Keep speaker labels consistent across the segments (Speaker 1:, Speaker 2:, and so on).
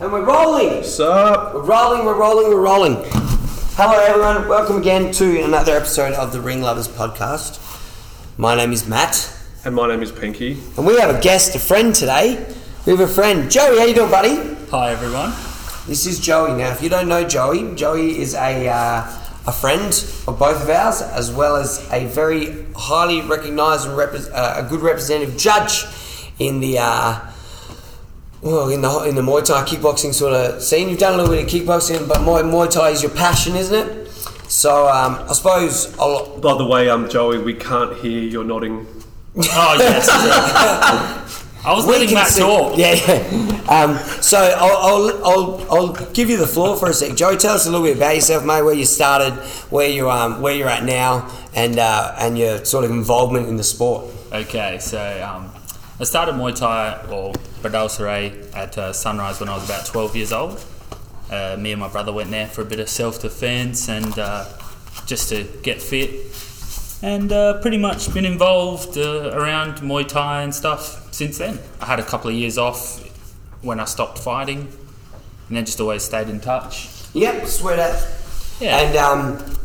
Speaker 1: And we're rolling!
Speaker 2: Sup?
Speaker 1: We're rolling, we're rolling, we're rolling. Hello, everyone. Welcome again to another episode of the Ring Lovers Podcast. My name is Matt,
Speaker 2: And my name is Pinky.
Speaker 1: and we have a guest, a friend today. We have a friend. Joey, how you doing, buddy?
Speaker 3: Hi everyone.
Speaker 1: This is Joey. Now, if you don't know Joey, Joey is a, uh, a friend of both of ours, as well as a very highly recognised and repre- uh, a good representative judge in the uh, well in the in the Muay Thai kickboxing sort of scene. You've done a little bit of kickboxing, but Muay, Muay Thai is your passion, isn't it? So um, I suppose I'll,
Speaker 2: By the way, um, Joey, we can't hear your nodding.
Speaker 4: Oh yes. I was letting Matt
Speaker 1: see-
Speaker 4: talk.
Speaker 1: Yeah, yeah. Um, so I'll, I'll, I'll, I'll give you the floor for a sec. Joey, tell us a little bit about yourself, mate. Where you started, where you um, where you're at now, and uh, and your sort of involvement in the sport.
Speaker 4: Okay, so um, I started Muay Thai or Bradal Saray at uh, Sunrise when I was about 12 years old. Uh, me and my brother went there for a bit of self defense and uh, just to get fit. And uh, pretty much been involved uh, around Muay Thai and stuff since then. I had a couple of years off when I stopped fighting and then just always stayed in touch.
Speaker 1: Yep, swear that.
Speaker 4: Yeah.
Speaker 1: And um,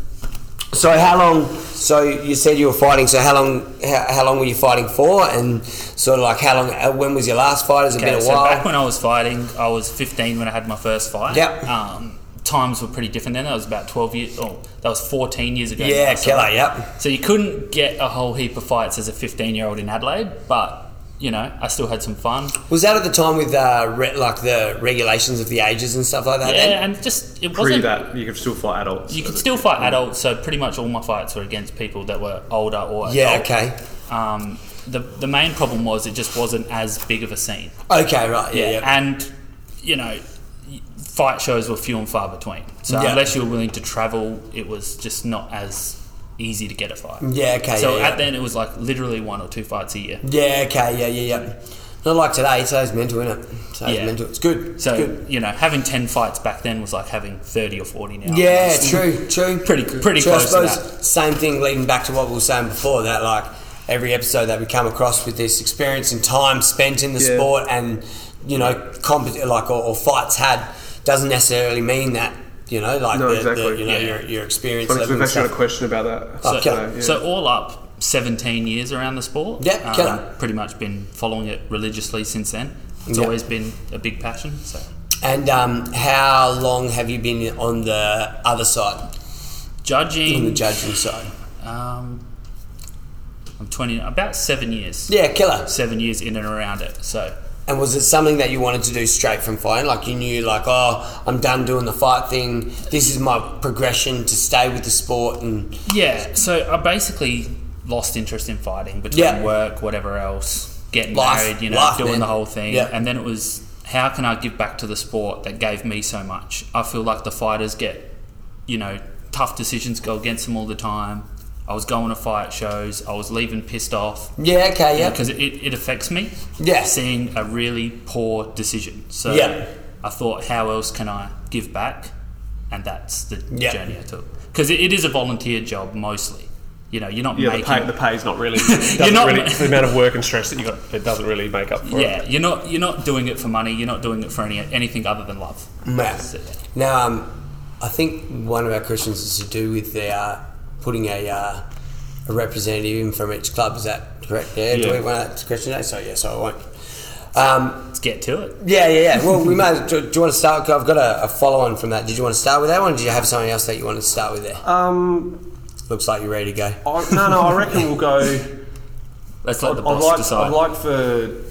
Speaker 1: so how long? So you said you were fighting. So how long? How, how long were you fighting for? And sort of like how long? uh, When was your last fight? Has it
Speaker 4: Okay,
Speaker 1: been a
Speaker 4: so back
Speaker 1: while?
Speaker 4: when I was fighting, I was 15 when I had my first fight.
Speaker 1: Yep.
Speaker 4: Um, times were pretty different then. That was about 12 years. Oh, that was 14 years ago.
Speaker 1: Yeah,
Speaker 4: now, so-
Speaker 1: killer. Yep.
Speaker 4: So you couldn't get a whole heap of fights as a 15 year old in Adelaide, but you know, I still had some fun.
Speaker 1: Was that at the time with uh, re- like the regulations of the ages and stuff like that? then?
Speaker 4: yeah, and just it
Speaker 2: Pre
Speaker 4: wasn't.
Speaker 2: that, you can still fight adults.
Speaker 4: You could
Speaker 2: as a
Speaker 4: still
Speaker 2: kid.
Speaker 4: fight adults, so pretty much all my fights were against people that were older or
Speaker 1: Yeah,
Speaker 4: adult.
Speaker 1: okay.
Speaker 4: Um, the the main problem was it just wasn't as big of a scene.
Speaker 1: Okay, right, yeah, yeah.
Speaker 4: And, you know, y- fight shows were few and far between. So
Speaker 1: Yeah.
Speaker 4: unless you were willing to travel, it was just not as easy to get a fight.
Speaker 1: Yeah, okay,
Speaker 4: So
Speaker 1: yeah, yeah.
Speaker 4: at then it was like literally one or two fights a year.
Speaker 1: yeah, okay, yeah, yeah, yeah. Not like today, today's mental, isn't it? Today's
Speaker 4: Yeah.
Speaker 1: mental. It's good. It's
Speaker 4: So,
Speaker 1: good.
Speaker 4: you know, having 10 fights back then was like having 30 or 40 now.
Speaker 1: Yeah,
Speaker 4: It's-
Speaker 1: true, true.
Speaker 4: oh, Pretty- pretty
Speaker 1: true,
Speaker 4: close to
Speaker 1: Same thing leading back to what we were saying before that, like every episode that we come across with this experience and time spent in the
Speaker 2: Yeah.
Speaker 1: sport and, you know, comp- like, or, or fights had doesn't necessarily mean that, you know, like,
Speaker 2: No,
Speaker 1: the, the,
Speaker 2: exactly,
Speaker 1: you know, your,
Speaker 2: yeah.
Speaker 1: your experience.
Speaker 2: Funny, 'cause
Speaker 1: level
Speaker 2: We've
Speaker 1: and
Speaker 2: actually
Speaker 1: stuff.
Speaker 2: got a question about that. uh,
Speaker 1: Oh,
Speaker 4: So,
Speaker 1: killer.
Speaker 2: yeah.
Speaker 4: so all up, 17 years around the sport. Um,
Speaker 1: Yeah, killer.
Speaker 4: Pretty much been following it religiously since then. It's
Speaker 1: Yeah.
Speaker 4: always been a big passion. So
Speaker 1: And um, how long have you been on the other side, on
Speaker 4: judging,
Speaker 1: the judging side?
Speaker 4: Um, I'm 20, about seven years.
Speaker 1: Yeah, killer.
Speaker 4: Seven years in and around it. So,
Speaker 1: And was it something that you wanted to do straight from fighting? Like you knew, like, oh, I'm done doing the fight thing. This is my progression to stay with the sport. And
Speaker 4: yeah. So I basically lost interest in fighting between
Speaker 1: Yeah.
Speaker 4: work, whatever else, getting
Speaker 1: Life-
Speaker 4: married, you know,
Speaker 1: life,
Speaker 4: doing
Speaker 1: man.
Speaker 4: the whole thing.
Speaker 1: Yeah.
Speaker 4: And then it was, how can I give back to the sport that gave me so much? I feel like the fighters get, you know, tough decisions go against them all the time. I was going to fight shows. I was leaving pissed off.
Speaker 1: yeah, okay, yeah,
Speaker 4: because it, it affects me.
Speaker 1: Yeah.
Speaker 4: Seeing a really poor decision. So
Speaker 1: Yeah.
Speaker 4: I thought, how else can I give back? And that's the
Speaker 1: Yeah.
Speaker 4: journey I took. Because it, it is a volunteer job mostly. You know, you're not
Speaker 2: Yeah, the
Speaker 4: making.
Speaker 2: pay, the pay's not really. doesn't
Speaker 4: not-
Speaker 2: really the amount of work and stress that you got, it doesn't really make up for it.
Speaker 4: yeah, you're not you're not doing it for money. You're not doing it for any anything other than love.
Speaker 1: man.
Speaker 4: So, yeah.
Speaker 1: Now, um, I think one of our questions is to do with the uh, putting a uh, a representative in from each club. Is that correct? Yeah, do
Speaker 2: Yeah.
Speaker 1: we want to question that? So yeah, so I won't. Um,
Speaker 4: Let's get to it.
Speaker 1: Yeah, yeah, yeah. Well, we might. Do, do you want to start? I've got a, a follow-on from that. Did you want to start with that one? Or did you have something else that you wanted to start with there?
Speaker 2: Um,
Speaker 1: Looks like you're ready to go.
Speaker 2: I, no, no, I reckon we'll go.
Speaker 4: Let's let
Speaker 2: I'd,
Speaker 4: the
Speaker 2: I'd
Speaker 4: boss
Speaker 2: like,
Speaker 4: decide.
Speaker 2: I'd like for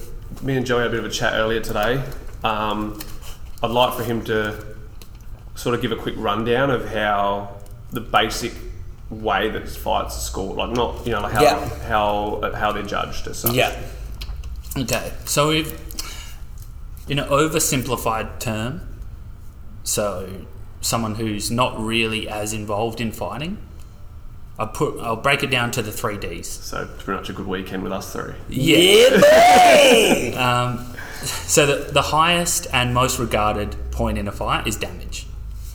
Speaker 2: me and Joey had a bit of a chat earlier today. Um, I'd like for him to sort of give a quick rundown of how the basic way that fights are scored, like not you know like how
Speaker 1: Yeah.
Speaker 2: how how they're judged as such.
Speaker 1: Yeah,
Speaker 4: Okay, so if, in an oversimplified term, So someone who's not really as involved in fighting. I'll put I'll break it down to the three Ds.
Speaker 2: So pretty much a good weekend with us three.
Speaker 4: Yeah. um, so the, the highest and most regarded point in a fight is damage.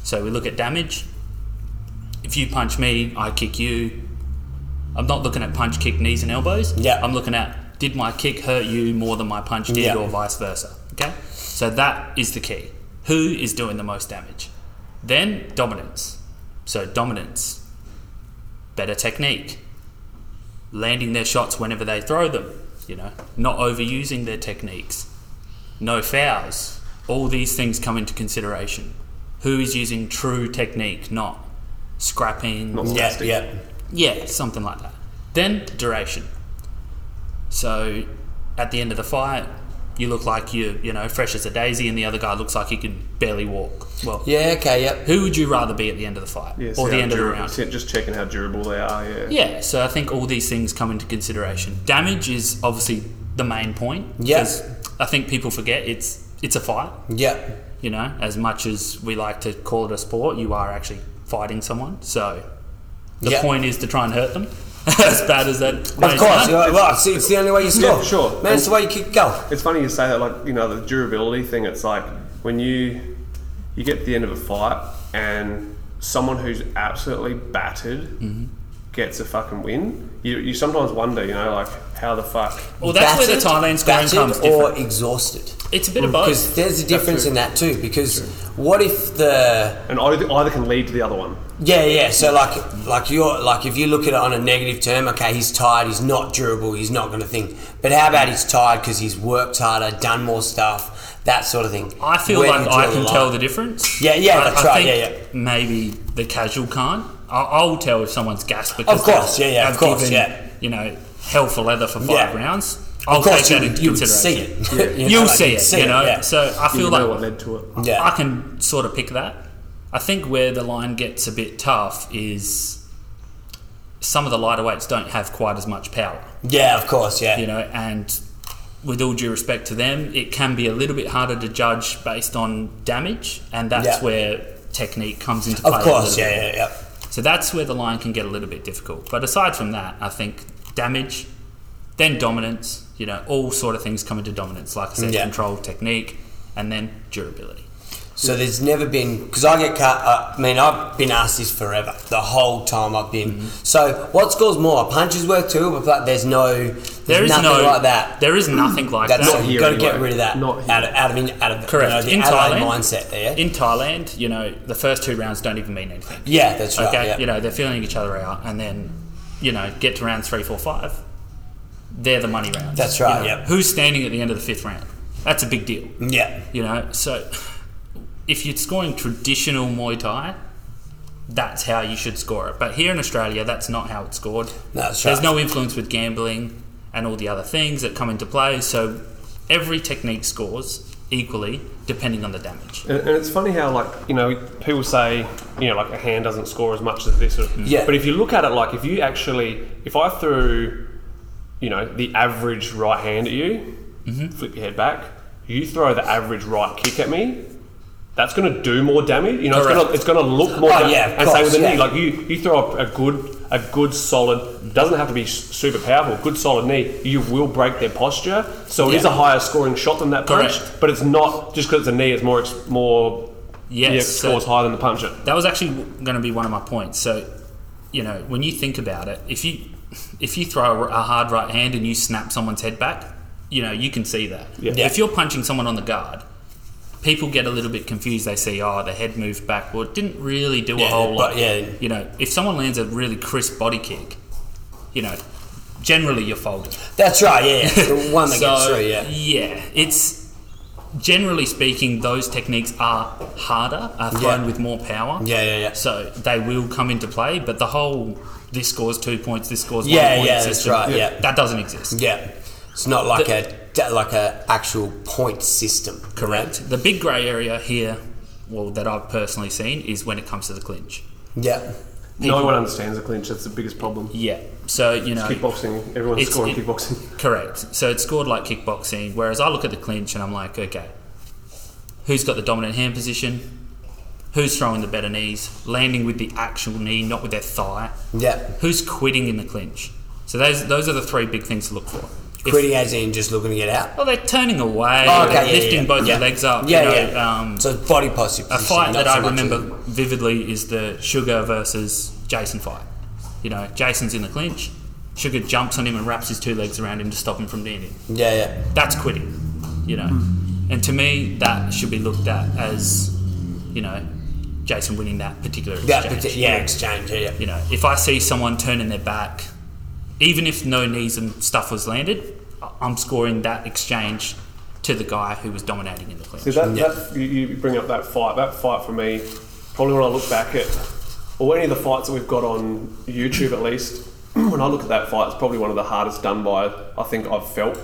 Speaker 4: So we look at damage. If you punch me, I kick you. I'm not looking at punch, kick, knees, and elbows.
Speaker 1: Yeah.
Speaker 4: I'm looking at did my kick hurt you more than my punch did,
Speaker 1: Yeah.
Speaker 4: or vice versa. Okay. So that is the key. Who is doing the most damage? Then dominance. So dominance, better technique, landing their shots whenever they throw them. You know, not overusing their techniques, no fouls. All these things come into consideration. Who is using true technique, not scrapping,
Speaker 2: Not
Speaker 1: Yeah,
Speaker 2: plastic.
Speaker 1: yeah.
Speaker 4: yeah, something like that. Then duration. So at the end of the fight, you look like you're, you know, fresh as a daisy, and the other guy looks like he can barely walk. Well,
Speaker 1: Yeah, okay, yep.
Speaker 4: who would you rather be at the end of the fight
Speaker 2: Yeah, see
Speaker 4: or the
Speaker 2: how
Speaker 4: end of the
Speaker 2: durable-
Speaker 4: round?
Speaker 2: see- Just checking how durable they are. Yeah.
Speaker 4: Yeah, so I think all these things come into consideration. Damage is obviously the main point.
Speaker 1: Yeah.
Speaker 4: 'cause I think people forget it's it's a fight.
Speaker 1: Yeah.
Speaker 4: You know, as much as we like to call it a sport, you are actually fighting someone. So the
Speaker 1: Yeah.
Speaker 4: point is to try and hurt them. as bad as that. may
Speaker 1: Of course,
Speaker 4: sound.
Speaker 1: yeah, well, it's, it's the only way you score.
Speaker 2: sure.
Speaker 1: Man, it's the way you kick goal.
Speaker 2: It's funny you say that, like you know, the durability thing. It's like when you you get to the end of a fight and someone who's absolutely battered gets a fucking win. You, you sometimes wonder, you know, like how the fuck.
Speaker 4: Well, that's where
Speaker 1: Battered-
Speaker 4: the Thailand scoring
Speaker 1: battered
Speaker 4: comes
Speaker 1: or
Speaker 4: different. Oh,
Speaker 1: exhausted.
Speaker 4: It's a bit of
Speaker 1: Because
Speaker 4: both.
Speaker 1: there's a difference in that too. Because what if the
Speaker 2: And either, either can lead to the other one.
Speaker 1: yeah yeah so like like you're like if you look at it on a negative term, okay, he's tired, he's not durable, he's not going to think. But how about he's tired because he's worked harder, done more stuff, that sort of thing.
Speaker 4: I feel
Speaker 1: Where do
Speaker 4: like
Speaker 1: you
Speaker 4: I
Speaker 1: draw
Speaker 4: can
Speaker 1: line?
Speaker 4: tell the difference.
Speaker 1: Yeah, yeah,
Speaker 4: I,
Speaker 1: that's
Speaker 4: I
Speaker 1: right,
Speaker 4: think
Speaker 1: yeah, yeah.
Speaker 4: Maybe the casual can't. I, I'll tell if someone's gassed because
Speaker 1: Of course, yeah, yeah, of
Speaker 4: I've
Speaker 1: course,
Speaker 4: given,
Speaker 1: yeah.
Speaker 4: You know, hell for leather for five
Speaker 1: Yeah.
Speaker 4: rounds. I'll
Speaker 1: Of course,
Speaker 4: take that
Speaker 1: you,
Speaker 4: into
Speaker 1: you would see
Speaker 4: consideration.
Speaker 1: it.
Speaker 4: You'll
Speaker 1: know, like,
Speaker 4: see
Speaker 1: you'd
Speaker 4: it, you know.
Speaker 1: yeah.
Speaker 4: So I feel
Speaker 2: You
Speaker 4: like
Speaker 2: know what led to it.
Speaker 1: Yeah.
Speaker 4: I can sort of pick that. I think where the line gets a bit tough is some of the lighter weights don't have quite as much power
Speaker 1: yeah, of course, yeah.
Speaker 4: you know, and with all due respect to them, it can be a little bit harder to judge based on damage, and that's
Speaker 1: Yeah.
Speaker 4: where technique comes into play.
Speaker 1: Of
Speaker 4: a
Speaker 1: course,
Speaker 4: little
Speaker 1: yeah,
Speaker 4: bit.
Speaker 1: yeah, yeah.
Speaker 4: So that's where the line can get a little bit difficult. But aside from that, I think damage, then dominance, you know, all sort of things come into dominance. Like I said,
Speaker 1: Yeah.
Speaker 4: control, technique, and then durability.
Speaker 1: So there's never been because I get cut. Uh, I mean, I've been asked this forever, the whole time I've been.
Speaker 4: Mm-hmm.
Speaker 1: So what scores more? A punch is worth two, but like, there's no, there's
Speaker 4: There is
Speaker 1: nothing
Speaker 4: no
Speaker 1: like that.
Speaker 4: There is nothing like
Speaker 1: That's so
Speaker 4: that.
Speaker 1: you
Speaker 2: here
Speaker 1: got to get
Speaker 2: anyway.
Speaker 1: rid of that
Speaker 2: Not here.
Speaker 1: out of out of, in, out of
Speaker 4: Correct.
Speaker 1: You know, the
Speaker 4: in
Speaker 1: Adelaide
Speaker 4: Thailand,
Speaker 1: mindset there.
Speaker 4: In Thailand, you know, the first two rounds don't even mean anything.
Speaker 1: yeah, that's right.
Speaker 4: Okay,
Speaker 1: yeah.
Speaker 4: you know, they're feeling each other out, and then, you know, get to round three, four, five. They're the money rounds.
Speaker 1: That's right,
Speaker 4: you know.
Speaker 1: yep. Mm.
Speaker 4: Who's standing at the end of the fifth round? That's a big deal.
Speaker 1: yeah,
Speaker 4: You know, so if you're scoring traditional Muay Thai, that's how you should score it. But here in Australia, that's not how it's scored.
Speaker 1: That's
Speaker 4: There's
Speaker 1: right.
Speaker 4: no influence with gambling and all the other things that come into play. So every technique scores equally depending on the damage.
Speaker 2: And, and it's funny how, like, you know, people say, you know, like a hand doesn't score as much as this. Or,
Speaker 1: Yeah.
Speaker 2: But if you look at it, like, if you actually, if I threw, you know, the average right hand at you, flip your head back, you throw the average right kick at me, that's going to do more damage. You know, it's
Speaker 4: Correct.
Speaker 2: gonna, it's going to look more.
Speaker 1: Oh,
Speaker 2: dam-
Speaker 1: yeah, of
Speaker 2: and same
Speaker 1: course,
Speaker 2: with the knee.
Speaker 1: yeah.
Speaker 2: Like, you, you throw a, a good, a good solid, doesn't have to be s- super powerful, good solid knee, you will break their posture. So it is
Speaker 4: Yeah.
Speaker 2: a higher scoring shot than that punch.
Speaker 4: Correct.
Speaker 2: But it's not just because it's a knee. It's more. It's more.
Speaker 4: Yes,
Speaker 2: yeah, it
Speaker 4: so-
Speaker 2: scores higher than the puncher.
Speaker 4: that was actually going to be one of my points. So, you know, when you think about it, if you if you throw a hard right hand and you snap someone's head back, you know, you can see that.
Speaker 2: Yeah.
Speaker 4: If you're punching someone on the guard, people get a little bit confused. They see, oh, the head moved back. Well, it didn't really do a
Speaker 1: Yeah,
Speaker 4: whole lot.
Speaker 1: but yeah.
Speaker 4: You know, if someone lands a really crisp body kick, you know, generally you're folded.
Speaker 1: that's right. Yeah, the one that gets
Speaker 4: So,
Speaker 1: through. Yeah,
Speaker 4: it's generally speaking, those techniques are harder, are thrown
Speaker 1: Yeah.
Speaker 4: with more power.
Speaker 1: Yeah, yeah, yeah.
Speaker 4: So they will come into play, but the whole this scores two points, this scores
Speaker 1: Yeah,
Speaker 4: one point
Speaker 1: yeah, that's
Speaker 4: system,
Speaker 1: right, yeah.
Speaker 4: that doesn't exist.
Speaker 1: yeah. It's not like a like a actual point system.
Speaker 4: Correct. The big grey area here, well, that I've personally seen is when it comes to the clinch.
Speaker 1: Yeah.
Speaker 2: No one understands the clinch. That's the biggest problem.
Speaker 4: Yeah. So you know,
Speaker 2: Kickboxing. Everyone's
Speaker 4: It's-
Speaker 2: scoring
Speaker 4: it-
Speaker 2: kickboxing.
Speaker 4: Correct. So it's scored like kickboxing, whereas I look at the clinch and I'm like, okay, who's got the dominant hand position? Who's throwing the better knees? Landing with the actual knee, not with their thigh.
Speaker 1: Yeah.
Speaker 4: Who's quitting in the clinch? So those those are the three big things to look for. If-
Speaker 1: Quitting as in just looking to get out.
Speaker 4: well, they're turning away,
Speaker 1: Oh, okay,
Speaker 4: they're
Speaker 1: yeah,
Speaker 4: lifting
Speaker 1: yeah,
Speaker 4: both
Speaker 1: yeah.
Speaker 4: their legs up.
Speaker 1: Yeah,
Speaker 4: you know,
Speaker 1: yeah.
Speaker 4: Um,
Speaker 1: so it's body posture.
Speaker 4: a fight that I remember
Speaker 1: Of,
Speaker 4: vividly is the Sugar versus Jason fight. You know, Jason's in the clinch. Sugar jumps on him and wraps his two legs around him to stop him from landing.
Speaker 1: yeah, yeah.
Speaker 4: That's quitting, you know. And to me, that should be looked at as, you know, Jason winning that particular
Speaker 1: That
Speaker 4: exchange.
Speaker 1: parti- yeah, exchange. Yeah, yeah.
Speaker 4: You know, if I see someone turning their back, even if no knees and stuff was landed, I- I'm scoring that exchange to the guy who was dominating in the clinch.
Speaker 2: See that,
Speaker 1: Yeah.
Speaker 2: that you, you bring up that fight. That fight for me, probably when I look back at, or any of the fights that we've got on YouTube at least, when I look at that fight, it's probably one of the hardest done by I think I've felt.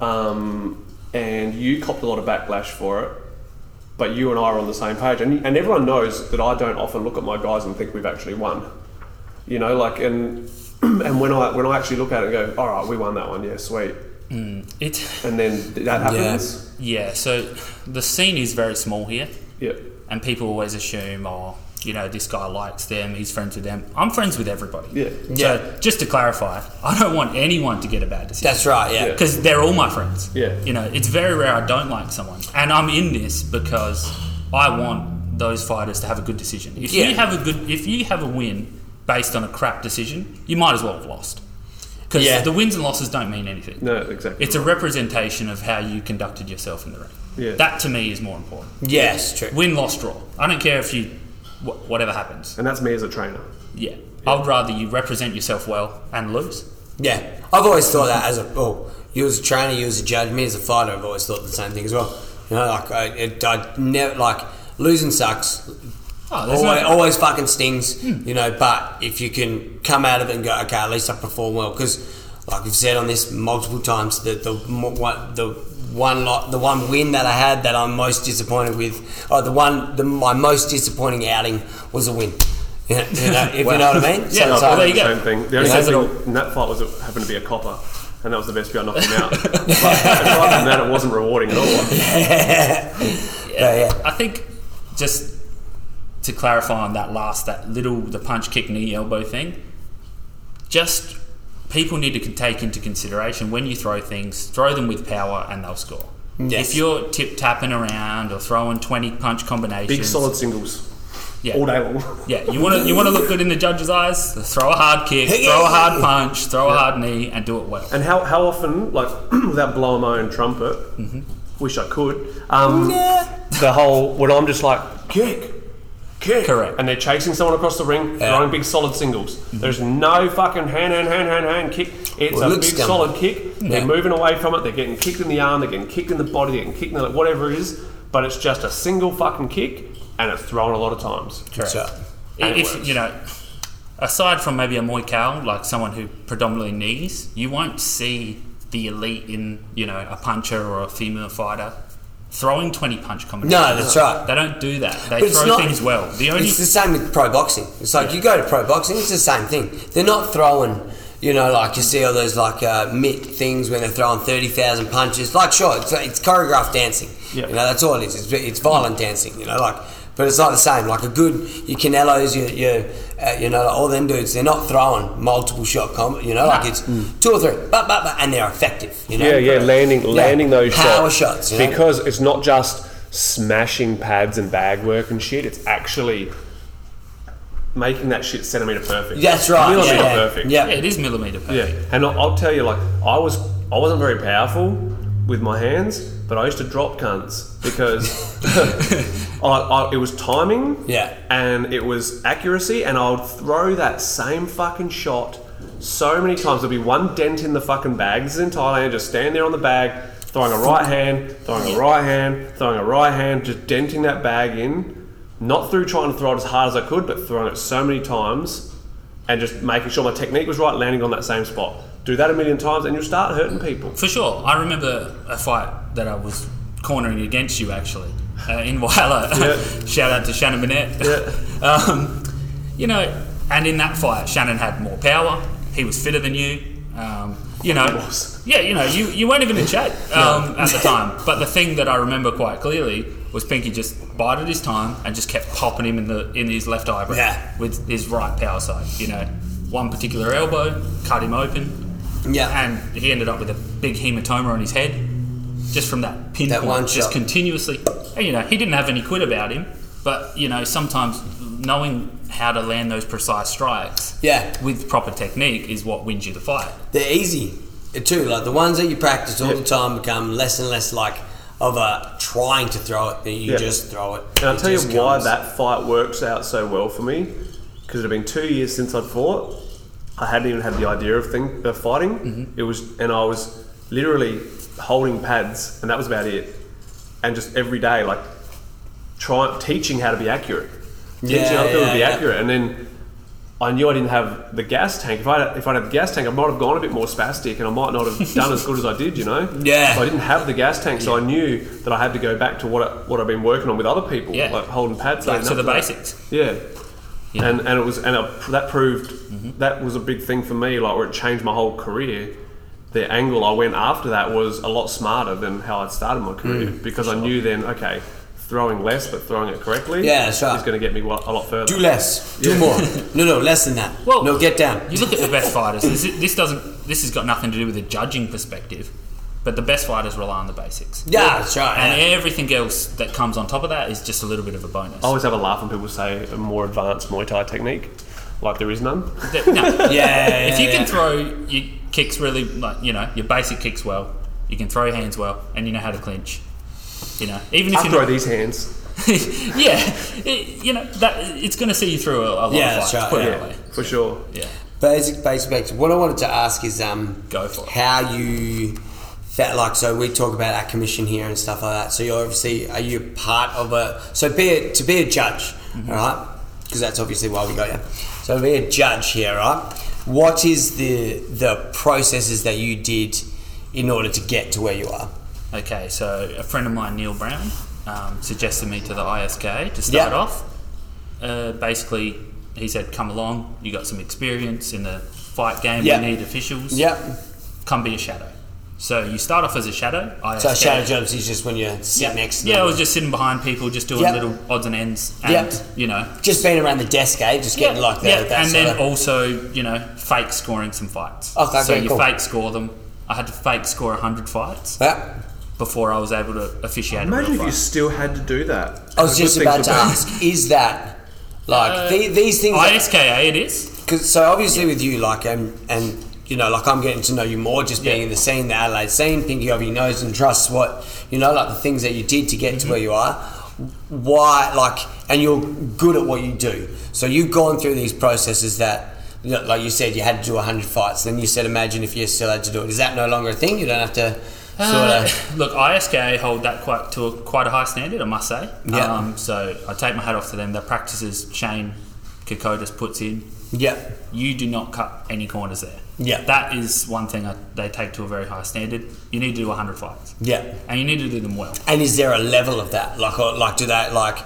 Speaker 2: Um, and you copped a lot of backlash for it, but you and I are on the same page, and and everyone knows that I don't often look at my guys and think we've actually won. You know, like and and when I when I actually look at it and go, all right, we won that one, yeah, sweet,
Speaker 4: It,
Speaker 2: and then that happens.
Speaker 4: Yeah, so the scene is very small here,
Speaker 2: yeah.
Speaker 4: and people always assume, oh, you know, this guy likes them, he's friends with them. I'm friends with everybody.
Speaker 2: Yeah.
Speaker 4: So just to clarify, I don't want anyone to get a bad decision.
Speaker 1: That's right. Yeah.
Speaker 2: Yeah.
Speaker 4: Because they're all my friends.
Speaker 2: Yeah.
Speaker 4: You know, it's very rare I don't like someone. And I'm in this because I want those fighters to have a good decision. If
Speaker 1: Yeah.
Speaker 4: you have a good if you have a win based on a crap decision, you might as well have lost. Because
Speaker 1: Yeah.
Speaker 4: the wins and losses don't mean anything.
Speaker 2: No, exactly.
Speaker 4: It's a representation of how you conducted yourself in the ring.
Speaker 2: Yeah.
Speaker 4: That to me is more important.
Speaker 1: Yes, true.
Speaker 4: Win, loss, draw. I don't care if you, wh- whatever happens.
Speaker 2: and that's me as a trainer.
Speaker 4: Yeah. I'd rather you represent yourself well and lose.
Speaker 1: Yeah, I've always thought that as a well, you as a trainer, you as a judge, me as a fighter, I've always thought the same thing as well. You know, like I, it, I never like losing sucks.
Speaker 4: Oh, there's
Speaker 1: Always,
Speaker 4: no- Hmm.
Speaker 1: always fucking stings, you know. But if you can come out of it and go, okay, at least I perform well, because like we've said on this multiple times, that the mo- one the one lot the one win that I had that I'm most disappointed with, or the one the, my most disappointing outing was a win. You know, you know, if you know what I mean?
Speaker 4: Yeah, Oh, well, there you go.
Speaker 2: Same thing. The only
Speaker 4: Yeah.
Speaker 2: thing in that fight was it happened to be a copper, and that was the best way I knocked him out. but aside from that, it wasn't rewarding at all.
Speaker 1: Yeah, yeah.
Speaker 4: I think just to clarify on that last, that little, the punch, kick, knee, elbow thing, just people need to con- take into consideration when you throw things, throw them with power and they'll score.
Speaker 2: Mm.
Speaker 1: Yes.
Speaker 4: If you're tip tapping around or throwing 20 punch combinations,
Speaker 2: Big solid singles
Speaker 4: yeah.
Speaker 2: all day long.
Speaker 4: Yeah, you want to you want to look good in the judge's eyes. Throw a hard kick, throw a hard punch, throw a hard knee, and do it well.
Speaker 2: And how, how often, like, without blowing my own trumpet,
Speaker 4: Mm-hmm.
Speaker 2: wish I could, um, the whole, when I'm just like, kick, kick.
Speaker 4: Correct.
Speaker 2: And they're chasing someone across the ring, throwing big solid singles. There's no fucking hand, hand, hand, hand, hand kick. It's
Speaker 1: Mm-hmm. Well, it
Speaker 2: a big
Speaker 1: looks dumb.
Speaker 2: solid kick. They're
Speaker 1: Yeah.
Speaker 2: moving away from it. They're getting kicked in the arm. They're getting kicked in the body. They're getting kicked in the, whatever it is. But it's just a single fucking kick, and it's thrown a lot of times.
Speaker 4: Correct.
Speaker 1: So,
Speaker 2: And it
Speaker 4: if
Speaker 2: works.
Speaker 4: you know, aside from maybe a Muay Cal, like someone who predominantly knees, you won't see the elite in you know a puncher or a female fighter throwing twenty punch combinations.
Speaker 1: No, that's right.
Speaker 4: They don't do that. They
Speaker 1: But it's
Speaker 4: throw
Speaker 1: not-
Speaker 4: things well. The only
Speaker 1: It's the same with pro boxing. It's like you go to pro boxing, it's the same thing. They're not throwing, you know, like you see all those like uh, mitt things when they're throwing 30,000 punches. Like, sure, it's, it's choreographed dancing.
Speaker 2: Yeah.
Speaker 1: You know, that's all it is. It's, it's violent dancing, you know, like, but it's not the same. Like a good, your Canelos, your, your uh, you know, like all them dudes, they're not throwing multiple shot combat, you know, like it's two or three, but, but, but, and they're effective, you know.
Speaker 2: Yeah, yeah, landing, landing those
Speaker 1: Power
Speaker 2: shots.
Speaker 1: shots, you know?
Speaker 2: because it's not just smashing pads and bag work and shit. It's actually making that shit centimeter perfect.
Speaker 1: That's right.
Speaker 2: Millimeter
Speaker 1: yeah.
Speaker 2: perfect.
Speaker 4: yeah, it is millimeter perfect.
Speaker 2: Yeah, and I'll, I'll tell you, like I was, I wasn't very powerful with my hands, but I used to drop cunts because I, I, it was timing.
Speaker 1: Yeah.
Speaker 2: and it was accuracy, and I would throw that same fucking shot so many times. There'd be one dent in the fucking bag. This is in Thailand. Just stand there on the bag, throwing a right hand, throwing a right hand, throwing a right hand, just denting that bag in. Not through trying to throw it as hard as I could, but throwing it so many times and just making sure my technique was right, landing on that same spot. Do that a million times, and you'll start hurting people.
Speaker 4: For sure. I remember a fight that I was cornering against you actually uh, in Wyler.
Speaker 2: Yeah.
Speaker 4: Shout out to Shannon Burnett.
Speaker 2: Yeah.
Speaker 4: um, you know, and in that fight, Shannon had more power. He was fitter than you. Um, you know,
Speaker 2: was.
Speaker 4: yeah, you know, you, you weren't even in shape um, at the time. But the thing that I remember quite clearly was Pinky just bided his time and just kept popping him in the in his left eyebrow
Speaker 1: Yeah.
Speaker 4: with his right power side. You know, one particular elbow cut him open.
Speaker 1: Yeah.
Speaker 4: and he ended up with a big hematoma on his head just from that pinpoint,
Speaker 1: one
Speaker 4: just
Speaker 1: shot.
Speaker 4: continuously. And you know, he didn't have any quid about him, but you know, sometimes knowing how to land those precise strikes
Speaker 1: Yeah.
Speaker 4: with proper technique is what wins you the fight.
Speaker 1: They're easy uh, too. Like the ones that you practice all the time become less and less like of a trying to throw it. That you
Speaker 2: Yeah.
Speaker 1: just throw it.
Speaker 2: And I'll
Speaker 1: It
Speaker 2: tell you
Speaker 1: just
Speaker 2: why
Speaker 1: comes.
Speaker 2: that fight works out so well for me, because it had been two years since I'd fought. I hadn't even had the idea of thing of fighting.
Speaker 1: Mm-hmm.
Speaker 2: It was, and I was literally holding pads, and that was about it. And just every day, like trying teaching how to be accurate, teaching
Speaker 1: Yeah,
Speaker 2: other people
Speaker 1: yeah,
Speaker 2: to be
Speaker 1: yeah.
Speaker 2: accurate, and then. I knew I didn't have the gas tank. If I if I'd had the gas tank, I might have gone a bit more spastic, and I might not have done as good as I did. You know.
Speaker 1: Yeah.
Speaker 2: So I didn't have the gas tank, so I knew that I had to go back to what I, what I've been working on with other people,
Speaker 4: Yeah.
Speaker 2: like holding pads
Speaker 4: Back
Speaker 2: leading
Speaker 4: to
Speaker 2: up
Speaker 4: the
Speaker 2: that.
Speaker 4: basics.
Speaker 2: Yeah.
Speaker 4: Yeah. Mm-hmm.
Speaker 2: And and it was and it, that proved that was a big thing for me, like where it changed my whole career. The angle I went after that was a lot smarter than how I'd started my career
Speaker 4: Mm.
Speaker 2: because I knew then, okay, throwing less but throwing it correctly
Speaker 1: Yeah, that's right.
Speaker 2: is going to get me wa- a lot further.
Speaker 1: Do less. Do more. No, no, less than that.
Speaker 4: Well-
Speaker 1: no, get down.
Speaker 4: You look at the best fighters. This, this doesn't. This has got nothing to do with a judging perspective, but the best fighters rely on the basics.
Speaker 1: Yeah, that's right.
Speaker 4: And everything else that comes on top of that is just a little bit of a bonus.
Speaker 2: I always have a laugh when people say a more advanced Muay Thai technique, like there is none.
Speaker 4: That- no.
Speaker 1: yeah, yeah,
Speaker 4: if you
Speaker 1: yeah.
Speaker 4: can throw your kicks really, like you know, your basic kicks well, you can throw your hands well, and you know how to clinch. You know, even if
Speaker 2: I
Speaker 4: you
Speaker 2: throw these hands.
Speaker 4: yeah, it, you know that it's going to see you through a, a lot
Speaker 1: Yeah,
Speaker 4: of
Speaker 1: that's
Speaker 4: fights.
Speaker 1: right,
Speaker 4: put it
Speaker 2: Yeah,
Speaker 4: that way.
Speaker 2: for sure.
Speaker 4: Yeah,
Speaker 1: Basic, basic, basic. What I wanted to ask is, um,
Speaker 4: Go for it.
Speaker 1: How you felt like? So we talk about our commission here and stuff like that. So you are obviously are you part of a? So be a, to be a judge,
Speaker 4: Mm-hmm.
Speaker 1: all right? Because that's obviously why we got you. So to be a judge here, right? What is the the processes that you did in order to get to where you are?
Speaker 4: Okay, so a friend of mine, Neil Brown, um, suggested me to the ISK to start
Speaker 1: Yeah.
Speaker 4: off. Uh, basically, he said, "Come along. You got some experience in the fight game.
Speaker 1: Yeah.
Speaker 4: We need officials.
Speaker 1: Yep.
Speaker 4: Come be a shadow." So you start off as a shadow. ISK.
Speaker 1: So shadow jobs is just when you sit
Speaker 4: Yeah.
Speaker 1: next. To
Speaker 4: Yeah, I
Speaker 1: them.
Speaker 4: was just sitting behind people, just doing
Speaker 1: Yeah.
Speaker 4: little odds and ends, and
Speaker 1: Yeah.
Speaker 4: you know,
Speaker 1: just being around the desk, eh? Just getting like that. that
Speaker 4: and
Speaker 1: sort
Speaker 4: then
Speaker 1: of-
Speaker 4: also you know, fake scoring some fights.
Speaker 1: Okay,
Speaker 4: so
Speaker 1: okay,
Speaker 4: you
Speaker 1: cool.
Speaker 4: fake score them. I had to fake score hundred fights
Speaker 1: yeah.
Speaker 4: before I was able to officiate. a
Speaker 2: Imagine
Speaker 4: real
Speaker 2: if you
Speaker 4: fight.
Speaker 2: still had to do that.
Speaker 1: I was just about to ask, is that like
Speaker 4: Uh,
Speaker 1: the, these things? that-
Speaker 4: ISKA it is.
Speaker 1: Cause, so obviously with you, like, um, and you know, like I'm getting to know you more, just being
Speaker 4: Yeah.
Speaker 1: in the scene, the Adelaide scene, thinking of your nose and trusts what you know, like the things that you did to get to
Speaker 4: Mm-hmm.
Speaker 1: where you are. Why, like, and you're good at what you do. So you've gone through these processes that, you know, like you said, you had to do 100 fights. Then you said, imagine if you still had to do it. Is that no longer a thing? You don't have to sort
Speaker 4: Uh,
Speaker 1: of.
Speaker 4: look, ISKA hold that quite to a, quite a high standard, I must say.
Speaker 1: Yeah.
Speaker 4: Um, so I take my hat off to them. The practices Shane Kokodas puts in
Speaker 1: Yeah.
Speaker 4: you do not cut any corners there.
Speaker 1: Yeah.
Speaker 4: That is one thing I, they take to a very high standard. You need to do 100 fights.
Speaker 1: Yeah.
Speaker 4: And you need to do them well.
Speaker 1: And is there a level of that? Like, or, like do that? Like,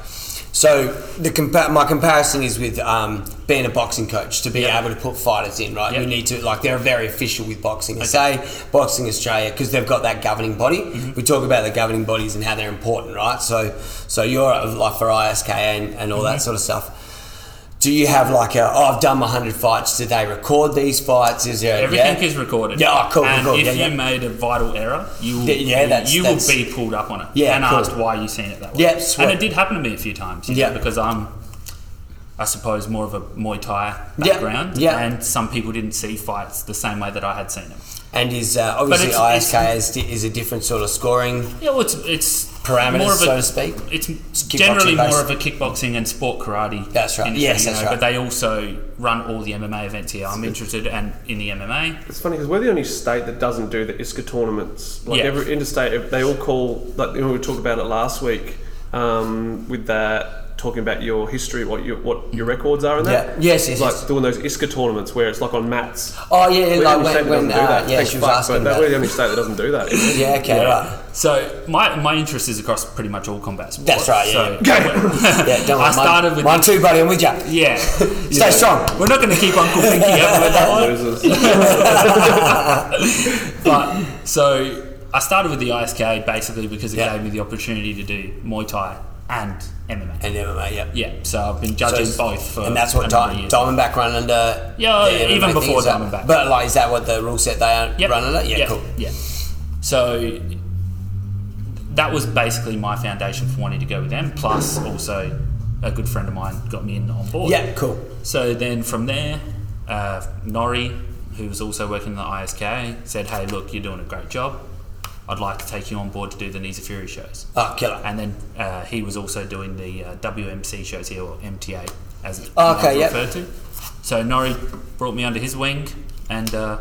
Speaker 1: so the compa- my comparison is with um, being a boxing coach to be
Speaker 4: Yeah.
Speaker 1: able to put fighters in, right? You
Speaker 4: Yeah.
Speaker 1: need to like they're very official with boxing. I say boxing Australia because they've got that governing body.
Speaker 4: Mm-hmm.
Speaker 1: We talk about the governing bodies and how they're important, right? So, so you're uh, like for ISK and, and all
Speaker 4: Mm-hmm.
Speaker 1: that sort of stuff. Do you have like a, oh, I've done my 100 fights. Do they record these fights? Is there
Speaker 4: Everything
Speaker 1: yeah?
Speaker 4: is recorded.
Speaker 1: Yeah, oh, cool, cool,
Speaker 4: And
Speaker 1: cool.
Speaker 4: if
Speaker 1: Yeah,
Speaker 4: you
Speaker 1: yeah.
Speaker 4: made a vital error, you will,
Speaker 1: Th- yeah, that's-
Speaker 4: you will
Speaker 1: that's-
Speaker 4: be pulled up on it.
Speaker 1: Yeah,
Speaker 4: And
Speaker 1: cool.
Speaker 4: asked why you seen it that way.
Speaker 1: Yeah, sweet.
Speaker 4: And it did happen to me a few times. you know,
Speaker 1: Yeah.
Speaker 4: Because I'm, I suppose, more of a Muay Thai
Speaker 1: Yeah,
Speaker 4: background.
Speaker 1: yeah.
Speaker 4: And some people didn't see fights the same way that I had seen them.
Speaker 1: And is uh, obviously
Speaker 4: it's- it's-
Speaker 1: ISK is, di- is a different sort of scoring.
Speaker 4: Yeah, well, it's it's
Speaker 1: Parameters,
Speaker 4: more of a,
Speaker 1: so to speak?
Speaker 4: It's
Speaker 1: kickboxing
Speaker 4: generally more
Speaker 1: based.
Speaker 4: of a kickboxing and sport karate.
Speaker 1: That's right.
Speaker 4: industry,
Speaker 1: Yes,
Speaker 4: you
Speaker 1: that's
Speaker 4: know,
Speaker 1: right.
Speaker 4: But they also run all the MMA events here. I'm interested and in the MMA.
Speaker 2: It's funny because we're the only state that doesn't do the ISCA tournaments. Like
Speaker 4: Yeah.
Speaker 2: every interstate, they all call. Like you know, we talked about it last week um, with that talking about your history, what your what your records are, and that.
Speaker 1: Yeah. Yes, yes,
Speaker 2: Like
Speaker 1: yes.
Speaker 2: doing those ISCA tournaments where it's like on mats.
Speaker 1: Oh yeah,
Speaker 2: We're the
Speaker 1: like
Speaker 2: only state
Speaker 1: when,
Speaker 2: that
Speaker 1: when
Speaker 2: doesn't do
Speaker 1: uh,
Speaker 2: that.
Speaker 1: yeah,
Speaker 2: Thank
Speaker 1: she was
Speaker 2: fuck,
Speaker 1: asking
Speaker 2: but that,
Speaker 1: about.
Speaker 2: we're the only state that doesn't do that. isn't it?
Speaker 1: yeah, okay, right.
Speaker 4: So my my interest is across pretty much all combat sports.
Speaker 1: That's right, yeah.
Speaker 4: So
Speaker 1: Yeah, don't worry.
Speaker 4: I started
Speaker 1: mine,
Speaker 4: with
Speaker 1: mine too, buddy. I'm with you.
Speaker 4: yeah.
Speaker 1: Stay strong.
Speaker 4: We're not going to keep Uncle Pinky up with that one.
Speaker 2: Losers.
Speaker 4: But so I started with the ISK basically because it
Speaker 1: Yeah.
Speaker 4: gave me the opportunity to do Muay Thai and MMA.
Speaker 1: And MMA, yeah.
Speaker 4: yeah, so I've been
Speaker 1: So
Speaker 4: judging
Speaker 1: it's-
Speaker 4: both for
Speaker 1: and that's what
Speaker 4: a
Speaker 1: Di-
Speaker 4: number of years.
Speaker 1: Diamondback run under.
Speaker 4: Yeah,
Speaker 1: the
Speaker 4: even
Speaker 1: MMA thing,
Speaker 4: before
Speaker 1: is that-
Speaker 4: Diamondback.
Speaker 1: But like, is that what the rule set they are
Speaker 4: Yep.
Speaker 1: run under? Yeah,
Speaker 4: Yep.
Speaker 1: cool.
Speaker 4: Yeah. So that was basically my foundation for wanting to go with them. Plus, also a good friend of mine got me in on board.
Speaker 1: Yeah, cool.
Speaker 4: So then from there, uh, Nori, who was also working in the ISK, said, "Hey, look, you're doing a great job. I'd like to take you on board to do the Knees of Fury shows."
Speaker 1: Oh, killer.
Speaker 4: and then uh, he was also doing the uh, WMC shows here, or MTA, as it's
Speaker 1: Oh, okay, yep.
Speaker 4: referred to. So Nori brought me under his wing, and uh,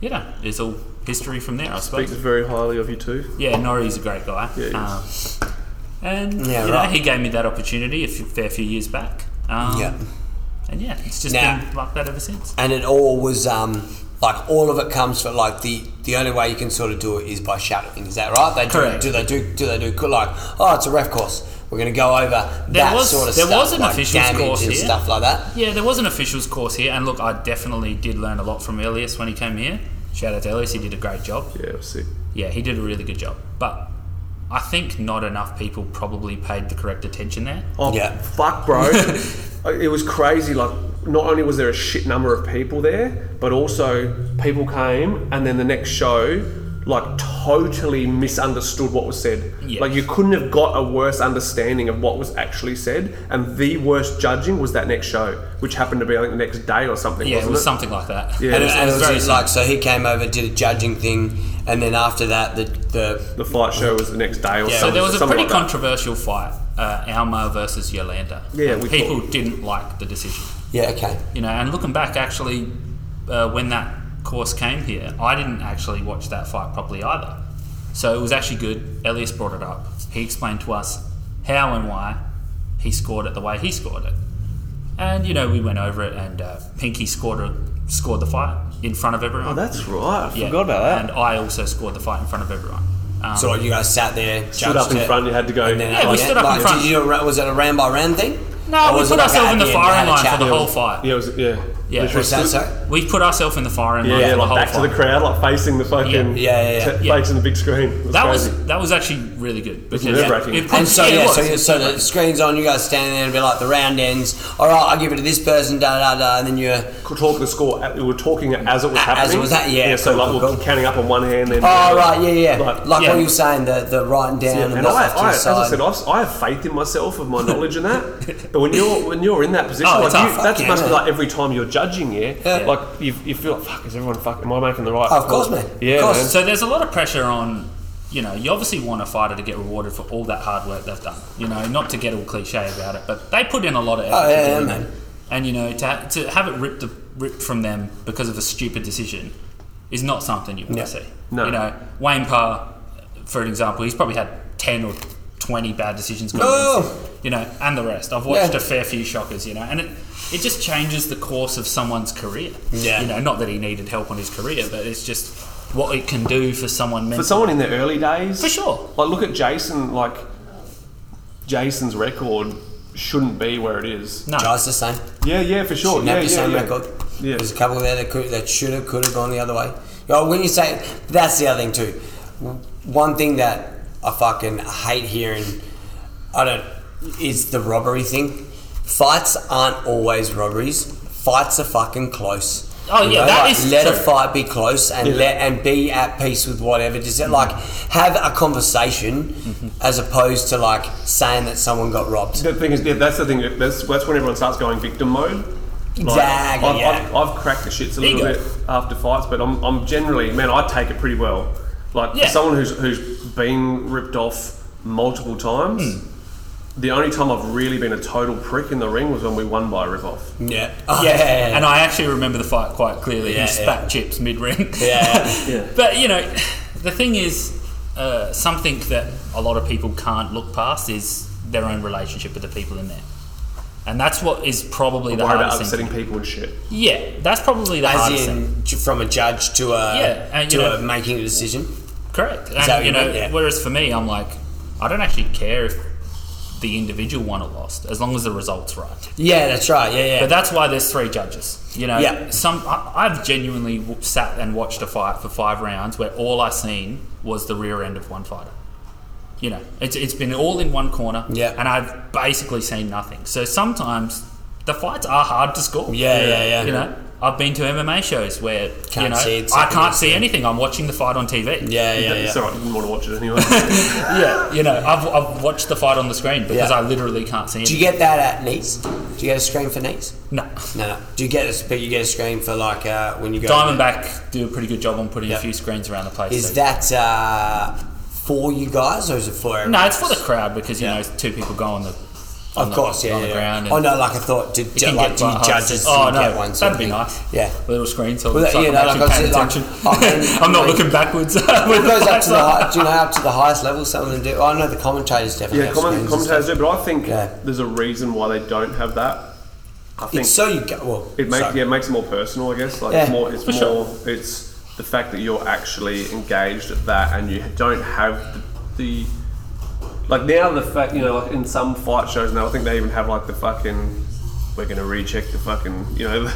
Speaker 4: you know, it's all history from there, I
Speaker 2: Speaks
Speaker 4: suppose.
Speaker 2: very highly of you too.
Speaker 4: Yeah, Nori's a great guy.
Speaker 2: Yeah, he is.
Speaker 4: Um, and
Speaker 1: Yeah,
Speaker 4: you
Speaker 1: right.
Speaker 4: know, he gave me that opportunity a few- fair few years back. Um,
Speaker 1: Yeah.
Speaker 4: And yeah, it's just
Speaker 1: Now-
Speaker 4: been like that ever since.
Speaker 1: and it all was um, like all of it comes from like the the only way you can sort of do it is by shadowing. Is that right? They do,
Speaker 4: Correct.
Speaker 1: do they do do they do co- like oh it's a ref course. We're going to go over
Speaker 4: There
Speaker 1: that
Speaker 4: was-
Speaker 1: sort of
Speaker 4: there
Speaker 1: stuff,
Speaker 4: was an
Speaker 1: like
Speaker 4: officials
Speaker 1: damage
Speaker 4: course
Speaker 1: and
Speaker 4: here.
Speaker 1: stuff like that.
Speaker 4: Yeah, there was an officials course here, and look, I definitely did learn a lot from Elias when he came here. Shout out to Elias, he did a great job.
Speaker 2: Yeah, it was sick.
Speaker 4: yeah, he did a really good job. But I think not enough people probably paid the correct attention there.
Speaker 2: Oh,
Speaker 1: Yeah.
Speaker 2: fuck, bro. it was crazy. Like, not only was there a shit number of people there, but also people came and then the next show, like, totally misunderstood what was said.
Speaker 4: Yeah.
Speaker 2: Like, you couldn't have got a worse understanding of what was actually said. And the worst judging was that next show, which happened to be, I think, the next day or something.
Speaker 4: Yeah,
Speaker 2: wasn't
Speaker 4: it was something like that.
Speaker 2: Yeah.
Speaker 1: And,
Speaker 4: it
Speaker 1: it,
Speaker 4: was,
Speaker 1: and it was
Speaker 4: very
Speaker 1: just
Speaker 4: simple.
Speaker 1: like so he came over did a judging thing, and then after that the the
Speaker 2: The fight show was the next day or
Speaker 4: Yeah, so
Speaker 2: something.
Speaker 4: there was a
Speaker 2: something
Speaker 4: pretty
Speaker 2: like that.
Speaker 4: controversial fight, uh, Alma versus Yolanda.
Speaker 2: Yeah,
Speaker 4: And
Speaker 2: we
Speaker 4: people
Speaker 2: thought-
Speaker 4: didn't like the decision.
Speaker 1: yeah okay
Speaker 4: You know, and looking back, actually, uh, when that course came here, I didn't actually watch that fight properly either. So it was actually good. Elias brought it up. He explained to us how and why he scored it the way he scored it. And you know, we went over it, and uh, Pinky scored a, scored the fight in front of everyone.
Speaker 2: Oh, that's right. I
Speaker 4: Yeah.
Speaker 2: forgot about that.
Speaker 4: And I also scored the fight in front of everyone. Um,
Speaker 1: so you guys sat there
Speaker 2: Stood up
Speaker 1: judged
Speaker 2: in
Speaker 1: it,
Speaker 2: front, you had to go.
Speaker 1: and then
Speaker 4: Yeah, we
Speaker 1: like,
Speaker 4: stood up in
Speaker 1: like,
Speaker 4: front.
Speaker 1: did you do a, was it a round by round thing
Speaker 4: no,
Speaker 1: Or
Speaker 4: we
Speaker 1: was
Speaker 4: put
Speaker 1: it like
Speaker 4: ourselves
Speaker 1: at
Speaker 4: in the
Speaker 1: end,
Speaker 4: firing
Speaker 1: had a
Speaker 4: line
Speaker 1: chat?
Speaker 4: for the whole fight.
Speaker 2: yeah, it was, yeah.
Speaker 4: Yeah.
Speaker 2: Literally
Speaker 1: What's that,
Speaker 2: stood-
Speaker 1: sorry?
Speaker 4: We put ourselves in the firing
Speaker 2: Yeah,
Speaker 4: line
Speaker 2: yeah,
Speaker 4: for the
Speaker 2: like
Speaker 4: whole
Speaker 2: back
Speaker 4: fight.
Speaker 2: to the crowd, like facing the fucking
Speaker 1: Yeah, yeah, yeah.
Speaker 2: t-
Speaker 4: Yeah.
Speaker 2: facing the big screen. It
Speaker 4: That was
Speaker 2: crazy.
Speaker 4: that was actually really good because
Speaker 2: nerve-wracking.
Speaker 4: it puts-
Speaker 1: And so yeah,
Speaker 4: it
Speaker 1: so,
Speaker 4: was.
Speaker 1: you, so the screen's on. You guys standing there and be like, the round ends. All right, I'll give it to this person. Da da da. And then you, oh,
Speaker 2: talk the score. uh, We were talking it as it was
Speaker 1: As it
Speaker 2: happening.
Speaker 1: was hap- yeah,
Speaker 2: so
Speaker 1: cool,
Speaker 2: like
Speaker 1: cool,
Speaker 2: we're
Speaker 1: cool.
Speaker 2: counting up on one hand, then.
Speaker 1: oh right, yeah, yeah.
Speaker 2: Like-
Speaker 1: Like,
Speaker 2: yeah,
Speaker 4: yeah.
Speaker 1: what you were saying, the the writing down and,
Speaker 2: And
Speaker 1: the
Speaker 2: I,
Speaker 1: left
Speaker 2: I,
Speaker 1: hand
Speaker 2: as I
Speaker 1: side.
Speaker 2: said, I, s- I have faith in myself of my knowledge in that. But when you're when you're in that position,
Speaker 4: Oh,
Speaker 2: like
Speaker 4: it's
Speaker 2: you,
Speaker 4: tough.
Speaker 2: that
Speaker 1: Fuck
Speaker 2: must be
Speaker 1: yeah.
Speaker 2: like every time you're judging, yeah.
Speaker 1: Yeah.
Speaker 2: Like you, you feel like fuck. Is everyone fuck? Am I making the right?
Speaker 1: Oh, of
Speaker 2: call?
Speaker 1: course, man.
Speaker 2: Yeah,
Speaker 1: Of course.
Speaker 2: man.
Speaker 4: So there's a lot of pressure on, you know, you obviously want a fighter to get rewarded for all that hard work they've done. You know, not to get all cliche about it, but they put in a lot of effort.
Speaker 1: Oh, yeah,
Speaker 4: to
Speaker 1: yeah,
Speaker 4: doing
Speaker 1: man.
Speaker 4: it. And you know, to, ha- to have it ripped the, ripped from them because of a stupid decision is not something you want
Speaker 1: No.
Speaker 4: to see.
Speaker 2: No.
Speaker 4: You know, Wayne Parr, for an example, he's probably had ten or twenty bad decisions. gone
Speaker 1: Oh.
Speaker 4: against him, You know, and the rest. I've watched
Speaker 1: Yeah.
Speaker 4: a fair few shockers. You know, and it it just changes the course of someone's career.
Speaker 1: Yeah.
Speaker 4: You know, not that he needed help on his career, but it's just what it can do for someone
Speaker 2: for
Speaker 4: mentally.
Speaker 2: someone in their early days,
Speaker 4: For sure.
Speaker 2: Like look at Jason. Like Jason's record shouldn't be where it is.
Speaker 4: no.
Speaker 1: Jai's the same.
Speaker 2: Yeah, yeah, for sure.
Speaker 1: Shouldn't
Speaker 2: yeah,
Speaker 1: have the
Speaker 2: yeah,
Speaker 1: same
Speaker 2: yeah.
Speaker 1: record.
Speaker 2: Yeah.
Speaker 1: There's a couple there that could that should have could have gone the other way. Oh, when you say that's the other thing too. One thing that I fucking hate hearing, I don't, is the robbery thing. Fights aren't always robberies. Fights are fucking close.
Speaker 4: Oh, yeah, that
Speaker 1: like,
Speaker 4: is
Speaker 1: let a
Speaker 4: true.
Speaker 1: fight be close and let and be at peace with whatever. Just like have a conversation
Speaker 2: Mm-hmm.
Speaker 1: as opposed to like saying that someone got robbed.
Speaker 2: The thing is, yeah, that's the thing. That's, that's when everyone starts going victim mode. Like,
Speaker 1: Exactly,
Speaker 2: I've,
Speaker 1: yeah.
Speaker 2: I've, I've cracked the shits a little
Speaker 4: Ego.
Speaker 2: bit after fights, but I'm, I'm generally, man, I take it pretty well. Like
Speaker 4: Yeah.
Speaker 2: for someone who's who's been ripped off multiple times,
Speaker 1: Hmm.
Speaker 2: the only time I've really been a total prick in the ring was when we won by a rip off.
Speaker 1: Yeah. Oh,
Speaker 4: Yeah, and I actually remember the fight quite clearly.
Speaker 1: Yeah,
Speaker 4: he spat chips mid ring.
Speaker 1: Yeah.
Speaker 4: But you know, the thing is, uh, something that a lot of people can't look past is their own relationship with the people in there, and that's what is probably the
Speaker 2: Worried about
Speaker 4: hardest
Speaker 2: upsetting
Speaker 4: thing.
Speaker 2: people and shit.
Speaker 4: Yeah, that's probably the hardest
Speaker 1: As
Speaker 4: thing.
Speaker 1: in, ju- from a judge to a
Speaker 4: Yeah, and,
Speaker 1: to
Speaker 4: you know-
Speaker 1: a making a decision.
Speaker 4: Correct.
Speaker 1: that what
Speaker 4: And, you
Speaker 1: you
Speaker 4: know,
Speaker 1: meant? Yeah.
Speaker 4: whereas for me, I'm like, I don't actually care if the individual won or lost, as long as the result's right.
Speaker 1: Yeah, that's right. Yeah, yeah.
Speaker 4: But that's why there's three judges. You know,
Speaker 1: Yeah.
Speaker 4: some I, I've genuinely w- sat and watched a fight for five rounds where all I seen was the rear end of one fighter. You know, it's, it's been all in one corner,
Speaker 1: Yeah.
Speaker 4: and I've basically seen nothing. So sometimes the fights are hard to score.
Speaker 1: Yeah, yeah, yeah.
Speaker 4: You know, I've been to MMA shows where you
Speaker 1: Can't
Speaker 4: know
Speaker 1: see it,
Speaker 4: I
Speaker 1: second
Speaker 4: can't
Speaker 1: is-
Speaker 4: see anything. I'm watching the fight on TV.
Speaker 1: yeah, yeah, yeah.
Speaker 2: It's alright, didn't want to watch it anyway.
Speaker 4: yeah. You know, I've, I've watched the fight on the screen because
Speaker 1: Yeah.
Speaker 4: I literally can't see
Speaker 1: Do you get
Speaker 4: anything.
Speaker 1: that at knees? Do you get a screen for knees?
Speaker 4: No.
Speaker 1: No, no. Do you get a, but you get a screen for like uh, when you go?
Speaker 4: Diamondback do a pretty good job on putting
Speaker 1: Yeah.
Speaker 4: a few screens around the place. so-
Speaker 1: Is that uh, for you guys or is it for? Everyone?
Speaker 4: No, it's for the crowd because you
Speaker 1: Yeah.
Speaker 4: know two people go on the on
Speaker 1: Of
Speaker 4: the-
Speaker 1: course, yeah.
Speaker 4: on the
Speaker 1: yeah.
Speaker 4: ground.
Speaker 1: oh
Speaker 4: and
Speaker 1: no, like I thought. Did,
Speaker 4: you can
Speaker 1: like,
Speaker 4: get
Speaker 1: do
Speaker 4: butt hugs.
Speaker 1: judges?
Speaker 4: Oh
Speaker 1: didn't
Speaker 4: no,
Speaker 1: get one sort
Speaker 4: that'd
Speaker 1: of
Speaker 4: be
Speaker 1: thing?
Speaker 4: nice.
Speaker 1: Yeah.
Speaker 4: little screen so
Speaker 1: Well,
Speaker 4: it's
Speaker 1: that-
Speaker 4: like
Speaker 1: yeah,
Speaker 4: I'm
Speaker 1: no, like
Speaker 4: actually
Speaker 1: I
Speaker 4: paying
Speaker 1: said, like,
Speaker 4: attention.
Speaker 1: I mean,
Speaker 4: I'm not
Speaker 1: like-
Speaker 4: looking backwards.
Speaker 1: Well, it goes up to the high, do you know up to the highest level? Some of them do. oh, I know the commentators definitely.
Speaker 2: yeah,
Speaker 1: have
Speaker 2: comment,
Speaker 1: screens and
Speaker 2: commentators
Speaker 1: stuff.
Speaker 2: do, but I think
Speaker 1: Yeah.
Speaker 2: there's a reason why they don't have that. I think
Speaker 1: It's so you go. Well,
Speaker 2: it makes
Speaker 1: so-
Speaker 2: yeah, it makes it more personal, I guess. Like it's
Speaker 1: Yeah,
Speaker 2: more, it's
Speaker 4: for
Speaker 2: more,
Speaker 4: sure.
Speaker 2: it's the fact that you're actually engaged at that, and you don't have the, the like now the fact you know like in some fight shows now I think they even have like the fucking we're gonna recheck the fucking you know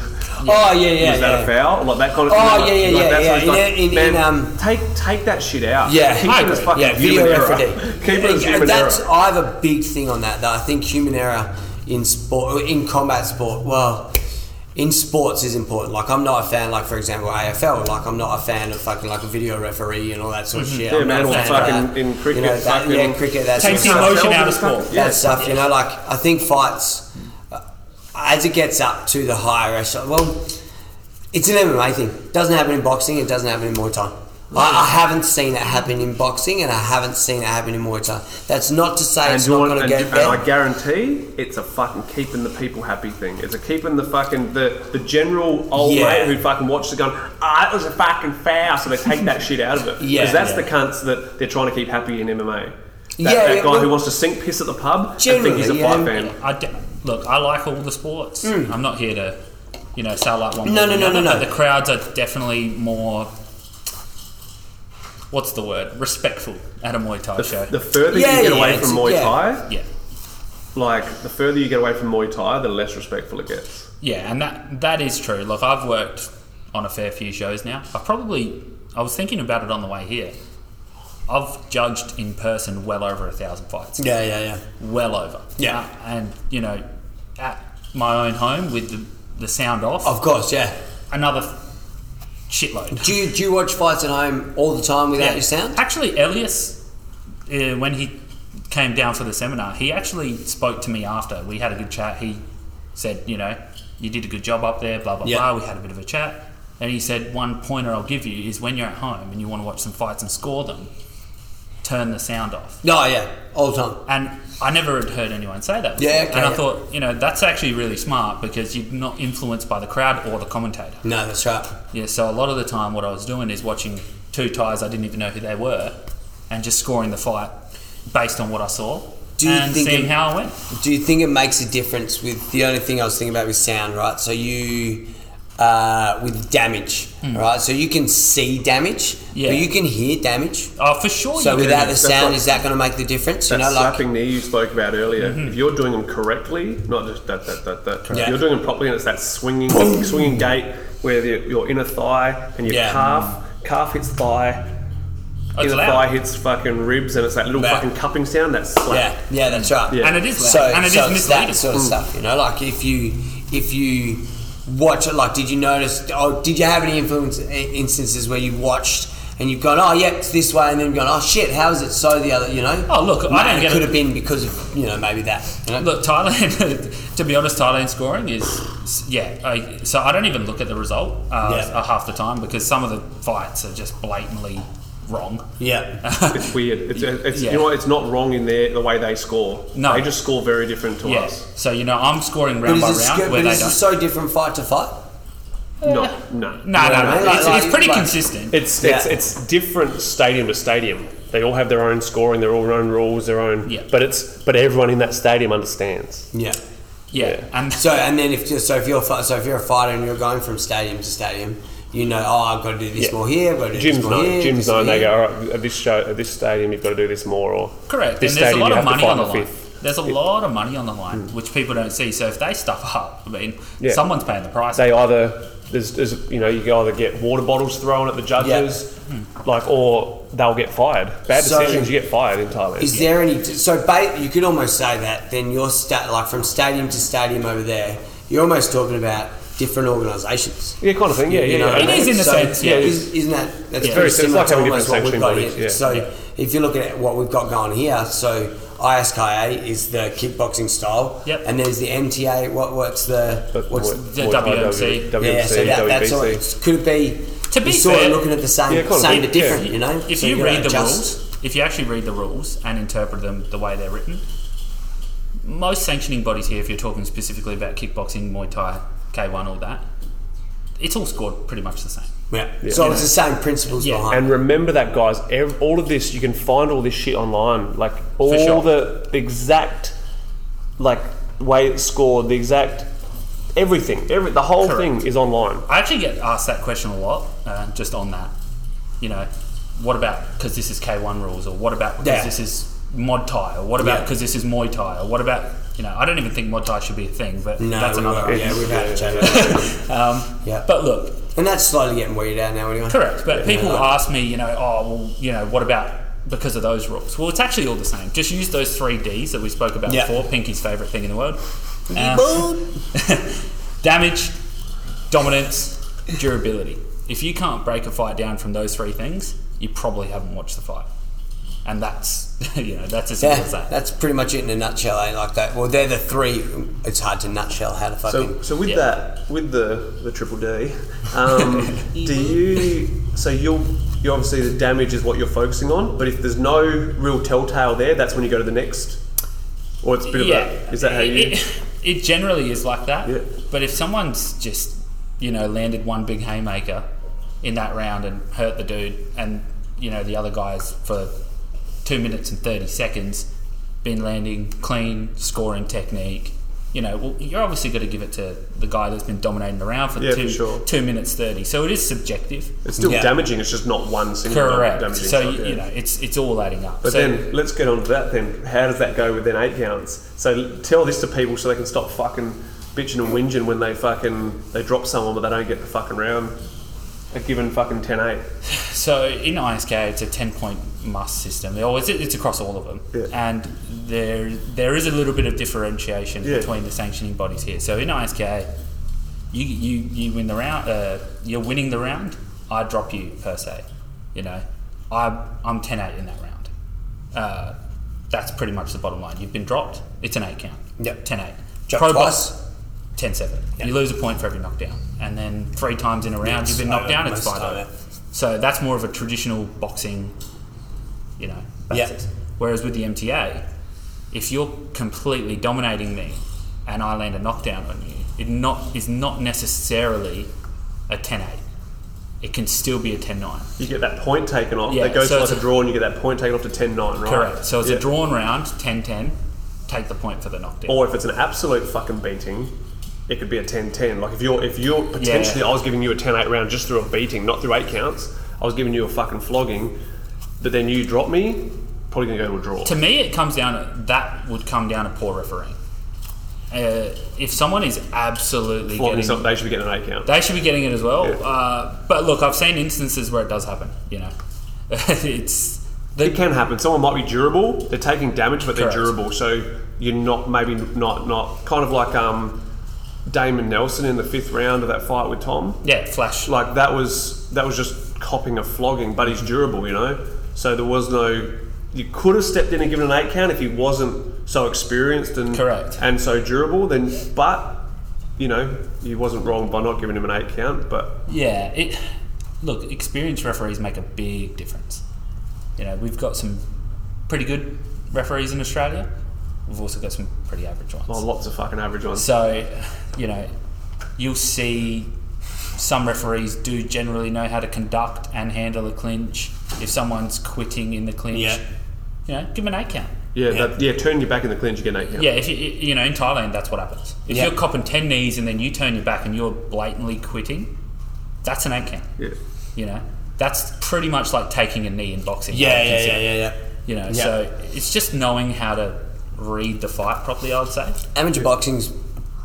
Speaker 1: Oh yeah, yeah.
Speaker 2: was
Speaker 1: yeah.
Speaker 2: that a foul like that kind of
Speaker 1: Oh, yeah, yeah,
Speaker 2: thing. like- like,
Speaker 1: yeah,
Speaker 2: that's
Speaker 1: yeah.
Speaker 2: what it's like,
Speaker 1: In- in- in,
Speaker 2: man,
Speaker 1: um,
Speaker 2: take take that shit out.
Speaker 1: Yeah,
Speaker 2: keep
Speaker 4: I
Speaker 2: it as
Speaker 4: agree.
Speaker 2: fucking
Speaker 1: Yeah, video
Speaker 2: human error.
Speaker 1: referee.
Speaker 2: Keep it as
Speaker 1: Yeah,
Speaker 2: human error.
Speaker 1: that's, I have a big thing on that. Though I think human error in sport, in combat sport, well, in sports is important. Like I'm not a fan. Like for example, AFL. Like I'm not a fan of fucking like a video referee and all that sort of shit.
Speaker 2: Mm-hmm. Yeah,
Speaker 1: I'm not
Speaker 2: man,
Speaker 1: a
Speaker 2: or
Speaker 1: fan of
Speaker 2: fucking
Speaker 1: that.
Speaker 2: in
Speaker 1: You
Speaker 2: cricket,
Speaker 1: know, that,
Speaker 2: fucking-
Speaker 1: yeah, cricket. That
Speaker 4: Takes
Speaker 1: sort
Speaker 4: the
Speaker 1: of
Speaker 2: Can't
Speaker 4: emotion
Speaker 2: tell
Speaker 4: out of
Speaker 2: them
Speaker 4: sport.
Speaker 2: fucking-
Speaker 1: that
Speaker 2: yeah.
Speaker 1: stuff. You know, like I think fights uh, as it gets up to the higher echelon. Well, it's an MMA thing. doesn't happen in boxing. It doesn't happen in Muay Thai. I, I haven't seen it happen in boxing, and I haven't seen it happen in Muay Thai. That's not to say
Speaker 2: And,
Speaker 1: it's
Speaker 2: you
Speaker 1: not
Speaker 2: want,
Speaker 1: going to
Speaker 2: and,
Speaker 1: get
Speaker 2: and I
Speaker 1: better.
Speaker 2: guarantee it's a fucking keeping the people happy thing. It's a keeping the fucking the, the general old
Speaker 1: Yeah.
Speaker 2: mate who fucking watches it going, ah, that was a fucking foul, so they take that shit out of it. Because
Speaker 1: Yeah,
Speaker 2: that's
Speaker 1: yeah.
Speaker 2: the cunts that they're trying to keep happy in MMA. That,
Speaker 1: Yeah,
Speaker 2: that
Speaker 1: yeah,
Speaker 2: guy
Speaker 1: well-
Speaker 2: who wants to sink piss at the pub and think he's a
Speaker 1: Generally, yeah.
Speaker 2: fight fan.
Speaker 4: I d- look, I like all the sports. I'm not here to, you know, sell like one.
Speaker 1: Hmm. No,
Speaker 4: more than
Speaker 1: no,
Speaker 4: the
Speaker 1: no, no,
Speaker 4: other, but
Speaker 1: no.
Speaker 4: The crowds are definitely more. What's the word? Respectful at a Muay Thai show.
Speaker 2: The further
Speaker 1: Yeah,
Speaker 2: you get
Speaker 1: yeah,
Speaker 2: away
Speaker 1: it's-
Speaker 2: from Muay
Speaker 1: yeah.
Speaker 2: Thai,
Speaker 4: yeah,
Speaker 2: like the further you get away from Muay Thai, the less respectful it gets.
Speaker 4: yeah, and that that is true. Look, I've worked on a fair few shows now. I probably I was thinking about it on the way here. I've judged in person well over a thousand fights.
Speaker 1: Yeah, yeah, yeah.
Speaker 4: well over.
Speaker 1: Yeah.
Speaker 4: Uh, and you know, at my own home with the, the sound off,
Speaker 1: Of course, yeah.
Speaker 4: another shitload.
Speaker 1: Do you, do you watch fights at home all the time without your sound?
Speaker 4: Actually, Elias, uh, when he came down for the seminar, he actually spoke to me after we had a good chat. He said, you know, you did a good job up there, blah blah
Speaker 1: Yeah.
Speaker 4: blah. We had a bit of a chat, and he said one pointer I'll give you is when you're at home and you want to watch some fights and score them, turn the sound off.
Speaker 1: No, yeah, all the time.
Speaker 4: And I never had heard anyone say that. Before.
Speaker 1: Yeah, okay,
Speaker 4: and I
Speaker 1: yeah.
Speaker 4: thought, you know, that's actually really smart because you're not influenced by the crowd or the commentator.
Speaker 1: No, that's right.
Speaker 4: Yeah, so a lot of the time, what I was doing is watching two ties I didn't even know who they were, and just scoring the fight based on what I saw
Speaker 1: Do you
Speaker 4: and
Speaker 1: think
Speaker 4: seeing
Speaker 1: it-
Speaker 4: how I went.
Speaker 1: Do you think it makes a difference with the only thing I was thinking about was sound, right? So you uh, with damage, right? So you can see damage,
Speaker 4: Hmm. Yeah.
Speaker 1: but you can hear damage.
Speaker 4: Oh, for sure.
Speaker 1: So
Speaker 4: you could-
Speaker 1: without the
Speaker 2: That's
Speaker 1: sound,
Speaker 2: like-
Speaker 1: is that going to make the difference? You
Speaker 2: That
Speaker 1: know, like Mm-hmm.
Speaker 2: slapping knee you spoke about earlier. If you're doing them correctly, not just that that that that. If
Speaker 1: Yeah.
Speaker 2: you're doing them properly, and it's that swinging swinging gait where the, your inner thigh and your
Speaker 1: Yeah.
Speaker 2: calf calf hits thigh.
Speaker 4: it's
Speaker 2: inner
Speaker 4: loud.
Speaker 2: thigh hits fucking ribs, and it's that little
Speaker 1: Yeah.
Speaker 2: fucking cupping sound. That
Speaker 1: yeah,
Speaker 2: slap.
Speaker 1: yeah, that's right.
Speaker 2: Yeah.
Speaker 4: and it is loud,
Speaker 1: So,
Speaker 4: and it is
Speaker 1: so it's
Speaker 4: misleading.
Speaker 1: that sort of stuff. You know, like if you if you watch it, like did you notice? Oh, did you have any influence i- instances where you watched? And you've gone, oh, yep, it's this way, and then gone, oh, shit, how is it so the other, you know?
Speaker 4: Oh, look, I
Speaker 1: Mate,
Speaker 4: don't
Speaker 1: it
Speaker 4: get
Speaker 1: could
Speaker 4: it.
Speaker 1: have been because of, you know, maybe that. You know?
Speaker 4: Look, Thailand. to be honest, Thailand scoring is yeah. I, so I don't even look at the result uh,
Speaker 1: Yeah.
Speaker 4: half the time because some of the fights are just blatantly wrong.
Speaker 1: Yeah.
Speaker 2: It's weird. It's, it's
Speaker 4: Yeah.
Speaker 2: you know what? It's not wrong in their the way they score.
Speaker 4: No.
Speaker 2: they just score very different to
Speaker 4: Yeah.
Speaker 2: us.
Speaker 4: So you know, I'm scoring
Speaker 1: But
Speaker 4: round
Speaker 1: is,
Speaker 4: by
Speaker 1: it, sc-
Speaker 4: round
Speaker 1: but
Speaker 4: where they
Speaker 1: is it
Speaker 4: don't.
Speaker 1: so different fight to fight?
Speaker 2: No, no,
Speaker 4: no, no, no.
Speaker 1: Like-
Speaker 4: It's,
Speaker 1: like-
Speaker 4: it's pretty
Speaker 1: like-
Speaker 4: consistent.
Speaker 2: It's it's
Speaker 1: Yeah.
Speaker 2: it's different stadium to stadium. They all have their own scoring, their all own rules, their own.
Speaker 4: Yeah.
Speaker 2: But it's but everyone in that stadium understands.
Speaker 1: Yeah.
Speaker 4: yeah.
Speaker 2: yeah.
Speaker 4: And
Speaker 1: So and then if so if you're fi- so if you're a fighter and you're going from stadium to stadium, you know, oh, I've got to do this
Speaker 2: Yeah.
Speaker 1: more here, I've got to do
Speaker 2: Gyms
Speaker 1: this more
Speaker 2: know.
Speaker 1: here.
Speaker 2: Gyms
Speaker 1: this more
Speaker 2: know. They
Speaker 1: here.
Speaker 2: go. All right, at this show, at this stadium, you've got to do this more. Or
Speaker 4: Correct,
Speaker 2: This
Speaker 4: and there's a
Speaker 2: stadium,
Speaker 4: lot
Speaker 2: you
Speaker 4: of
Speaker 2: have
Speaker 4: money
Speaker 2: to fight
Speaker 4: on the
Speaker 2: the
Speaker 4: line.
Speaker 2: fifth. Hmm.
Speaker 4: there's a lot of money on the line, which people don't see. So if they stuff up, I mean,
Speaker 5: Yeah.
Speaker 4: someone's paying the price.
Speaker 5: they either there's, there's you know you can either get water bottles thrown at the judges, like or they'll get fired. Bad
Speaker 1: So-
Speaker 5: decisions, you get fired entirely.
Speaker 1: Is there any? So ba- you could almost say that then you're sta- like from stadium to stadium over there. You're almost talking about different organisations.
Speaker 5: yeah, kind of thing. Yeah, yeah.
Speaker 1: know,
Speaker 5: yeah.
Speaker 4: It is in a sense, yeah.
Speaker 1: Is, isn't that that's
Speaker 4: Yeah.
Speaker 5: Very
Speaker 1: very
Speaker 5: similar,
Speaker 1: similar to
Speaker 5: like having
Speaker 1: almost what
Speaker 5: different
Speaker 1: we've got
Speaker 5: sanctioning
Speaker 1: here?
Speaker 5: bodies,
Speaker 1: So
Speaker 5: yeah.
Speaker 1: if you're looking at what we've got going here, so ISKA is the kickboxing style,
Speaker 4: Yep.
Speaker 1: and there's the MTA. What what's the
Speaker 5: But
Speaker 1: what's
Speaker 5: Muay-
Speaker 4: the
Speaker 5: Muay Thai,
Speaker 4: WMC?
Speaker 5: WMC,
Speaker 1: yeah? So that, that's all.
Speaker 5: WBC.
Speaker 1: It's, could it be?
Speaker 4: To be
Speaker 1: you're sort
Speaker 4: fair-
Speaker 1: of looking at the same,
Speaker 5: Yeah, kind of,
Speaker 1: same
Speaker 5: yeah.
Speaker 1: but different. You know,
Speaker 4: If
Speaker 1: So
Speaker 4: you
Speaker 1: you're
Speaker 4: read the
Speaker 1: adjust.
Speaker 4: rules, if you actually read the rules and interpret them the way they're written, most sanctioning bodies here, if you're talking specifically about kickboxing, Muay Thai, K1, all that, it's all scored pretty much the same.
Speaker 1: yeah. So it's the same principles
Speaker 4: Yeah.
Speaker 1: behind.
Speaker 5: And remember that, guys. Ev- all of this, you can find all this shit online. Like all
Speaker 4: sure.
Speaker 5: the the exact, like way it's scored, the exact everything, every the whole
Speaker 4: Correct.
Speaker 5: thing is online.
Speaker 4: I actually get asked that question a lot, uh, just on that. You know, what about because this is K1 rules, or what about because
Speaker 1: Yeah.
Speaker 4: this is Mod Thai, or what about
Speaker 1: Yeah.
Speaker 4: because this is Muay Thai, or what about you know? I don't even think Mod Thai should be a thing, but
Speaker 1: no,
Speaker 4: that's
Speaker 1: we
Speaker 4: another.
Speaker 1: won't. yeah, we've had a change.
Speaker 4: Um,
Speaker 1: Yeah.
Speaker 4: But look,
Speaker 1: and that's slowly getting weeded out now, anyway.
Speaker 4: Correct, but people
Speaker 1: Yeah.
Speaker 4: ask me, you know, oh, well, you know, what about because of those rules? Well, it's actually all the same. Just use those three Ds that we spoke about
Speaker 1: Yeah.
Speaker 4: before. Pinky's favorite thing in the world: Uh, damage, dominance, durability. If you can't break a fight down from those three things, you probably haven't watched the fight, and that's you know that's as simple
Speaker 1: Yeah,
Speaker 4: as that.
Speaker 1: that's pretty much it in a nutshell, eh? Like that. Well, they're the three. It's hard to nutshell how to fucking.
Speaker 2: So, so with
Speaker 4: Yeah.
Speaker 2: that, with the the triple D, um, do you? So you'll you obviously the damage is what you're focusing on, but if there's no real telltale there, that's when you go to the next. Or it's a bit of a. Is that how you?
Speaker 4: It, it- it generally is like that.
Speaker 2: Yeah.
Speaker 4: But if someone's just, you know, landed one big haymaker in that round and hurt the dude, and you know the other guys for two minutes and thirty seconds been landing clean scoring technique. You know, well, you're obviously going to give it to the guy that's been dominating the round for
Speaker 2: Yeah, for
Speaker 4: two
Speaker 2: sure.
Speaker 4: two minutes thirty. So it is subjective.
Speaker 2: it's still
Speaker 1: Yeah.
Speaker 2: damaging. It's just not one single
Speaker 4: Correct.
Speaker 2: damaging.
Speaker 4: So
Speaker 2: shot,
Speaker 4: you,
Speaker 2: yeah.
Speaker 4: you know, it's it's all adding up.
Speaker 2: But
Speaker 4: so,
Speaker 2: then let's get on to that then. How does that go with then eight counts? So tell this to people so they can stop fucking bitching and whinging when they fucking they drop someone but they don't get the fucking round. A given fucking 10-8.
Speaker 4: So in ISK, it's a ten point must system. Or it's, it's across all of them,
Speaker 2: Yeah.
Speaker 4: and there there is a little bit of differentiation
Speaker 2: Yeah.
Speaker 4: between the sanctioning bodies here. So in ISK, you you, you win the round. Uh, you're winning the round. I drop you per se. You know, I I'm 10-8 in that round. Uh, that's pretty much the bottom line. You've been dropped. It's an eight count.
Speaker 1: Yep.
Speaker 4: 10-8.
Speaker 1: Drop
Speaker 4: Pro
Speaker 1: twice.
Speaker 4: box, 10-7. You lose a point for every knockdown, and then three times in a round round, you've been
Speaker 1: Yes,
Speaker 4: knocked
Speaker 1: I-
Speaker 4: down, it's
Speaker 1: most of
Speaker 4: five
Speaker 1: the time,
Speaker 4: over. So that's more of a traditional boxing, you know,
Speaker 1: Yeah.
Speaker 4: basis. Whereas with the MTA, if you're completely dominating me and I land a knockdown on you, it not is not necessarily a 10-8. It can still be a 10-9.
Speaker 2: You get that point taken off.
Speaker 4: Yeah,
Speaker 2: that goes
Speaker 4: so
Speaker 2: to like
Speaker 4: it's
Speaker 2: a
Speaker 4: a-
Speaker 2: draw and you get that point taken off to 10-9, right?
Speaker 4: Correct. So it's
Speaker 2: Yeah.
Speaker 4: a drawn round, 10-10, take the point for the knockdown.
Speaker 2: Or if it's an absolute fucking beating, it could be a 10-10. Like if you're if you're potentially I was giving you a 10-8 round just through a beating, not through eight counts. I was giving you a fucking flogging, but then you drop me, probably gonna go to a draw.
Speaker 4: to me, it comes down that would come down to poor refereeing. Uh, if someone is absolutely
Speaker 2: Flogging
Speaker 4: getting
Speaker 2: something, they should be getting an eight count.
Speaker 4: They should be getting it as well.
Speaker 2: Yeah.
Speaker 4: Uh, but look, I've seen instances where it does happen. You know, it's the,
Speaker 2: It can happen. Someone might be durable. They're taking damage, but they're
Speaker 4: Correct.
Speaker 2: durable. So you're not maybe not not kind of like um, Damon Nelson in the fifth round of that fight with Tom.
Speaker 4: yeah flash.
Speaker 2: Like that was that was just copping a flogging, but he's durable, you know. So there was no. You could have stepped in and given an eight count if he wasn't so experienced and
Speaker 4: Correct.
Speaker 2: and so durable. Then, but you know, you wasn't wrong by not giving him an eight count. But
Speaker 4: yeah, it. Look, experienced referees make a big difference. You know, we've got some pretty good referees in Australia. We've also got some pretty average ones.
Speaker 2: oh, lots of fucking average ones.
Speaker 4: So, you know, you'll see some referees do generally know how to conduct and handle a clinch. If someone's quitting in the clinch,
Speaker 1: Yeah.
Speaker 4: you know, give them an eight count.
Speaker 2: yeah, That, yeah. Turn your back in the clinch, you get an eight count.
Speaker 4: Yeah, if you, you know, in Thailand, that's what happens. If
Speaker 1: Yeah.
Speaker 4: you're copping 10 knees and then you turn your back and you're blatantly quitting, that's an eight count.
Speaker 2: Yeah.
Speaker 4: You know, that's pretty much like taking a knee in boxing. I
Speaker 1: Yeah, yeah,
Speaker 4: consider.
Speaker 1: yeah, yeah, yeah.
Speaker 4: You know, so it's just knowing how to read the fight properly. I would say.
Speaker 1: Amateur boxing's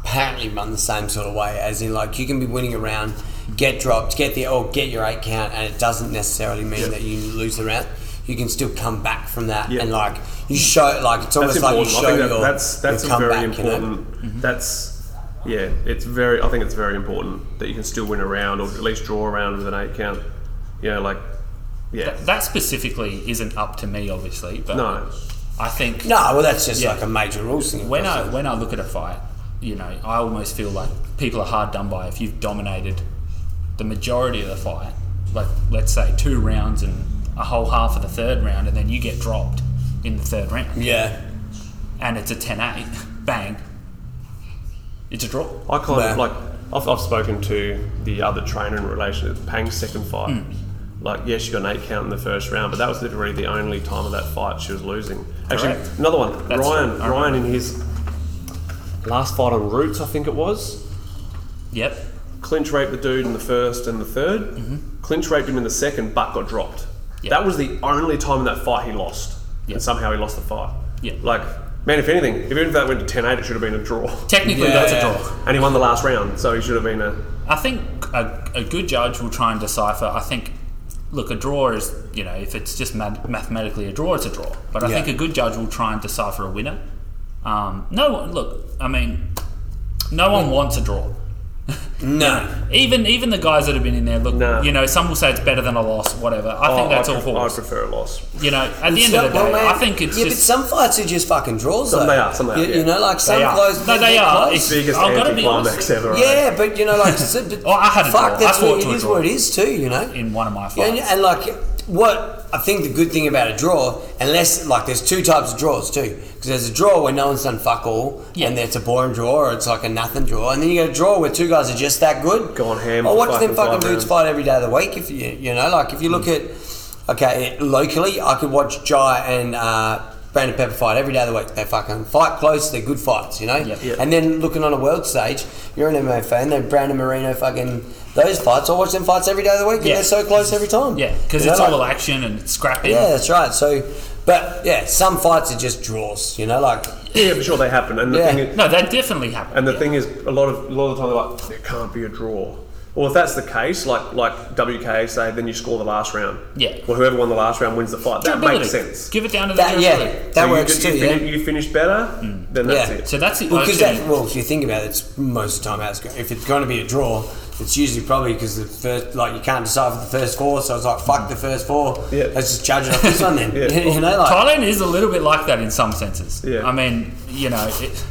Speaker 1: apparently run the same sort of way, as in like you can be winning a round, get dropped, get the or get your eight count, and it doesn't necessarily mean that you lose the round. You can still come back from that,
Speaker 2: Yeah.
Speaker 1: and like you show, like it's
Speaker 2: That's
Speaker 1: almost like you
Speaker 2: important.
Speaker 1: show
Speaker 2: I think that,
Speaker 1: your
Speaker 2: that's that's
Speaker 1: your
Speaker 2: a very
Speaker 1: comeback, you know?
Speaker 2: important. That's yeah. It's very. I think it's very important that you can still win a round or at least draw a round with an eight count. You know, like yeah.
Speaker 4: That, that specifically isn't up to me, obviously, but
Speaker 2: no,
Speaker 4: I think
Speaker 1: No, well, that's just
Speaker 4: Yeah.
Speaker 1: like a major rules thing.
Speaker 4: when
Speaker 1: across
Speaker 4: I when I look at a fight, you know, I almost feel like people are hard done by if you've dominated the majority of the fight, like let's say two rounds and a whole half of the third round, and then you get dropped in the third round,
Speaker 1: Yeah,
Speaker 4: and it's a 10-8, bang, it's a draw.
Speaker 2: I kind of
Speaker 1: Nah.
Speaker 2: like. I've, I've spoken to the other trainer in relation to Pang's second fight. Like, yeah, she got an eight count in the first round, but that was literally the only time of that fight she was losing. Actually,
Speaker 4: Correct.
Speaker 2: another one.
Speaker 4: That's
Speaker 2: Ryan,
Speaker 4: true. I
Speaker 2: Ryan in his last fight on Roots, I think it was.
Speaker 4: Yep,
Speaker 2: clinch raped the dude in the first and the 3rd clinch raped him in the second, but got dropped.
Speaker 4: Mm-hmm. Yeah.
Speaker 2: That was the only time in that fight he lost.
Speaker 4: Yeah.
Speaker 2: And somehow he lost the fight.
Speaker 4: Yeah.
Speaker 2: Like, man, if anything, if even if that went to 10 8, it should have been a draw.
Speaker 4: technically
Speaker 1: Yeah.
Speaker 4: that's a draw.
Speaker 2: And he won the last round, so he should have been a.
Speaker 4: I think a, a good judge will try and decipher. I think, look, a draw is, you know, if it's just mad, mathematically a draw, it's a draw. But I
Speaker 1: Yeah.
Speaker 4: think a good judge will try and decipher a winner. Um, no one, look, I mean, no one wants a draw.
Speaker 1: no,
Speaker 4: Even even the guys that have been in there, look,
Speaker 2: No.
Speaker 4: you know, some will say it's better than a loss, whatever. I
Speaker 1: Oh,
Speaker 4: think that's
Speaker 2: oh, I,
Speaker 4: all
Speaker 2: pref- I
Speaker 4: horse.
Speaker 2: prefer a loss.
Speaker 4: You know, at the end of the day,
Speaker 1: Well, man,
Speaker 4: I think it's
Speaker 1: yeah,
Speaker 4: just.
Speaker 1: but some fights are just fucking draws. Some
Speaker 2: they are, some they are,
Speaker 1: You, you
Speaker 2: yeah.
Speaker 1: know, like some
Speaker 4: they
Speaker 1: of
Speaker 4: are.
Speaker 1: those.
Speaker 4: no, they
Speaker 1: they're
Speaker 4: are.
Speaker 1: close.
Speaker 4: It's,
Speaker 2: Biggest
Speaker 4: I've got to be
Speaker 2: anticlimax
Speaker 4: honest.
Speaker 2: ever. eh?
Speaker 1: Yeah, but you know, like, so- but
Speaker 4: Oh, I had a draw.
Speaker 1: fuck. That's
Speaker 4: I fought
Speaker 1: what
Speaker 4: to a
Speaker 1: it is.
Speaker 4: draw.
Speaker 1: What it is too. You know,
Speaker 4: In one of my fights.
Speaker 1: and, and like what I think the good thing about a draw, unless like there's two types of draws too, because there's a draw where no one's done fuck all,
Speaker 4: Yeah.
Speaker 1: and it's a boring draw or it's like a nothing draw, and then you get a draw where two guys are just that good. Oh,
Speaker 2: Go on ham
Speaker 1: I
Speaker 2: for
Speaker 1: watch them fucking
Speaker 2: fucking five
Speaker 1: dudes
Speaker 2: rounds. Hmm.
Speaker 1: fight every day of the week. If you you know, like if you look at okay locally, I could watch Jai and. Uh, Brandon Pepper fight every day of the week. They fucking fight close. They're good fights, you know.
Speaker 4: Yep. Yep.
Speaker 1: And then looking on a world stage, you're an MMA fan. Then Brandon Marino fucking those fights. I watch them fights every day of the week,
Speaker 4: Yeah.
Speaker 1: and they're so close every time.
Speaker 4: Yeah, because
Speaker 1: You
Speaker 4: it's
Speaker 1: know,
Speaker 4: all
Speaker 1: like-
Speaker 4: action and it's scrapping.
Speaker 1: Yeah, that's right. So, but yeah, some fights are just draws. You know, like
Speaker 2: Yeah, for sure they happen. And the,
Speaker 1: Yeah.
Speaker 2: thing, is,
Speaker 4: No, that definitely happened.
Speaker 2: and the
Speaker 4: yeah.
Speaker 2: thing is, a lot of a lot of the time they're like, there can't be a draw. Well, if that's the case, like like WKA say, then you score the last round.
Speaker 4: Yeah.
Speaker 2: Well, whoever won the last round wins the fight. That
Speaker 4: Durability.
Speaker 2: makes sense.
Speaker 4: Give it down to the
Speaker 1: that.
Speaker 4: durability.
Speaker 1: Yeah, that
Speaker 2: So
Speaker 1: works
Speaker 2: you,
Speaker 1: too.
Speaker 2: You,
Speaker 1: yeah.
Speaker 2: finish, you finish better, then that's
Speaker 1: Yeah.
Speaker 2: it.
Speaker 4: So that's the
Speaker 1: Because
Speaker 4: ocean.
Speaker 1: that, well, if you think about it, it's most of the time how it's go- if it's going to be a draw, it's usually probably because the first, like, you can't decide for the first four, so it's like, fuck the first four.
Speaker 2: Yeah.
Speaker 1: Let's just judge it off this one then.
Speaker 2: Yeah.
Speaker 1: you know, like,
Speaker 4: Thailand is a little bit like that in some senses.
Speaker 2: Yeah.
Speaker 4: I mean, you know, it,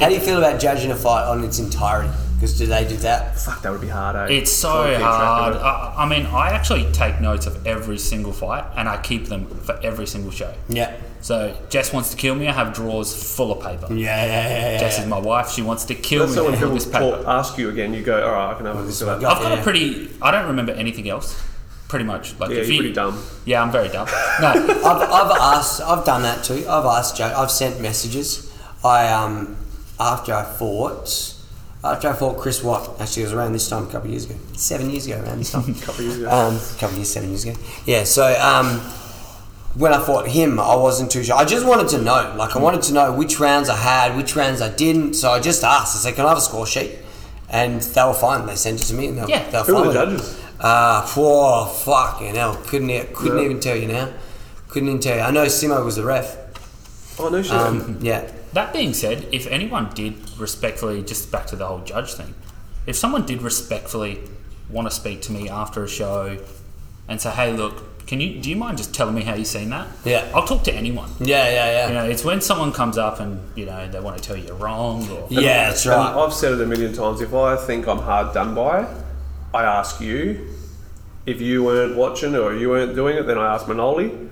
Speaker 1: how do you feel about judging a fight on its entirety? Because do they do that?
Speaker 2: Fuck, that would be hard. Eh?
Speaker 4: it's so
Speaker 2: Trying to keep track
Speaker 4: hard.
Speaker 2: of it.
Speaker 4: I, I mean, I actually take notes of every single fight and I keep them for every single show.
Speaker 1: Yeah.
Speaker 4: So Jess wants to kill me. I have drawers full of paper.
Speaker 1: Yeah, yeah, yeah, yeah.
Speaker 4: Jess is my wife. She wants to kill
Speaker 2: That's
Speaker 4: me.
Speaker 2: so when
Speaker 4: with all
Speaker 2: people
Speaker 4: this paper.
Speaker 2: talk, ask you again, you go, all right, I can have a look
Speaker 1: this
Speaker 2: at
Speaker 1: one
Speaker 2: that.
Speaker 1: got-
Speaker 4: I've got
Speaker 1: Yeah.
Speaker 4: a pretty. I don't remember anything else. Pretty much. Like
Speaker 2: Yeah,
Speaker 4: if
Speaker 2: you're
Speaker 4: you,
Speaker 2: pretty dumb.
Speaker 4: Yeah, I'm very dumb. No,
Speaker 1: I've, I've asked, I've done that too. I've asked Joe, I've sent messages. I, um, after I fought, after I fought Chris Watt, actually, it was around this time a couple of years ago, seven years ago, around this time.
Speaker 2: Couple years ago.
Speaker 1: Um, a couple of years, seven years ago. Yeah, so um, when I fought him, I wasn't too sure. I just wanted to know. Like, I wanted to know which rounds I had, which rounds I didn't. So I just asked. I said, can I have a score sheet? And they were fine. They sent it to me. And they were,
Speaker 4: Oh, Yeah.
Speaker 1: they were
Speaker 2: Who
Speaker 1: fine
Speaker 2: were the
Speaker 1: with it.
Speaker 2: judges?
Speaker 1: Uh, whoa, fucking hell. Couldn't, e- couldn't
Speaker 2: Yeah.
Speaker 1: even tell you now. Couldn't even tell you. I know Simo was the ref.
Speaker 2: Oh, no shit.
Speaker 1: Um, yeah.
Speaker 4: That being said, if anyone did respectfully, just back to the whole judge thing, if someone did respectfully want to speak to me after a show and say, "Hey, look, can you do you mind just telling me how you seen that?"
Speaker 1: Yeah.
Speaker 4: I'll talk to anyone.
Speaker 1: Yeah, yeah,
Speaker 4: You
Speaker 1: yeah.
Speaker 4: know, it's when someone comes up and you know they want to tell you you're wrong or
Speaker 1: Yeah, that's
Speaker 2: And
Speaker 1: right.
Speaker 2: I've said it a million times. If I think I'm hard done by, I ask you. If you weren't watching or you weren't doing it, then I ask Manoli.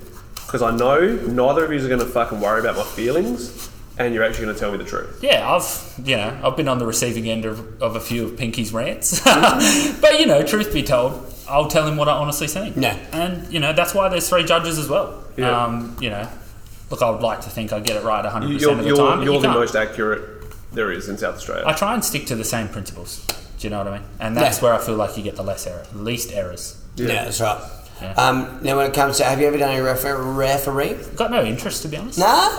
Speaker 2: Because I know neither of you are going to fucking worry about my feelings, and you're actually going to tell me the truth.
Speaker 4: yeah, I've you know I've been on the receiving end of, of a few of Pinky's rants, but you know, truth be told, I'll tell him what I honestly seen.
Speaker 1: Yeah.
Speaker 4: and you know that's why there's three judges as well.
Speaker 2: Yeah.
Speaker 4: Um, you know, look, I would like to think I get it right 100
Speaker 2: You-
Speaker 4: percent
Speaker 2: You're,
Speaker 4: of the
Speaker 2: you're,
Speaker 4: time. but
Speaker 2: you're
Speaker 4: you
Speaker 2: the
Speaker 4: can't.
Speaker 2: most accurate there is in South Australia.
Speaker 4: I try and stick to the same principles. Do you know what I mean? And that's
Speaker 1: Yeah.
Speaker 4: where I feel like you get the less error, least errors.
Speaker 1: Yeah, that's right.
Speaker 4: Yeah.
Speaker 1: Um, now, when it comes to, have you ever done any refer- refereeing?
Speaker 4: Got no interest to be honest.
Speaker 1: Nah?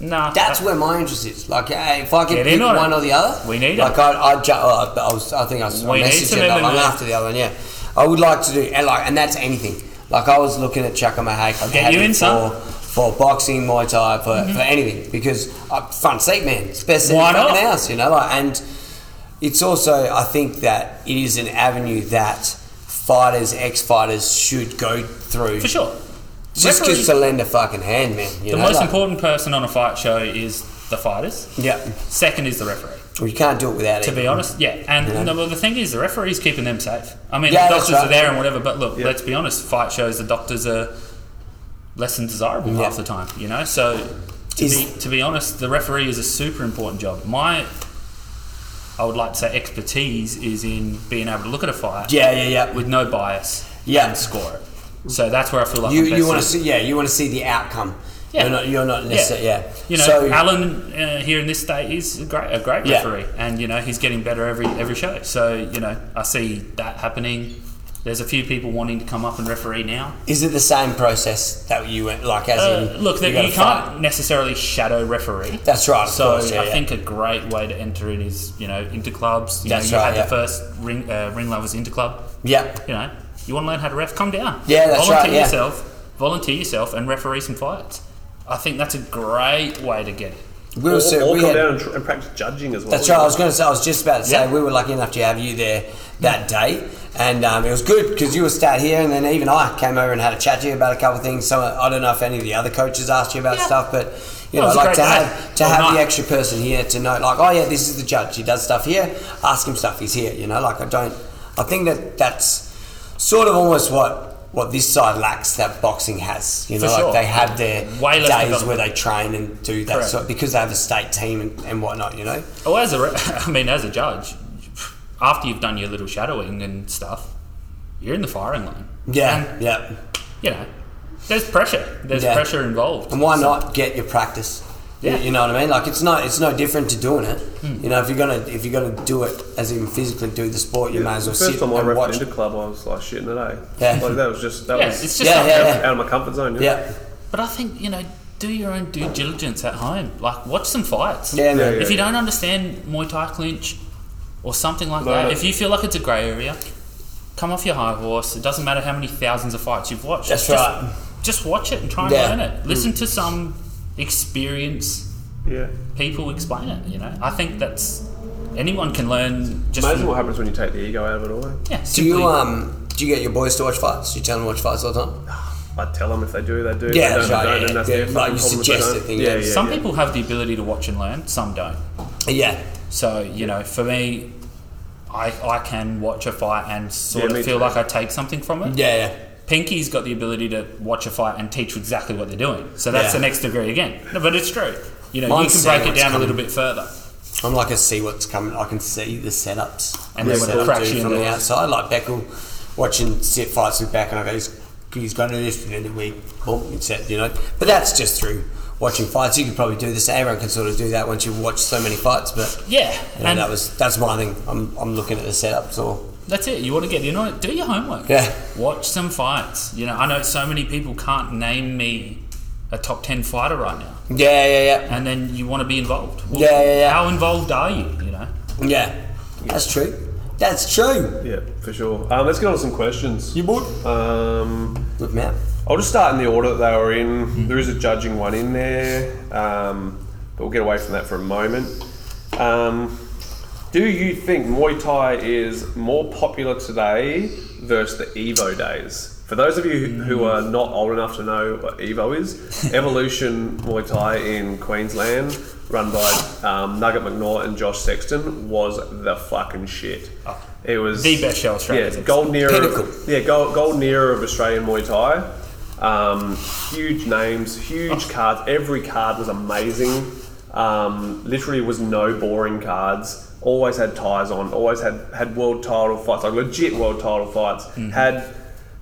Speaker 4: Nah. uh,
Speaker 1: That's
Speaker 4: I-
Speaker 1: where my interest is. Like, hey, if I could
Speaker 4: Get in
Speaker 1: pick
Speaker 4: on it.
Speaker 1: one or the other,
Speaker 4: We need
Speaker 1: like
Speaker 4: it.
Speaker 1: I, I, ju- oh, I, I, was, I think I was
Speaker 4: We need
Speaker 1: messaging
Speaker 4: some
Speaker 1: that one
Speaker 4: M&M.
Speaker 1: after the other one. Yeah, I would like to do, and like, and that's anything. Like I was looking at Chuck Mahake. I'll
Speaker 4: get you in
Speaker 1: for,
Speaker 4: some.
Speaker 1: for boxing, Muay Thai, for, for anything because I'm front seat man. It's best seat in
Speaker 4: Why
Speaker 1: the fucking
Speaker 4: not?
Speaker 1: house, you know. Like, and it's also I think that it is an avenue that fighters, ex fighters, should go through.
Speaker 4: for sure.
Speaker 1: Just
Speaker 4: Referees-
Speaker 1: because to lend a fucking hand, man. You
Speaker 4: the
Speaker 1: know,
Speaker 4: most
Speaker 1: like-
Speaker 4: important person on a fight show is the fighters.
Speaker 1: Yeah.
Speaker 4: Second is the referee.
Speaker 1: Well, you can't do it without
Speaker 4: To
Speaker 1: it.
Speaker 4: be honest, yeah, and no, well, the thing is, the referees keeping them safe. I mean,
Speaker 1: Yeah,
Speaker 4: the
Speaker 1: that's
Speaker 4: doctors
Speaker 1: right.
Speaker 4: are there and whatever, but look, let's be honest. Fight shows, the doctors are less than desirable half the time, you know. So, to
Speaker 1: Is-
Speaker 4: be, to be honest, the referee is a super important job. My, I would like to say, expertise is in being able to look at a fight,
Speaker 1: Yeah, yeah, yeah.
Speaker 4: with no bias,
Speaker 1: Yeah.
Speaker 4: and score it. So that's where I feel like
Speaker 1: you
Speaker 4: I'm best
Speaker 1: you want to
Speaker 4: suited.
Speaker 1: see yeah you want to see the outcome.
Speaker 4: Yeah.
Speaker 1: You're not you're not necessarily yeah.
Speaker 4: You know,
Speaker 1: so
Speaker 4: Alan uh, here in this state is a great, a great
Speaker 1: Yeah.
Speaker 4: referee, and you know he's getting better every every show. So you know, I see that happening. There's a few people wanting to come up and referee now.
Speaker 1: is it the same process that you went like as
Speaker 4: Uh,
Speaker 1: in
Speaker 4: look, that
Speaker 1: gotta
Speaker 4: you
Speaker 1: fight?
Speaker 4: can't necessarily shadow referee.
Speaker 1: That's right. Of
Speaker 4: So
Speaker 1: course, yeah,
Speaker 4: I
Speaker 1: yeah.
Speaker 4: think a great way to enter it is you know into clubs. You know,
Speaker 1: That's
Speaker 4: you
Speaker 1: right,
Speaker 4: had
Speaker 1: yeah.
Speaker 4: the first ring uh, ring lovers into club.
Speaker 1: yeah.
Speaker 4: You know, you want to learn how to ref? Come down.
Speaker 1: Yeah, that's
Speaker 4: volunteer
Speaker 1: right, yeah.
Speaker 4: yourself. Volunteer yourself and referee some fights. I think that's a great way to get it.
Speaker 1: We
Speaker 2: Or,
Speaker 1: were so
Speaker 2: or
Speaker 1: we
Speaker 2: come
Speaker 1: had,
Speaker 2: down and, tr- and practice judging as well.
Speaker 1: That's right. I was going to say. I was just about to say
Speaker 4: Yeah.
Speaker 1: we were lucky enough to have you there that day, and um, it was good because you were sat here, and then even I came over and had a chat to you about a couple of things. So I don't know if any of the other coaches asked you about
Speaker 4: Yeah.
Speaker 1: stuff, but you know,
Speaker 4: Well, it was a
Speaker 1: like
Speaker 4: great
Speaker 1: to
Speaker 4: day.
Speaker 1: have to
Speaker 4: Well,
Speaker 1: have the
Speaker 4: nice.
Speaker 1: extra person here to know, like, oh yeah, this is the judge. He does stuff here. Ask him stuff. He's here. You know, like I don't. I think that that's sort of almost what. What this side lacks that boxing has, you know,
Speaker 4: For sure.
Speaker 1: like they have their
Speaker 4: Way less
Speaker 1: days
Speaker 4: development.
Speaker 1: where they train and do that
Speaker 4: Correct.
Speaker 1: sort because they have a state team and, and whatnot, you know.
Speaker 4: Oh, as a, re- I mean, as a judge, after you've done your little shadowing and stuff, you're in the firing line.
Speaker 1: Yeah, yeah.
Speaker 4: You know, there's pressure. There's
Speaker 1: Yeah.
Speaker 4: pressure involved.
Speaker 1: And why not get your practice? You-
Speaker 4: Yeah.
Speaker 1: You know what I mean? Like it's not it's no different to doing it.
Speaker 2: Hmm.
Speaker 1: You know, if you're gonna if you're gonna do it as in physically do the sport, you may as well
Speaker 2: the first
Speaker 1: sit
Speaker 2: time I
Speaker 1: and
Speaker 2: repped
Speaker 1: watch.
Speaker 2: into club, I was like shitting it, eh?
Speaker 1: Yeah.
Speaker 2: Like that was just that
Speaker 4: Yeah,
Speaker 2: was
Speaker 4: it's just
Speaker 1: Yeah,
Speaker 4: something
Speaker 1: yeah,
Speaker 4: else.
Speaker 1: yeah.
Speaker 2: out of my comfort zone. Yeah.
Speaker 1: Yeah,
Speaker 4: But I think you know, do your own due diligence at home. Like, watch some fights.
Speaker 1: yeah, man.
Speaker 2: yeah.
Speaker 4: If you don't understand Muay Thai clinch or something like
Speaker 2: No,
Speaker 4: that,
Speaker 2: no.
Speaker 4: if you feel like it's a grey area, come off your high horse. It doesn't matter how many thousands of fights you've watched.
Speaker 1: That's
Speaker 4: just,
Speaker 1: right.
Speaker 4: Just watch it and try and
Speaker 1: Yeah. Mm.
Speaker 4: learn it. Listen to some experience
Speaker 2: yeah.
Speaker 4: people explain it. You know, I think that's anyone can learn. Just
Speaker 2: Amazing
Speaker 4: from-
Speaker 2: what happens when you take the ego out of it all. eh?
Speaker 4: yeah.
Speaker 1: Do you
Speaker 4: simply-
Speaker 1: um do you get your boys to watch fights? Do you tell them to watch fights all the time?
Speaker 2: I tell them if they do, they do. If
Speaker 1: Yeah,
Speaker 2: they don't,
Speaker 1: that's right,
Speaker 2: they don't,
Speaker 1: yeah,
Speaker 2: and that's
Speaker 1: yeah.
Speaker 2: their
Speaker 1: Like
Speaker 2: fucking
Speaker 1: you
Speaker 2: problem if they
Speaker 1: suggested
Speaker 2: don't.
Speaker 1: thing,
Speaker 2: Yeah,
Speaker 1: yeah.
Speaker 2: yeah,
Speaker 4: some
Speaker 2: yeah.
Speaker 4: people have the ability to watch and learn. Some don't.
Speaker 1: Yeah.
Speaker 4: So you know, for me, I I can watch a fight and sort
Speaker 2: Yeah,
Speaker 4: of
Speaker 2: me
Speaker 4: feel
Speaker 2: too.
Speaker 4: like I take something from it.
Speaker 1: Yeah, yeah.
Speaker 4: Pinky's got the ability to watch a fight and teach you exactly what they're doing. So that's
Speaker 1: Yeah.
Speaker 4: the next degree again. No, but it's true. You know,
Speaker 1: Mine's
Speaker 4: you can break
Speaker 1: saying
Speaker 4: it down
Speaker 1: what's
Speaker 4: a little bit further.
Speaker 1: I'm like I see what's coming. I can see the setups
Speaker 4: And
Speaker 1: the
Speaker 4: they would
Speaker 1: setup
Speaker 4: crash
Speaker 1: dude
Speaker 4: you
Speaker 1: from
Speaker 4: into
Speaker 1: the
Speaker 4: it.
Speaker 1: outside. Like Beckel watching sit fights with Beck, and I go, he's, he's going to this, and then we boom, it's set, you know. But that's just through watching fights. You could probably do this. Everyone can sort of do that once you watch so many fights. But
Speaker 4: Yeah,
Speaker 1: you know,
Speaker 4: and
Speaker 1: that was that's my thing. I'm, I'm looking at the setups or
Speaker 4: That's it. You want to get in on it? Do your homework.
Speaker 1: Yeah.
Speaker 4: Watch some fights. You know, I know so many people can't name me a top ten fighter right now,
Speaker 1: yeah, yeah,
Speaker 4: and then you want to be involved. Well,
Speaker 1: Yeah, yeah, yeah.
Speaker 4: How involved are you? You know.
Speaker 1: yeah, yeah. That's true. That's true.
Speaker 2: Yeah, for sure. Um, let's get on to some questions.
Speaker 1: You would.
Speaker 2: Um,
Speaker 1: Good man.
Speaker 2: I'll just start in the order that they were in.
Speaker 4: Mm-hmm.
Speaker 2: There is a judging one in there, um, but we'll get away from that for a moment. Um, do you think Muay Thai is more popular today versus the Evo days? For those of you who- who
Speaker 4: Mm.
Speaker 2: are not old enough to know what Evo is, Evolution Muay Thai in Queensland, run by um, Nugget McNaught and Josh Sexton, was the fucking shit. It was
Speaker 4: Oh. The best show Australia
Speaker 2: Yeah,
Speaker 4: has
Speaker 2: golden era.
Speaker 1: Pinnacle.
Speaker 2: Yeah, gold, golden era of Australian Muay Thai. Um, huge names, huge cards. Every card was amazing. Um, literally was no boring cards. Always had ties on. Always had had world title fights, like legit world title fights. Had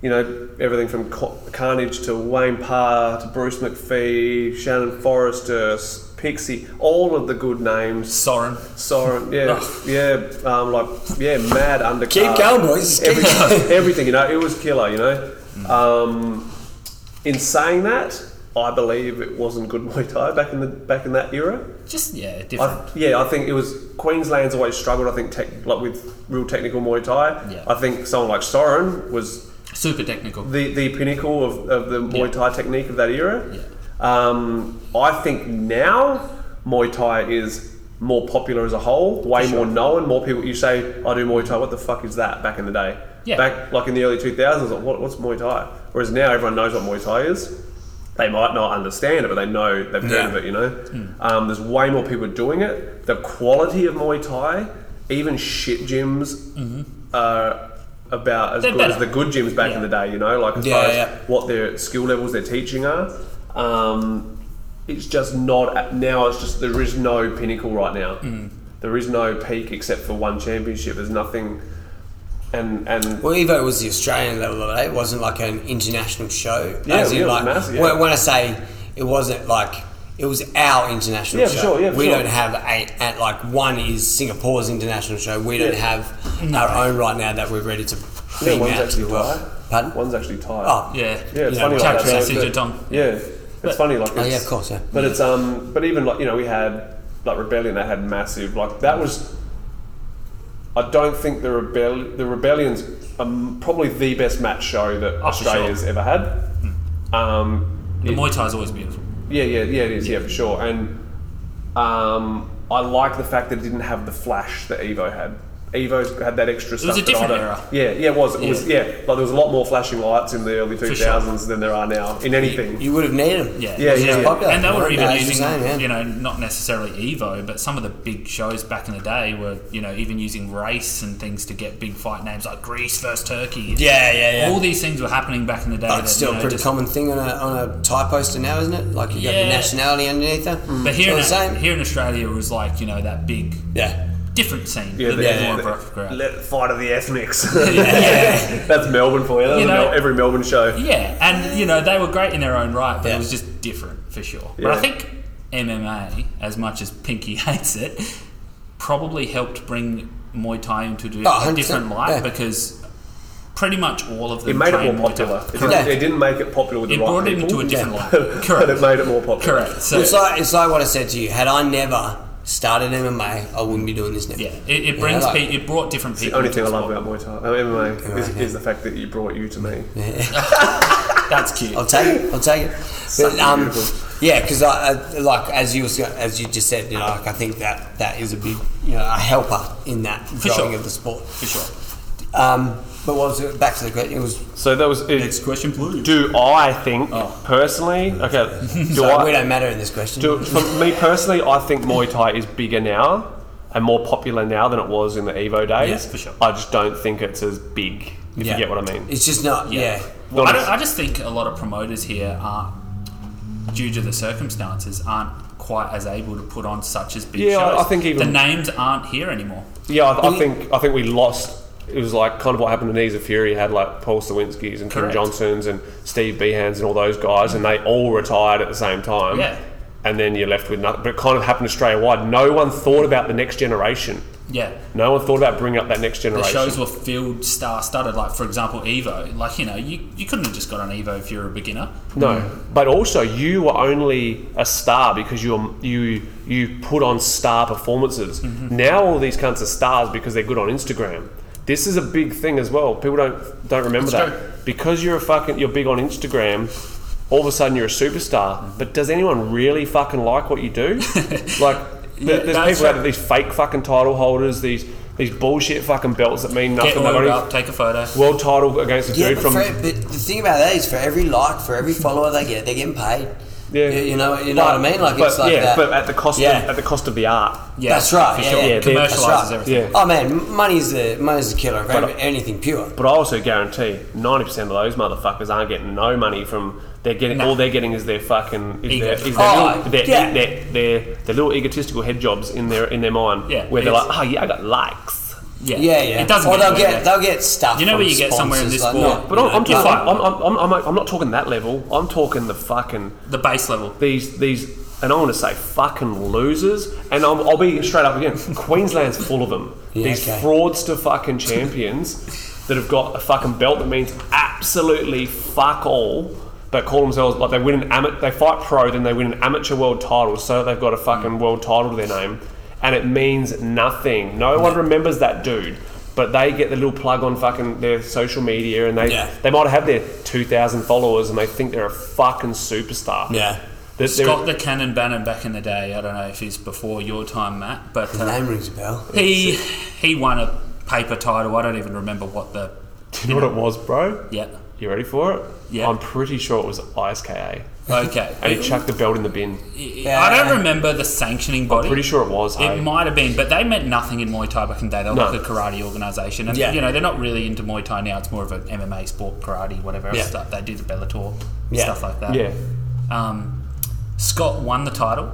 Speaker 2: you know everything from Co- Carnage to Wayne Parr to Bruce McPhee, Shannon Forrester, S- Pixie, all of the good names.
Speaker 4: Soren.
Speaker 2: Soren, yeah, yeah, um, like yeah, mad undercard.
Speaker 1: Keep going, boys. Keep
Speaker 2: Everything, everything, you know, it was killer, you know. Um, in saying that, I believe it wasn't good Muay Thai back in the back in that era.
Speaker 4: Just yeah, different.
Speaker 2: I, yeah, I think it was Queensland's always struggled. I think tech, like with real technical Muay Thai.
Speaker 4: Yeah.
Speaker 2: I think someone like Soren was
Speaker 4: Super technical.
Speaker 2: the, the pinnacle of, of the Muay
Speaker 4: Yeah.
Speaker 2: Thai technique of that era.
Speaker 4: Yeah.
Speaker 2: Um, I think now Muay Thai is more popular as a whole, way more known. More people you say, "I do Muay Thai." What the fuck is that? Back in the day,
Speaker 4: Yeah.
Speaker 2: back like in the early two thousands, like, what, what's Muay Thai? Whereas now everyone knows what Muay Thai is. They might not understand it, but they know they've heard of it. You know,
Speaker 4: Hmm.
Speaker 2: um, there's way more people doing it. The quality of Muay Thai, even shit gyms,
Speaker 4: Mm-hmm.
Speaker 2: are about as
Speaker 4: They're
Speaker 2: good as
Speaker 4: better.
Speaker 2: the good gyms back
Speaker 4: Yeah.
Speaker 2: in the day. You know, like as
Speaker 1: Yeah,
Speaker 2: far as
Speaker 1: yeah.
Speaker 2: what their skill levels they're teaching are. Um, it's just not at, now. It's just there is no pinnacle right now.
Speaker 4: Mm.
Speaker 2: There is no peak except for one championship. There's nothing, and and
Speaker 1: Well, Evo was the Australian level of it. It wasn't like an international show.
Speaker 2: Yeah,
Speaker 1: As in,
Speaker 2: yeah, it was
Speaker 1: like,
Speaker 2: massive, yeah.
Speaker 1: when, when I say it wasn't like it was our international
Speaker 2: Yeah, for
Speaker 1: show.
Speaker 2: sure, yeah, for
Speaker 1: we
Speaker 2: sure.
Speaker 1: don't have a at like one is Singapore's international show. We don't have
Speaker 4: Mm.
Speaker 1: our own right now that we're ready to
Speaker 2: yeah,
Speaker 1: bring
Speaker 2: one's
Speaker 1: out to
Speaker 2: actually
Speaker 1: the world.
Speaker 2: Thai.
Speaker 1: Pardon?
Speaker 2: One's actually Thai.
Speaker 1: Oh,
Speaker 4: Yeah.
Speaker 2: Yeah, it's
Speaker 4: You
Speaker 2: funny
Speaker 4: know,
Speaker 2: like
Speaker 4: Chuck
Speaker 2: that,
Speaker 4: Chassis,
Speaker 2: but-
Speaker 4: Jitong.
Speaker 2: Yeah, it's funny. Like,
Speaker 1: Oh, yeah,
Speaker 2: it's-
Speaker 1: of course, yeah.
Speaker 2: But it's um, but even like you know, we had like Rebellion. They had massive like that was. I don't think the rebel the Rebellion's um, probably the best match show that
Speaker 4: Oh, for sure.
Speaker 2: Australia's ever had. Um,
Speaker 4: The
Speaker 2: it-
Speaker 4: Muay Thai is always beautiful.
Speaker 2: yeah, yeah, yeah, it is. Yeah, for sure. And um, I like the fact that it didn't have the flash that Evo had. Evo had that extra stuff.
Speaker 4: was a
Speaker 2: that I
Speaker 4: different
Speaker 2: don't-
Speaker 4: era.
Speaker 2: Yeah, yeah, it was. It was. Yeah, like there was a lot more flashing lights in the early two
Speaker 4: sure.
Speaker 2: thousands than there are now in anything.
Speaker 1: You would have needed them.
Speaker 4: Yeah.
Speaker 2: Yeah, yeah, yeah.
Speaker 1: Popular.
Speaker 4: And they were
Speaker 1: Right,
Speaker 4: even
Speaker 1: as you're
Speaker 4: using,
Speaker 1: saying, yeah.
Speaker 4: you know, not necessarily Evo, but some of the big shows back in the day were, you know, even using race and things to get big fight names like Greece versus Turkey.
Speaker 1: Yeah, yeah, yeah.
Speaker 4: All these things were happening back in the day.
Speaker 1: But
Speaker 4: that,
Speaker 1: it's still
Speaker 4: you know,
Speaker 1: a pretty
Speaker 4: just-
Speaker 1: common thing on a, on a Thai poster now, isn't it? Like you got
Speaker 4: Yeah.
Speaker 1: the nationality underneath it.
Speaker 4: But here in,
Speaker 1: it's all the same.
Speaker 4: here in Australia, it was like, you know, that big,
Speaker 1: Yeah.
Speaker 4: different scene.
Speaker 2: Yeah,
Speaker 4: that
Speaker 2: the-
Speaker 4: they
Speaker 2: yeah,
Speaker 4: were
Speaker 2: the-
Speaker 4: for-
Speaker 2: Let fight of the ethnics.
Speaker 4: Yeah.
Speaker 2: That's Melbourne for you. That was
Speaker 4: You
Speaker 2: a
Speaker 4: know-
Speaker 2: Mel- every Melbourne show.
Speaker 4: Yeah, and you know they were great in their own right, but
Speaker 1: Yeah.
Speaker 4: it was just different for sure.
Speaker 2: Yeah.
Speaker 4: But I think MMA, as much as Pinky hates it, probably helped bring Muay Thai into a
Speaker 1: Oh, 100%,
Speaker 4: different light
Speaker 1: yeah.
Speaker 4: because pretty much all of them
Speaker 2: It made it
Speaker 4: train
Speaker 2: more
Speaker 4: Muay Thai.
Speaker 2: popular. It didn't,
Speaker 1: Correct.
Speaker 2: it didn't make it popular with
Speaker 4: It
Speaker 2: the right
Speaker 4: brought it
Speaker 2: people.
Speaker 4: into a different light.
Speaker 2: but it
Speaker 4: Correct.
Speaker 2: made it more popular.
Speaker 4: Correct. So
Speaker 1: It's like it's like what I said to you. Had I never started MMA, I wouldn't be doing this now.
Speaker 4: yeah, it, it brings
Speaker 1: like-
Speaker 4: pe- it brought different
Speaker 2: The
Speaker 4: people.
Speaker 2: only
Speaker 4: into
Speaker 2: thing I
Speaker 4: the
Speaker 2: love
Speaker 4: sport.
Speaker 2: about Muay Thai, uh, MMA, is,
Speaker 1: yeah.
Speaker 2: is the fact that you brought you to me.
Speaker 4: that's cute.
Speaker 1: I'll take it. I'll take it. But,
Speaker 2: Something
Speaker 1: um,
Speaker 2: beautiful.
Speaker 1: yeah, because I, I like as you was- as you just said, you know, like, I think that that is a big you know a helper in that growing
Speaker 4: sure.
Speaker 1: of the sport.
Speaker 4: For sure.
Speaker 1: Um, but what was it? Back to the question. It was
Speaker 2: So that was.
Speaker 4: Next Oh. question, please.
Speaker 2: do I think personally? Okay. Do
Speaker 1: so we don't matter in this question.
Speaker 2: Do, for me personally, I think Muay Thai is bigger now and more popular now than it was in the Evo days.
Speaker 4: for sure.
Speaker 2: I just don't think it's as big. If you get what I mean.
Speaker 1: It's just not. Yeah.
Speaker 4: Well,
Speaker 2: Not
Speaker 4: I, don't,
Speaker 2: as-
Speaker 4: I just think a lot of promoters here aren't, due to the circumstances, aren't quite as able to put on such as big
Speaker 2: Yeah, I-
Speaker 4: shows.
Speaker 2: I think even-
Speaker 4: the names aren't here anymore.
Speaker 2: Yeah, I, I think I think we lost. It was like kind of what happened to Knees of Fury. You had like Paul Sawinski's and Kim
Speaker 4: Correct.
Speaker 2: Johnsons and Steve Behans and all those guys, and they all retired at the same time.
Speaker 4: Yeah.
Speaker 2: And then you're left with nothing. But it kind of happened Australia wide. No one thought about the next generation.
Speaker 4: Yeah.
Speaker 2: No one thought about bringing up that next
Speaker 4: The
Speaker 2: generation.
Speaker 4: shows were filled, star-studded. Like for example, Evo. Like you know, you, you couldn't have just got on Evo if you're a beginner.
Speaker 2: No, but also you were only a star because you were, you you put on star performances.
Speaker 4: Mm-hmm.
Speaker 2: Now all these cunts are stars because they're good on Instagram. This is a big thing as well. People don't don't remember
Speaker 4: That's
Speaker 2: that
Speaker 4: true.
Speaker 2: because you're a fucking you're big on Instagram. All of a sudden you're a superstar.
Speaker 4: Mm-hmm.
Speaker 2: But does anyone really fucking like what you do? like there- there's
Speaker 4: that's
Speaker 2: people out
Speaker 4: true.
Speaker 2: there, these fake fucking title holders, these these bullshit fucking belts that mean
Speaker 4: Get
Speaker 2: nothing. They've
Speaker 4: ordered
Speaker 2: got
Speaker 4: up, take a photo.
Speaker 2: any world title against a
Speaker 1: Yeah,
Speaker 2: dude
Speaker 1: but,
Speaker 2: from
Speaker 1: for, but the thing about that is, for every like, for every follower they get, they're getting paid.
Speaker 2: Yeah.
Speaker 1: you, you know, you know what I mean. Like
Speaker 2: but,
Speaker 1: it's like
Speaker 2: yeah,
Speaker 1: that.
Speaker 2: but at the cost
Speaker 1: Yeah.
Speaker 2: of, at the cost of the art.
Speaker 4: Yeah,
Speaker 1: That's right,
Speaker 4: For
Speaker 1: yeah,
Speaker 4: sure.
Speaker 1: yeah,
Speaker 2: yeah,
Speaker 4: Commercializes
Speaker 1: that's right.
Speaker 4: everything.
Speaker 2: Yeah.
Speaker 1: oh man, money's the money's the killer of
Speaker 2: But-
Speaker 1: every- anything pure.
Speaker 2: But I also guarantee ninety percent of those motherfuckers aren't getting no money from. They're getting
Speaker 4: Nah.
Speaker 2: all they're getting is their fucking is
Speaker 4: Ego.
Speaker 2: their, is their,
Speaker 1: Oh,
Speaker 2: little, their,
Speaker 1: yeah.
Speaker 2: their, their, their little egotistical head jobs in their in their mind.
Speaker 4: Yeah,
Speaker 2: where they're
Speaker 4: it's-
Speaker 2: like, oh yeah, I got likes.
Speaker 4: Yeah,
Speaker 1: Yeah, yeah.
Speaker 4: It doesn't.
Speaker 1: Or
Speaker 4: get
Speaker 1: they'll
Speaker 4: anywhere.
Speaker 1: get they'll get stuff.
Speaker 4: You know
Speaker 1: from
Speaker 4: where you get somewhere in
Speaker 1: sponsors,
Speaker 4: this
Speaker 1: like,
Speaker 4: sport.
Speaker 1: no.
Speaker 2: But I'm, I'm
Speaker 4: Yeah.
Speaker 2: just like, I'm, I'm, I'm, I'm not talking that level. I'm talking the fucking
Speaker 4: the base level.
Speaker 2: these these and I want to say fucking losers. And I'm, I'll be straight up again. Queensland's full of them. these
Speaker 1: okay.
Speaker 2: fraudster fucking champions that have got a fucking belt that means absolutely fuck all. that call themselves like they win an amateur, they fight pro, then they win an amateur world title, so they've got a
Speaker 6: Mm.
Speaker 2: fucking world title to their name, and it means nothing. No one remembers that dude, but they get the little plug on fucking their social media, and they
Speaker 6: Yeah.
Speaker 2: they might have their two thousand followers, and they think they're a fucking superstar.
Speaker 6: Yeah.
Speaker 2: There- there-
Speaker 4: Scott the Cannon Bannon back in the day. I don't know if he's before your time, Matt, but uh,
Speaker 1: Name rings a bell.
Speaker 4: he he won a paper title. I don't even remember what the
Speaker 2: do you know what it was, bro?
Speaker 4: yeah.
Speaker 2: You ready for it?
Speaker 4: Yeah.
Speaker 2: I'm pretty sure it was ISKA,
Speaker 4: Okay,
Speaker 2: and he chucked the belt in the bin.
Speaker 4: I don't remember the sanctioning body.
Speaker 2: Pretty sure it was.
Speaker 4: It
Speaker 2: Hey?
Speaker 4: might have been, but they meant nothing in Muay Thai back in the day. They were
Speaker 2: No.
Speaker 4: like a karate organisation, and
Speaker 6: Yeah.
Speaker 4: you know they're not really into Muay Thai now. It's more of an MMA sport, karate, whatever else
Speaker 6: Yeah.
Speaker 4: stuff. They do the Bellator stuff like that.
Speaker 2: yeah.
Speaker 4: Um, Scott won the title,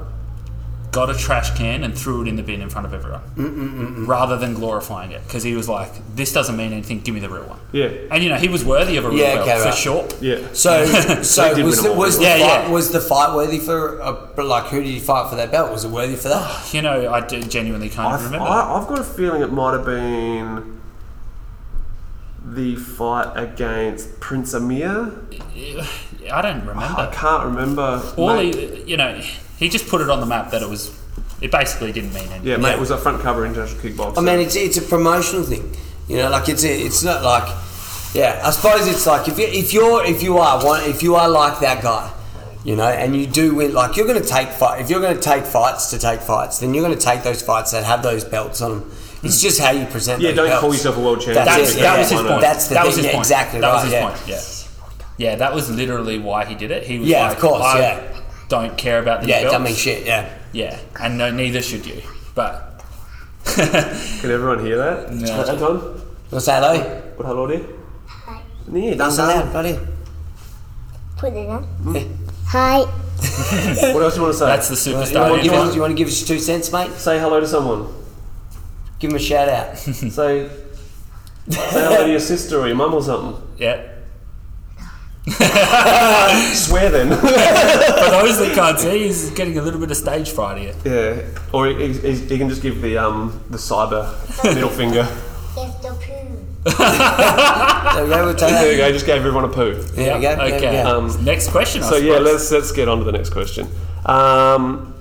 Speaker 4: got a trash can, and threw it in the bin in front of everyone, rather than glorifying it because he was like, "This doesn't mean anything. Give me the real one."
Speaker 2: Yeah.
Speaker 4: And you know he was worthy of a real
Speaker 1: Yeah,
Speaker 4: belt
Speaker 1: okay,
Speaker 4: for
Speaker 1: right.
Speaker 4: sure.
Speaker 2: Yeah.
Speaker 1: So, so
Speaker 2: did
Speaker 1: was
Speaker 2: win
Speaker 1: the,
Speaker 2: an
Speaker 1: was, the
Speaker 4: award. Yeah,
Speaker 1: fight,
Speaker 4: yeah.
Speaker 1: was the fight worthy for, uh, but like, who did he fight for that belt? Was it worthy for that?
Speaker 4: You know I do genuinely can't
Speaker 2: I've,
Speaker 4: remember.
Speaker 2: I, I've got a feeling it might have been the fight against Prince Amir.
Speaker 4: I don't remember.
Speaker 2: I can't remember.
Speaker 4: All
Speaker 2: mate.
Speaker 4: he, you know, he just put it on the map that it was. It basically didn't mean anything.
Speaker 2: yeah, mate,
Speaker 1: Yeah.
Speaker 2: it was a front cover international kickboxer.
Speaker 1: I
Speaker 4: Um,
Speaker 1: mean, it's it's a promotional thing, you know. Like it's a, it's not like, yeah. I suppose it's like if you if you're if you are one if you are like that guy, you know, and you do win. Like you're going to take fight if you're going to take fights to take fights, then you're going to take those fights that have those belts on them. It's just how you present.
Speaker 2: Yeah,
Speaker 1: those
Speaker 2: don't
Speaker 1: belts.
Speaker 2: call yourself a world champion.
Speaker 4: That,
Speaker 1: That's
Speaker 4: was,
Speaker 1: it,
Speaker 4: that
Speaker 1: yeah.
Speaker 4: was his point.
Speaker 1: That's the
Speaker 4: that
Speaker 1: thing.
Speaker 4: was his
Speaker 1: yeah,
Speaker 4: point.
Speaker 1: Exactly.
Speaker 4: That
Speaker 1: right,
Speaker 4: was his
Speaker 1: yeah.
Speaker 4: point. Yeah. Yeah, that was literally why he did it. He was
Speaker 1: Yeah, of
Speaker 4: like,
Speaker 1: course,
Speaker 4: I
Speaker 1: yeah.
Speaker 4: don't care about these
Speaker 1: Yeah,
Speaker 4: belts.
Speaker 1: don't mean shit. Yeah.
Speaker 4: Yeah, and no, neither should you. But
Speaker 2: Can everyone hear that?
Speaker 4: No.
Speaker 2: Anton,
Speaker 1: What's that, though?
Speaker 2: what hello there?
Speaker 7: Hi.
Speaker 2: Yeah,
Speaker 1: That's allowed, buddy.
Speaker 7: Put it
Speaker 2: Mm.
Speaker 7: on. Hi.
Speaker 2: What else do you want to say?
Speaker 4: that's the
Speaker 1: You
Speaker 4: superstar.
Speaker 1: want, you,
Speaker 4: you
Speaker 1: want, you want to give us your two cents, mate?
Speaker 2: say hello to someone.
Speaker 1: Give him a shout out.
Speaker 4: Hmm.
Speaker 2: Say, say hello to your sister or your mum or something.
Speaker 4: Yeah.
Speaker 2: Swear then.
Speaker 4: For those that can't see, he's getting a little bit of stage fright here.
Speaker 2: yeah. Or he, he, he can just give the um the cyber middle finger.
Speaker 7: It's the poo.
Speaker 1: There we go. We'll take
Speaker 2: There you
Speaker 1: that.
Speaker 2: go. Just gave everyone a poo.
Speaker 1: There we go.
Speaker 4: Yeah,
Speaker 1: there we
Speaker 4: Okay.
Speaker 1: go.
Speaker 2: Um,
Speaker 4: Next question. I
Speaker 2: So yeah,
Speaker 4: suppose.
Speaker 2: let's let's get on to the next question. Um,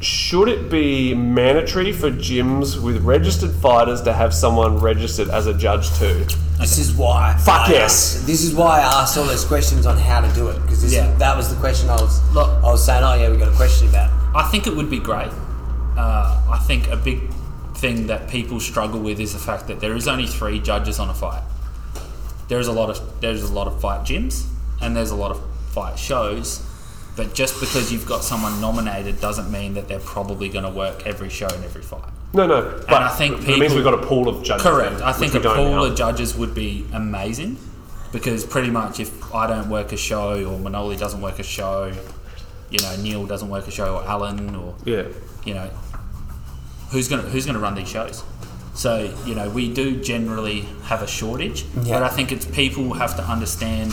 Speaker 2: should it be mandatory for gyms with registered fighters to have someone registered as a judge too?
Speaker 1: This is why.
Speaker 2: Fuck
Speaker 1: I
Speaker 2: yes.
Speaker 1: asked- This is why I asked all those questions on how to do it because
Speaker 4: Yeah.
Speaker 1: that was the question I was.
Speaker 4: Look.
Speaker 1: I was saying, oh yeah, we got a question about. It.
Speaker 4: I think it would be great. Uh, I think a big thing that people struggle with is the fact that there is only three judges on a fight. There is a lot of there's a lot of fight gyms and there's a lot of fight shows, but just because you've got someone nominated doesn't mean that they're probably going to work every show and every fight.
Speaker 2: No, no. But
Speaker 4: I think
Speaker 2: it means
Speaker 4: people-
Speaker 2: we've got a pool of judges.
Speaker 4: Correct.
Speaker 2: then,
Speaker 4: I
Speaker 2: which
Speaker 4: think
Speaker 2: we
Speaker 4: a
Speaker 2: don't
Speaker 4: pool
Speaker 2: now.
Speaker 4: of judges would be amazing because pretty much if I don't work a show or Manoli doesn't work a show, you know Neil doesn't work a show or Alan or
Speaker 2: Yeah.
Speaker 4: you know, who's gonna who's gonna run these shows? So you know, we do generally have a shortage, but I think it's people have to understand.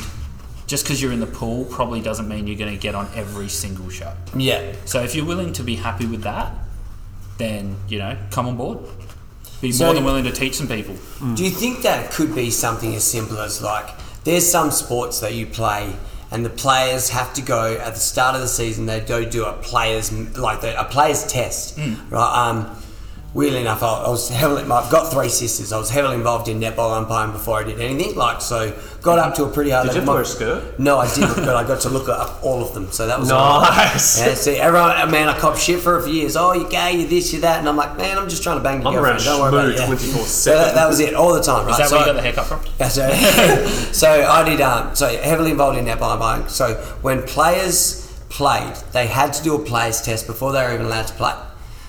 Speaker 4: Just because you're in the pool probably doesn't mean you're going to get on every single show.
Speaker 1: Yeah.
Speaker 4: So if you're willing to be happy with that, then you know, come on board. Be
Speaker 1: So-
Speaker 4: more than willing to teach some people.
Speaker 1: Do you think that could be something as simple as like there's some sports that you play and the players have to go at the start of the season they go do a players like the, a players test
Speaker 2: Hmm.
Speaker 1: right um weirdly enough I, I was heavily I've got three sisters I was heavily involved in netball umpiring before I did anything like so got up to a pretty hard
Speaker 2: Did you
Speaker 1: level.
Speaker 2: have to wear
Speaker 1: My-
Speaker 2: a skirt?
Speaker 1: no I didn't but I got to look up all of them so that was
Speaker 2: Nice.
Speaker 1: yeah, see, everyone, uh, man, I cop shit for a few years. Oh, you gay, you this, you that, and I'm like, man, I'm just trying to bang the
Speaker 2: I'm
Speaker 1: girlfriend.
Speaker 2: around
Speaker 1: Don't worry about it.
Speaker 2: schmoo
Speaker 1: yeah.
Speaker 2: 24/7.
Speaker 1: So that, that was it all the time, right?
Speaker 4: Is that
Speaker 1: so
Speaker 4: where you got the haircut from?
Speaker 1: yeah, so, so I did. Um, so heavily involved in that by buying. So when players played, they had to do a players test before they were even allowed to play.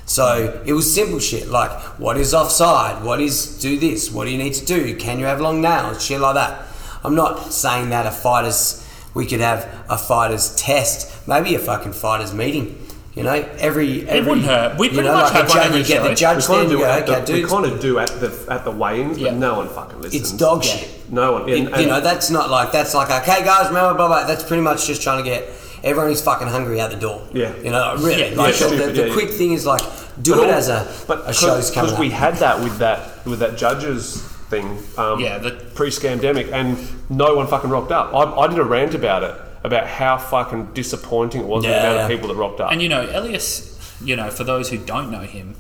Speaker 1: So it was simple shit like what is offside, what is do this, what do you need to do, can you have long nails, shit like that. I'm not saying that a fighters we could have a fighters test, maybe a fucking fighters meeting. You know, every, every
Speaker 4: wouldn't hurt. We
Speaker 1: you
Speaker 4: pretty
Speaker 1: know, like
Speaker 4: much
Speaker 1: a
Speaker 4: have one
Speaker 1: judge-
Speaker 4: every
Speaker 1: you get
Speaker 4: show.
Speaker 1: the
Speaker 2: We
Speaker 1: judge
Speaker 2: kind
Speaker 1: then
Speaker 2: of do
Speaker 1: you
Speaker 2: it
Speaker 1: go,
Speaker 2: at
Speaker 1: okay,
Speaker 2: the, we
Speaker 1: dude,
Speaker 2: kind of do at the at the weigh-ins,
Speaker 4: Yeah.
Speaker 2: but no one fucking listens.
Speaker 1: it's dog shit.
Speaker 2: No one.
Speaker 1: It-
Speaker 2: And, and
Speaker 1: you know, that's not like that's like okay, guys, remember, blah blah. That's pretty much just trying to get everyone who's fucking hungry out the door.
Speaker 2: Yeah.
Speaker 1: you know, really. like
Speaker 2: Yeah, yeah,
Speaker 1: the,
Speaker 2: stupid,
Speaker 1: the
Speaker 2: yeah,
Speaker 1: quick thing is like do it
Speaker 2: all-
Speaker 1: as a
Speaker 2: but
Speaker 1: a show's coming
Speaker 2: because we
Speaker 1: up.
Speaker 2: had that with that with that judges thing. Um,
Speaker 4: Yeah, the-
Speaker 2: pre-scamdemic, and no one fucking rocked up. I, I did a rant about it about how fucking disappointing it was with the
Speaker 4: Yeah,
Speaker 2: amount of
Speaker 4: yeah.
Speaker 2: people that rocked up.
Speaker 4: And you know, Elias, you know, for those who don't know him,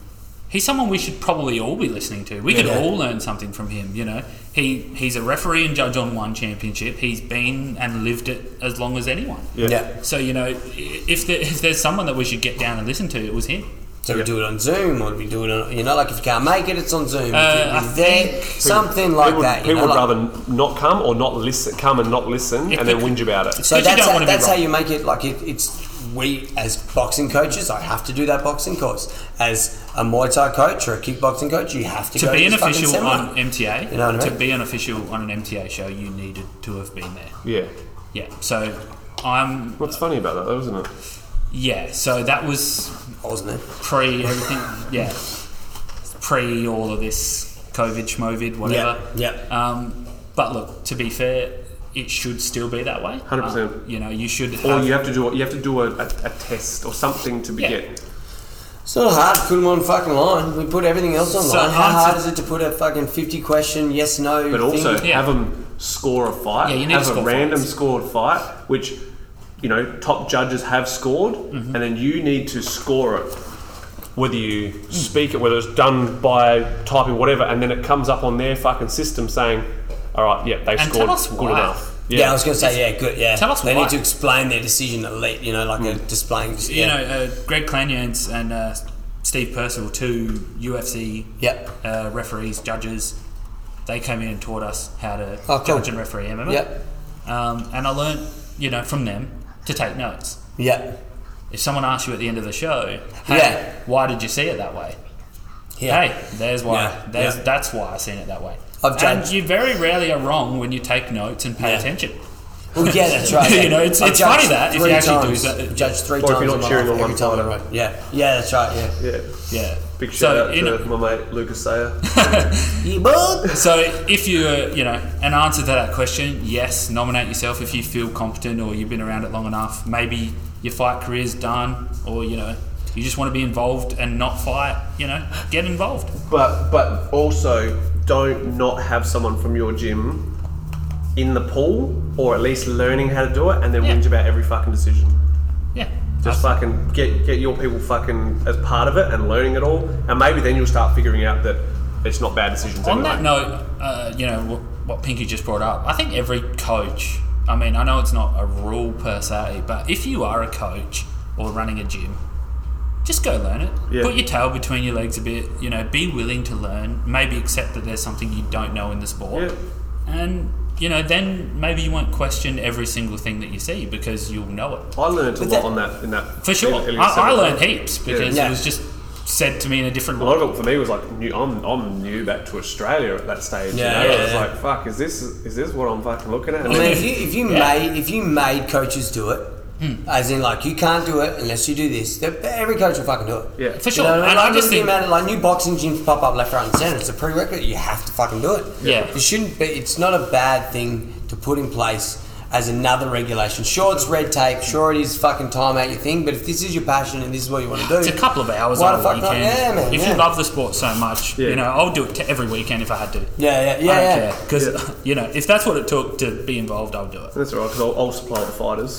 Speaker 4: he's someone we should probably all be listening to. We could all learn something from him, you know. He he's a referee and judge on one championship. He's been and lived it as long as anyone.
Speaker 1: Yeah.
Speaker 4: So, you know, i- if there, if there's someone that we should get down and listen to, it was him.
Speaker 1: So we do it on Zoom, or we do it on, you know, like if you can't make it, it's on Zoom. if
Speaker 4: Uh, I
Speaker 1: you're there, something like
Speaker 2: people
Speaker 1: that. You
Speaker 2: people
Speaker 1: know,
Speaker 2: would
Speaker 1: like-
Speaker 2: rather not come or not listen, come and not listen,
Speaker 4: Yeah,
Speaker 2: and then
Speaker 4: but-
Speaker 2: whinge about it.
Speaker 4: It's
Speaker 1: So
Speaker 4: good you
Speaker 1: that's,
Speaker 4: don't
Speaker 1: how,
Speaker 4: want to be
Speaker 1: that's how
Speaker 4: wrong.
Speaker 1: you make it. Like it, it's we as boxing coaches, I have to do that boxing course. As a Muay Thai coach or a kickboxing coach, you have to,
Speaker 4: to
Speaker 1: go
Speaker 4: be
Speaker 1: to
Speaker 4: an
Speaker 1: this fucking
Speaker 4: official
Speaker 1: seminar.
Speaker 4: on MTA,
Speaker 1: You know what I
Speaker 4: to
Speaker 1: mean?
Speaker 4: be an official on an MTA show, you needed to have been there.
Speaker 2: Yeah.
Speaker 4: Yeah. So I'm
Speaker 2: What's funny about that, though, isn't it?
Speaker 4: yeah. So that was
Speaker 1: wasn't it?
Speaker 4: pre everything. yeah, pre all of this COVID, schmovid, whatever.
Speaker 1: Yeah, yeah.
Speaker 4: Um, but look, to be fair, it should still be that way.
Speaker 2: 100%.
Speaker 4: Um, You know, you should.
Speaker 2: Or
Speaker 4: Have,
Speaker 2: you have to do you have to do a, a, a test or something to be,
Speaker 4: Yeah.
Speaker 2: get
Speaker 1: It's not hard to put them on fucking line. We put everything else online. How
Speaker 4: answer-
Speaker 1: hard is it to put a fucking fifty question yes no?
Speaker 2: but also
Speaker 1: thing?
Speaker 4: Yeah.
Speaker 2: have them score a fight.
Speaker 4: Yeah, you need
Speaker 2: have
Speaker 4: to
Speaker 2: a
Speaker 4: score
Speaker 2: random
Speaker 4: fights.
Speaker 2: scored fight, which you know top judges have scored,
Speaker 4: Mm-hmm.
Speaker 2: and then you need to score it. Whether you speak it, whether it's done by typing whatever, and then it comes up on their fucking system saying, "All right, yeah, they
Speaker 4: And
Speaker 2: scored
Speaker 4: tell us
Speaker 2: good
Speaker 4: why.
Speaker 2: enough."
Speaker 1: yeah. I was gonna say yeah, good yeah.
Speaker 4: Tell us
Speaker 1: they
Speaker 4: why. Mm.
Speaker 1: need to explain their decision at least. You know, like they're displaying.
Speaker 4: You
Speaker 1: yeah.
Speaker 4: know, uh, Greg Clanyans and uh, Steve Purcell, two UFC
Speaker 1: Yep.
Speaker 4: uh, referees, judges. They came in and taught us how to
Speaker 1: Oh, cool.
Speaker 4: judge and referee MMA.
Speaker 1: Yep.
Speaker 4: Um, and I learned, you know, from them to take notes.
Speaker 1: Yeah.
Speaker 4: If someone asks you at the end of the show, hey,
Speaker 1: Yeah.
Speaker 4: why did you see it that way?
Speaker 1: Yeah.
Speaker 4: Hey, there's why.
Speaker 1: Yeah,
Speaker 4: There's,
Speaker 1: yeah.
Speaker 4: That's why I seen it that way.
Speaker 1: I've
Speaker 4: and
Speaker 1: judged.
Speaker 4: you very rarely are wrong when you take notes and pay
Speaker 1: Yeah.
Speaker 4: attention.
Speaker 1: Well, yeah, that's right.
Speaker 4: You
Speaker 1: yeah.
Speaker 4: know, it's-
Speaker 1: I've
Speaker 4: it's funny
Speaker 1: judged
Speaker 4: that if you
Speaker 1: three
Speaker 4: actually do
Speaker 1: times,
Speaker 4: that-
Speaker 1: judged three
Speaker 2: Or if
Speaker 1: times.
Speaker 2: you're not
Speaker 1: in my
Speaker 2: cheering
Speaker 1: life,
Speaker 2: on
Speaker 1: every
Speaker 2: one
Speaker 1: time I
Speaker 2: side.
Speaker 1: wrote. Yeah, yeah, that's right. Yeah.
Speaker 2: Yeah.
Speaker 4: Yeah.
Speaker 2: Big shout
Speaker 4: so,
Speaker 2: out
Speaker 4: in
Speaker 2: to
Speaker 4: a-
Speaker 2: my mate Lucas Sayer.
Speaker 4: so if you, uh, you know, an answer to that question, yes, nominate yourself if you feel competent or you've been around it long enough. Maybe your fight career's done or, you know, you just want to be involved and not fight, you know, get involved.
Speaker 2: But but also don't not have someone from your gym in the pool or at least learning how to do it and then
Speaker 4: Yeah.
Speaker 2: whinge about every fucking decision.
Speaker 4: Yeah.
Speaker 2: Just fucking get get your people fucking as part of it and learning it all and maybe then you'll start figuring out that it's not bad decisions
Speaker 4: On
Speaker 2: anyway.
Speaker 4: that note, uh, you know what, what Pinky just brought up. I think every coach. I mean, I know it's not a rule per se, but if you are a coach or running a gym, just go learn it.
Speaker 2: Yeah.
Speaker 4: Put your tail between your legs a bit. You know, be willing to learn. Maybe accept that there's something you don't know in the sport, and you know, then maybe you won't question every single thing that you see because you'll know it
Speaker 2: I learned a lot
Speaker 1: that-
Speaker 2: on that in that
Speaker 4: for sure.
Speaker 2: in- in
Speaker 4: I, I
Speaker 2: seminar.
Speaker 4: learned heaps because
Speaker 1: Yeah.
Speaker 4: it was just said to me in a different
Speaker 2: A
Speaker 4: way.
Speaker 2: lot of it for me was like new. I'm, I'm new back to Australia at that stage.
Speaker 1: Yeah,
Speaker 2: you know?
Speaker 1: yeah,
Speaker 2: I was
Speaker 1: yeah.
Speaker 2: like, "Fuck, is this is this what I'm fucking looking at?" And
Speaker 1: I
Speaker 2: then-
Speaker 1: mean, if you if you made if you made coaches do it, as in like you can't do it unless you do this. They're- Every coach will fucking do it.
Speaker 2: Yeah.
Speaker 1: You
Speaker 4: For sure,
Speaker 1: know what I mean?
Speaker 4: and
Speaker 1: Like,
Speaker 4: I just think
Speaker 1: amount of, like new boxing gyms pop up left, right, and centre. It's a prerequisite. You have to fucking do it.
Speaker 4: Yeah.
Speaker 1: It shouldn't be. It's not a bad thing to put in place as another regulation. Sure, it's red tape. Sure, it is fucking time out your thing. But if this is your passion and this is what you want to do,
Speaker 4: It's a couple of hours
Speaker 1: Why
Speaker 4: on
Speaker 1: the
Speaker 4: a
Speaker 1: fuck not?
Speaker 4: weekend.
Speaker 1: Yeah, man,
Speaker 4: if
Speaker 1: yeah.
Speaker 4: you love the sport so much,
Speaker 2: Yeah.
Speaker 4: you know, I'll do it to every weekend if I had to.
Speaker 1: Yeah, yeah,
Speaker 4: I
Speaker 1: yeah,
Speaker 4: don't
Speaker 1: yeah.
Speaker 4: care because you know if that's what it took to be involved, I'll do it.
Speaker 2: that's all right because I'll, I'll supply the fighters.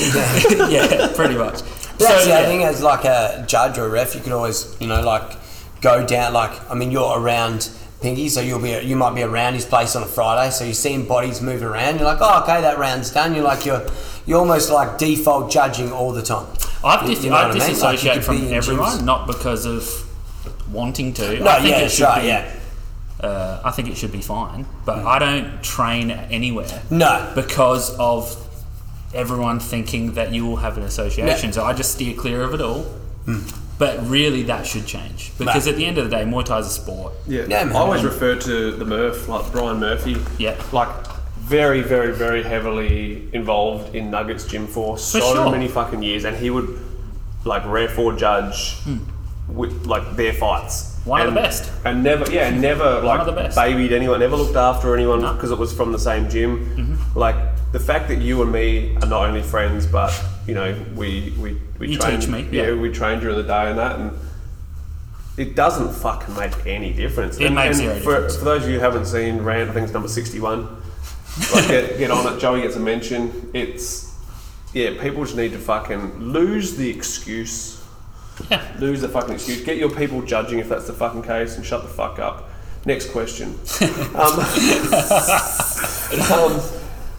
Speaker 4: yeah, pretty much.
Speaker 1: That's the
Speaker 4: yeah.
Speaker 1: other thing, as like a judge or a ref, you could always, you know, like go down. Like, I mean, you're around Pinky, so you'll be, you might be around his place on a Friday, so you're seeing bodies moving around. You're like, oh, okay, that round's done. You're like, you're, you're almost like default judging all the time.
Speaker 4: I've, dis-
Speaker 1: You know
Speaker 4: I
Speaker 1: what I mean? Like, you
Speaker 4: disassociate
Speaker 1: could be
Speaker 4: from
Speaker 1: in
Speaker 4: everyone,
Speaker 1: gyms.
Speaker 4: not because of wanting to.
Speaker 1: No,
Speaker 4: I think
Speaker 1: yeah,
Speaker 4: it should
Speaker 1: sure,
Speaker 4: be,
Speaker 1: yeah. Mm.
Speaker 4: Uh, I think it should be fine, but I don't train anywhere.
Speaker 1: No.
Speaker 4: because of everyone thinking that you will have an association.
Speaker 1: Yeah. Hmm.
Speaker 4: So I just steer clear of it all. But really, that should change because
Speaker 1: Nah.
Speaker 4: at the end of the day, Muay Thai is a sport.
Speaker 2: Yeah,
Speaker 1: Yeah, man.
Speaker 2: I always refer to the Murph, like Brian Murphy.
Speaker 4: Yeah.
Speaker 2: like very, very, very heavily involved in Nuggets gym for, so
Speaker 4: sure.
Speaker 2: many fucking years, and he would like ref or judge with like their fights.
Speaker 4: Hmm. One of
Speaker 2: and,
Speaker 4: the best.
Speaker 2: and never, yeah, and never like
Speaker 4: of the best.
Speaker 2: babied anyone, never looked after anyone because it was from the same gym.
Speaker 4: Mm-hmm.
Speaker 2: Like the fact that you and me are not only friends, but you know, we we we
Speaker 4: You
Speaker 2: trained-
Speaker 4: teach me,
Speaker 2: yeah,
Speaker 4: yeah.
Speaker 2: we trained during the day and that, and It doesn't fucking make any difference.
Speaker 4: It makes zero
Speaker 2: for,
Speaker 4: difference.
Speaker 2: For those of you who haven't seen Rand, I think it's number 61. Like, get, get on it. Joey gets a mention. It's, yeah, people just need to fucking lose the excuse. Lose the fucking excuse. Get your people judging if that's the fucking case and shut the fuck up. Next question. um, um,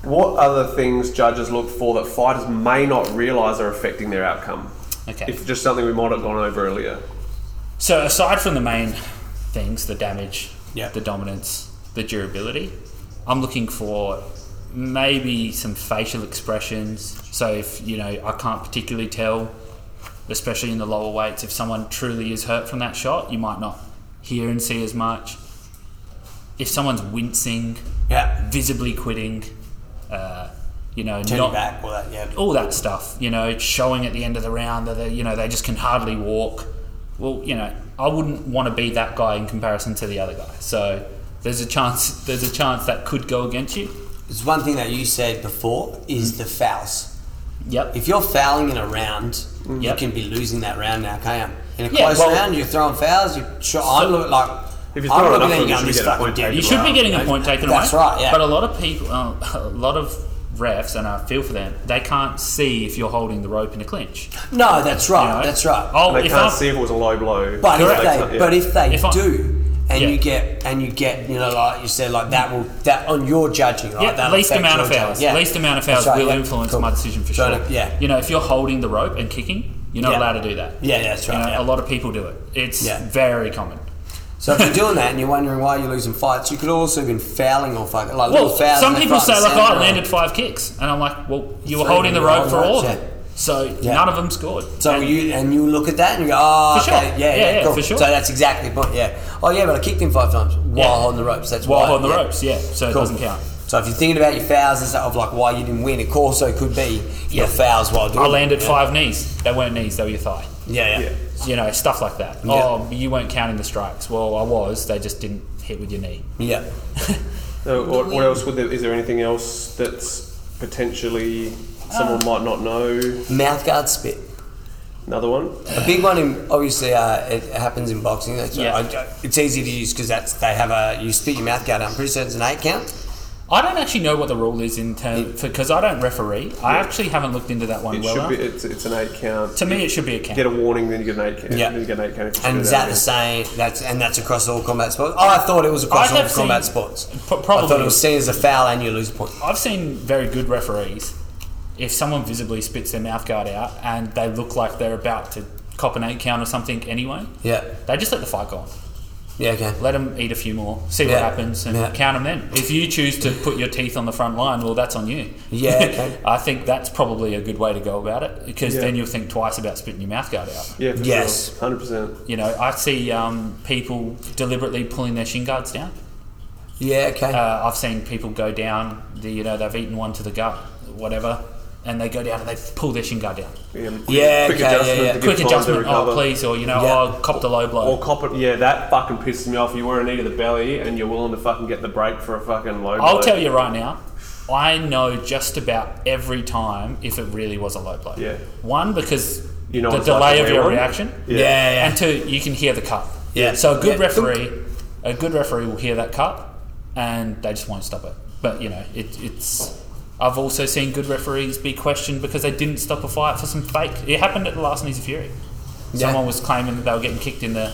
Speaker 2: what other things judges look for that fighters may not realise are affecting their outcome?
Speaker 4: Okay.
Speaker 2: If just something we might have gone over earlier.
Speaker 4: So aside from the main things, the damage,
Speaker 1: Yeah.
Speaker 4: the dominance, the durability, I'm looking for maybe some facial expressions. So if you know, I can't particularly tell, especially in the lower weights, if someone truly is hurt from that shot, you might not hear and see as much. If someone's wincing,
Speaker 1: Yeah.
Speaker 4: visibly quitting, uh, you know,
Speaker 1: Turn
Speaker 4: not
Speaker 1: it back. All that, yeah.
Speaker 4: all that stuff. You know, it's showing at the end of the round that they, you know they just can hardly walk. Well, you know, I wouldn't want to be that guy in comparison to the other guy. So there's a chance. There's a chance that could go against you.
Speaker 1: It's one thing that you said before is the fouls.
Speaker 4: Mm. Yep. Mm.
Speaker 1: If you're fouling in a round, you
Speaker 4: Yep.
Speaker 1: can be losing that round now, can't you? In a
Speaker 4: Yeah,
Speaker 1: close
Speaker 4: well-
Speaker 1: round, you're throwing fouls. You sure, I'm looking like
Speaker 2: If you
Speaker 1: I'm
Speaker 2: throw it
Speaker 1: looking
Speaker 2: up,
Speaker 1: at
Speaker 2: you
Speaker 1: going,
Speaker 2: should
Speaker 1: this
Speaker 2: get a
Speaker 1: fucking
Speaker 2: point
Speaker 1: dead
Speaker 2: taken
Speaker 4: you
Speaker 1: round,
Speaker 4: should be getting
Speaker 1: you
Speaker 4: a
Speaker 1: know?
Speaker 4: point taken
Speaker 1: That's
Speaker 4: away.
Speaker 1: right. Yeah.
Speaker 4: But a lot of people, uh, a lot of refs, and I feel for them. They can't see if you're holding the rope in a clinch.
Speaker 1: no, that's right.
Speaker 4: you know?
Speaker 1: That's right.
Speaker 4: Oh,
Speaker 2: And they
Speaker 4: if
Speaker 2: can't
Speaker 4: I'm-
Speaker 2: see if it was a low blow.
Speaker 1: But if
Speaker 4: Correct.
Speaker 1: they,
Speaker 2: Yeah.
Speaker 1: but if they
Speaker 4: If I-
Speaker 1: do, and
Speaker 4: Yeah.
Speaker 1: you get, and you get, you know, like you said, like that will that on your judging, right?
Speaker 4: Yeah,
Speaker 1: that'll
Speaker 4: least
Speaker 1: affect
Speaker 4: amount of
Speaker 1: your
Speaker 4: fouls.
Speaker 1: judging. Yeah.
Speaker 4: Least amount of
Speaker 1: That's
Speaker 4: fouls
Speaker 1: right,
Speaker 4: will
Speaker 1: yeah.
Speaker 4: influence
Speaker 1: Cool.
Speaker 4: my decision for
Speaker 1: Got
Speaker 4: sure.
Speaker 1: it, Yeah,
Speaker 4: You know, if you're holding the rope and kicking, you're not
Speaker 1: Yeah.
Speaker 4: allowed to do that.
Speaker 1: yeah, yeah, that's
Speaker 4: You
Speaker 1: right.
Speaker 4: know,
Speaker 1: yeah.
Speaker 4: Uh, a lot of people do it. It's
Speaker 1: Yeah.
Speaker 4: very common.
Speaker 1: So if you're doing that and you're wondering why you're losing fights, you could also have been fouling or fucking like
Speaker 4: Well,
Speaker 1: little fouls.
Speaker 4: some
Speaker 1: left,
Speaker 4: people
Speaker 1: right,
Speaker 4: say
Speaker 1: and
Speaker 4: like,
Speaker 1: centre.
Speaker 4: "Oh, I landed five kicks," and I'm like, "Well, you were
Speaker 1: Three
Speaker 4: holding the
Speaker 1: in a row,
Speaker 4: rope for
Speaker 1: right,
Speaker 4: all of
Speaker 1: yeah.
Speaker 4: them, so
Speaker 1: Yeah.
Speaker 4: none of them scored."
Speaker 1: So
Speaker 4: And-
Speaker 1: you and you look at that and you go, oh,
Speaker 4: For sure.
Speaker 1: okay, yeah,
Speaker 4: Yeah,
Speaker 1: yeah,
Speaker 4: yeah,
Speaker 1: cool.
Speaker 4: for sure.
Speaker 1: So that's exactly the point. Yeah. Oh yeah, but I kicked him five times while
Speaker 4: Yeah.
Speaker 1: on the ropes. That's
Speaker 4: while
Speaker 1: why.
Speaker 4: holding the
Speaker 1: yeah.
Speaker 4: ropes, yeah, so it
Speaker 1: Cool.
Speaker 4: doesn't count.
Speaker 1: So if you're thinking about your fouls and stuff of like why you didn't win, it also could be your fouls while doing.
Speaker 4: I
Speaker 1: it,
Speaker 4: landed
Speaker 1: yeah.
Speaker 4: five knees. They weren't knees; they were your thigh.
Speaker 1: Yeah, yeah.
Speaker 4: You know, stuff like that. Oh, you weren't counting the strikes. Well, I was. They just didn't hit with your knee.
Speaker 1: Yeah.
Speaker 2: So what, what else would there, is there anything else that's potentially
Speaker 4: Uh.
Speaker 2: someone might not know?
Speaker 1: Mouth guard spit.
Speaker 2: Another one?
Speaker 1: A big one, in, obviously, uh, it happens in boxing. That's
Speaker 4: Yeah.
Speaker 1: I, it's easy to use because that's they have a you spit your mouth guard. I'm pretty certain it's an eight count.
Speaker 4: I don't actually know what the rule is in terms because I don't referee. I actually haven't looked into that one
Speaker 2: It
Speaker 4: well
Speaker 2: should
Speaker 4: enough.
Speaker 2: be, it's, it's an eight count.
Speaker 4: to me, it should be a count.
Speaker 2: Get a warning, then you get an eight count.
Speaker 1: Yeah.
Speaker 2: Then you get an eight count. if you
Speaker 1: And
Speaker 2: do
Speaker 1: is that the
Speaker 2: again.
Speaker 1: same? That's and that's across all combat sports. Oh, I thought it was across
Speaker 4: I
Speaker 1: all
Speaker 4: have seen-
Speaker 1: combat sports.
Speaker 4: pro- probably.
Speaker 1: I thought it was seen as a foul and you lose a point.
Speaker 4: I've seen very good referees. If someone visibly spits their mouth guard out and they look like they're about to cop an eight count or something anyway,
Speaker 1: Yeah.
Speaker 4: they just let the fight go on.
Speaker 1: Yeah. Okay.
Speaker 4: Let them eat a few more, see
Speaker 1: Yeah.
Speaker 4: what happens, and
Speaker 1: Yeah.
Speaker 4: count them then. If you choose to put your teeth on the front line, well, that's on you.
Speaker 1: Yeah, okay.
Speaker 4: I think that's probably a good way to go about it because then you'll think twice about spitting your mouth guard out.
Speaker 2: Yeah, for
Speaker 1: Yes.
Speaker 2: sure. 100%.
Speaker 4: You know, I see um, people deliberately pulling their shin guards down.
Speaker 1: Yeah. Okay.
Speaker 4: Uh, I've seen people go down. The, you know, they've eaten one to the gut, whatever, and they go down and they pull their shin guard down.
Speaker 2: Yeah, quick
Speaker 1: Yeah, okay, yeah,
Speaker 2: adjustment
Speaker 1: yeah.
Speaker 2: to give
Speaker 4: Quick
Speaker 2: time to
Speaker 4: adjustment, oh
Speaker 2: recover.
Speaker 4: please, or you know,
Speaker 1: Yeah.
Speaker 4: oh cop the low blow.
Speaker 2: Or cop it. Yeah, that fucking pisses me off. You were a knee to the belly and you're willing to fucking get the break for a fucking low
Speaker 4: I'll
Speaker 2: blow.
Speaker 4: tell you right now, I know just about every time if it really was a low blow.
Speaker 2: Yeah.
Speaker 4: One because
Speaker 2: You know
Speaker 4: the
Speaker 2: it's like
Speaker 4: delay
Speaker 2: a
Speaker 4: of
Speaker 2: real
Speaker 4: your
Speaker 2: one.
Speaker 4: reaction,
Speaker 2: Yeah.
Speaker 1: Yeah, yeah.
Speaker 4: and two, you can hear the cut.
Speaker 1: Yeah.
Speaker 4: So a good
Speaker 1: Yeah.
Speaker 4: referee, a good referee will hear that cut, and they just won't stop it. But you know, it, it's. I've also seen good referees be questioned because they didn't stop a fight for some fake. It happened at the last Knees of Fury.
Speaker 1: Yeah.
Speaker 4: Someone was claiming that they were getting kicked in the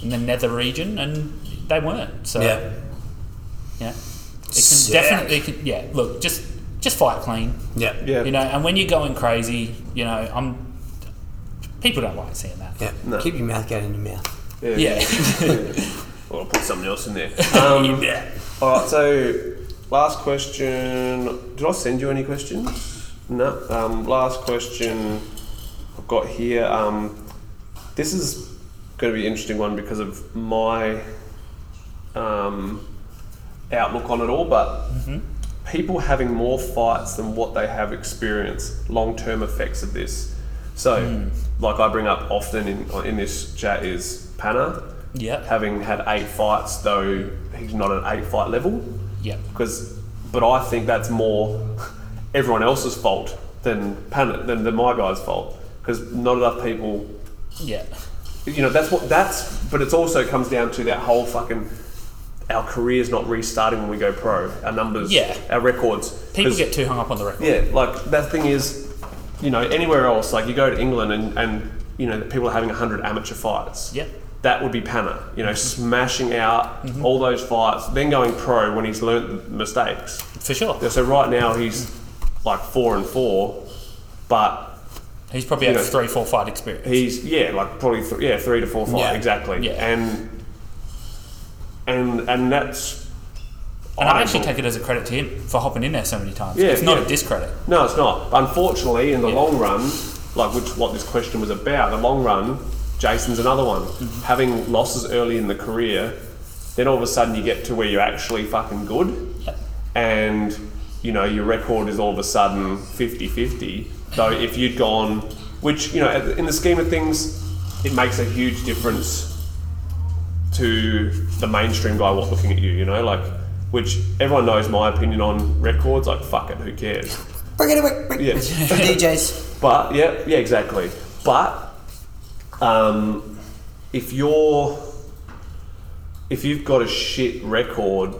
Speaker 4: in the nether region, and they weren't. So
Speaker 1: yeah.
Speaker 4: yeah. It can
Speaker 1: Sick.
Speaker 4: definitely it can, yeah, look, just just fight clean.
Speaker 1: Yeah.
Speaker 2: Yeah.
Speaker 4: You know, and when you're going crazy, you know, I'm people don't like seeing that.
Speaker 1: Yeah.
Speaker 2: No.
Speaker 1: Keep your mouth guard in your mouth.
Speaker 4: Yeah.
Speaker 2: Or I'll put something else in there. Um, All right. So, last question. Did I send you any questions? No. Um, last question I've got here. Um, this is going to be an interesting one because of my um, outlook on it all. But people having more fights than what they have experienced, long term effects of this. So, like I bring up often in in this chat is Panna.
Speaker 4: Yep.
Speaker 2: Having had eight fights, though he's not at eight fight level
Speaker 4: yeah.
Speaker 2: because but I think that's more everyone else's fault than Pan than, than my guy's fault because not enough people
Speaker 4: Yeah.
Speaker 2: you know that's what that's but it also comes down to that whole fucking our career's not restarting when we go pro our numbers
Speaker 4: Yeah.
Speaker 2: our records
Speaker 4: People
Speaker 2: 'Cause-
Speaker 4: get too hung up on the record.
Speaker 2: yeah like that thing is you know anywhere else like you go to england and and you know people are having 100 amateur fights
Speaker 4: Yep.
Speaker 2: that would be Panna, you know,
Speaker 4: Mm-hmm.
Speaker 2: smashing out all those fights, then going pro when he's learnt the mistakes.
Speaker 4: For sure.
Speaker 2: Yeah, So right now he's like four and four, but
Speaker 4: He's probably
Speaker 2: You
Speaker 4: had
Speaker 2: know,
Speaker 4: three, four fight experience.
Speaker 2: he's yeah, like probably th- yeah, three to four fight
Speaker 4: Yeah.
Speaker 2: exactly.
Speaker 4: Yeah.
Speaker 2: And and and that's
Speaker 4: and I actually
Speaker 2: honourable.
Speaker 4: take it as a credit to him for hopping in there so many times.
Speaker 2: Yeah,
Speaker 4: it's not
Speaker 2: yeah.
Speaker 4: a discredit.
Speaker 2: No, it's not. Unfortunately, in the
Speaker 4: Yeah.
Speaker 2: long run, like which what this question was about, the long run, Jason's another one.
Speaker 4: Mm-hmm.
Speaker 2: Having losses early in the career, then all of a sudden you get to where you're actually fucking good,
Speaker 4: Yep.
Speaker 2: and you know your record is all of a sudden 50-50. Though if you'd gone, which you know at the- in the scheme of things, it makes a huge difference to the mainstream guy what looking at you. You know, like which everyone knows my opinion on records. Like fuck it, who cares?
Speaker 1: Bring it away. Bring
Speaker 2: Yeah.
Speaker 1: For DJs.
Speaker 2: But yeah, yeah, exactly. But um, if you're if you've got a shit record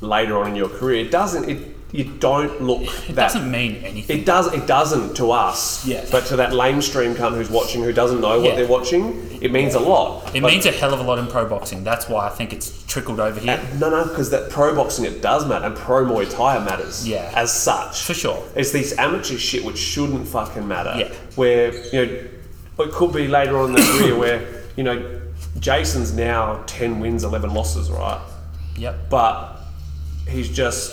Speaker 2: later on in your career, it doesn't it you don't look
Speaker 4: It
Speaker 2: that
Speaker 4: doesn't mean anything.
Speaker 2: it does it doesn't to us.
Speaker 4: Yeah.
Speaker 2: But to that lamestream cunt who's watching who doesn't know what
Speaker 4: Yeah.
Speaker 2: they're watching, it means a lot.
Speaker 4: It
Speaker 2: But-
Speaker 4: means a hell of a lot in pro boxing. That's why I think it's trickled over here.
Speaker 2: no, no, because that pro boxing it does matter, and pro Muay Thai matters.
Speaker 4: Yeah.
Speaker 2: As such.
Speaker 4: For sure.
Speaker 2: It's this amateur shit which shouldn't fucking matter.
Speaker 4: Yeah.
Speaker 2: Where, you know, it could be later on in the career where, you know, Jason's now 10 wins, 11 losses, right?
Speaker 4: Yep.
Speaker 2: But he's just,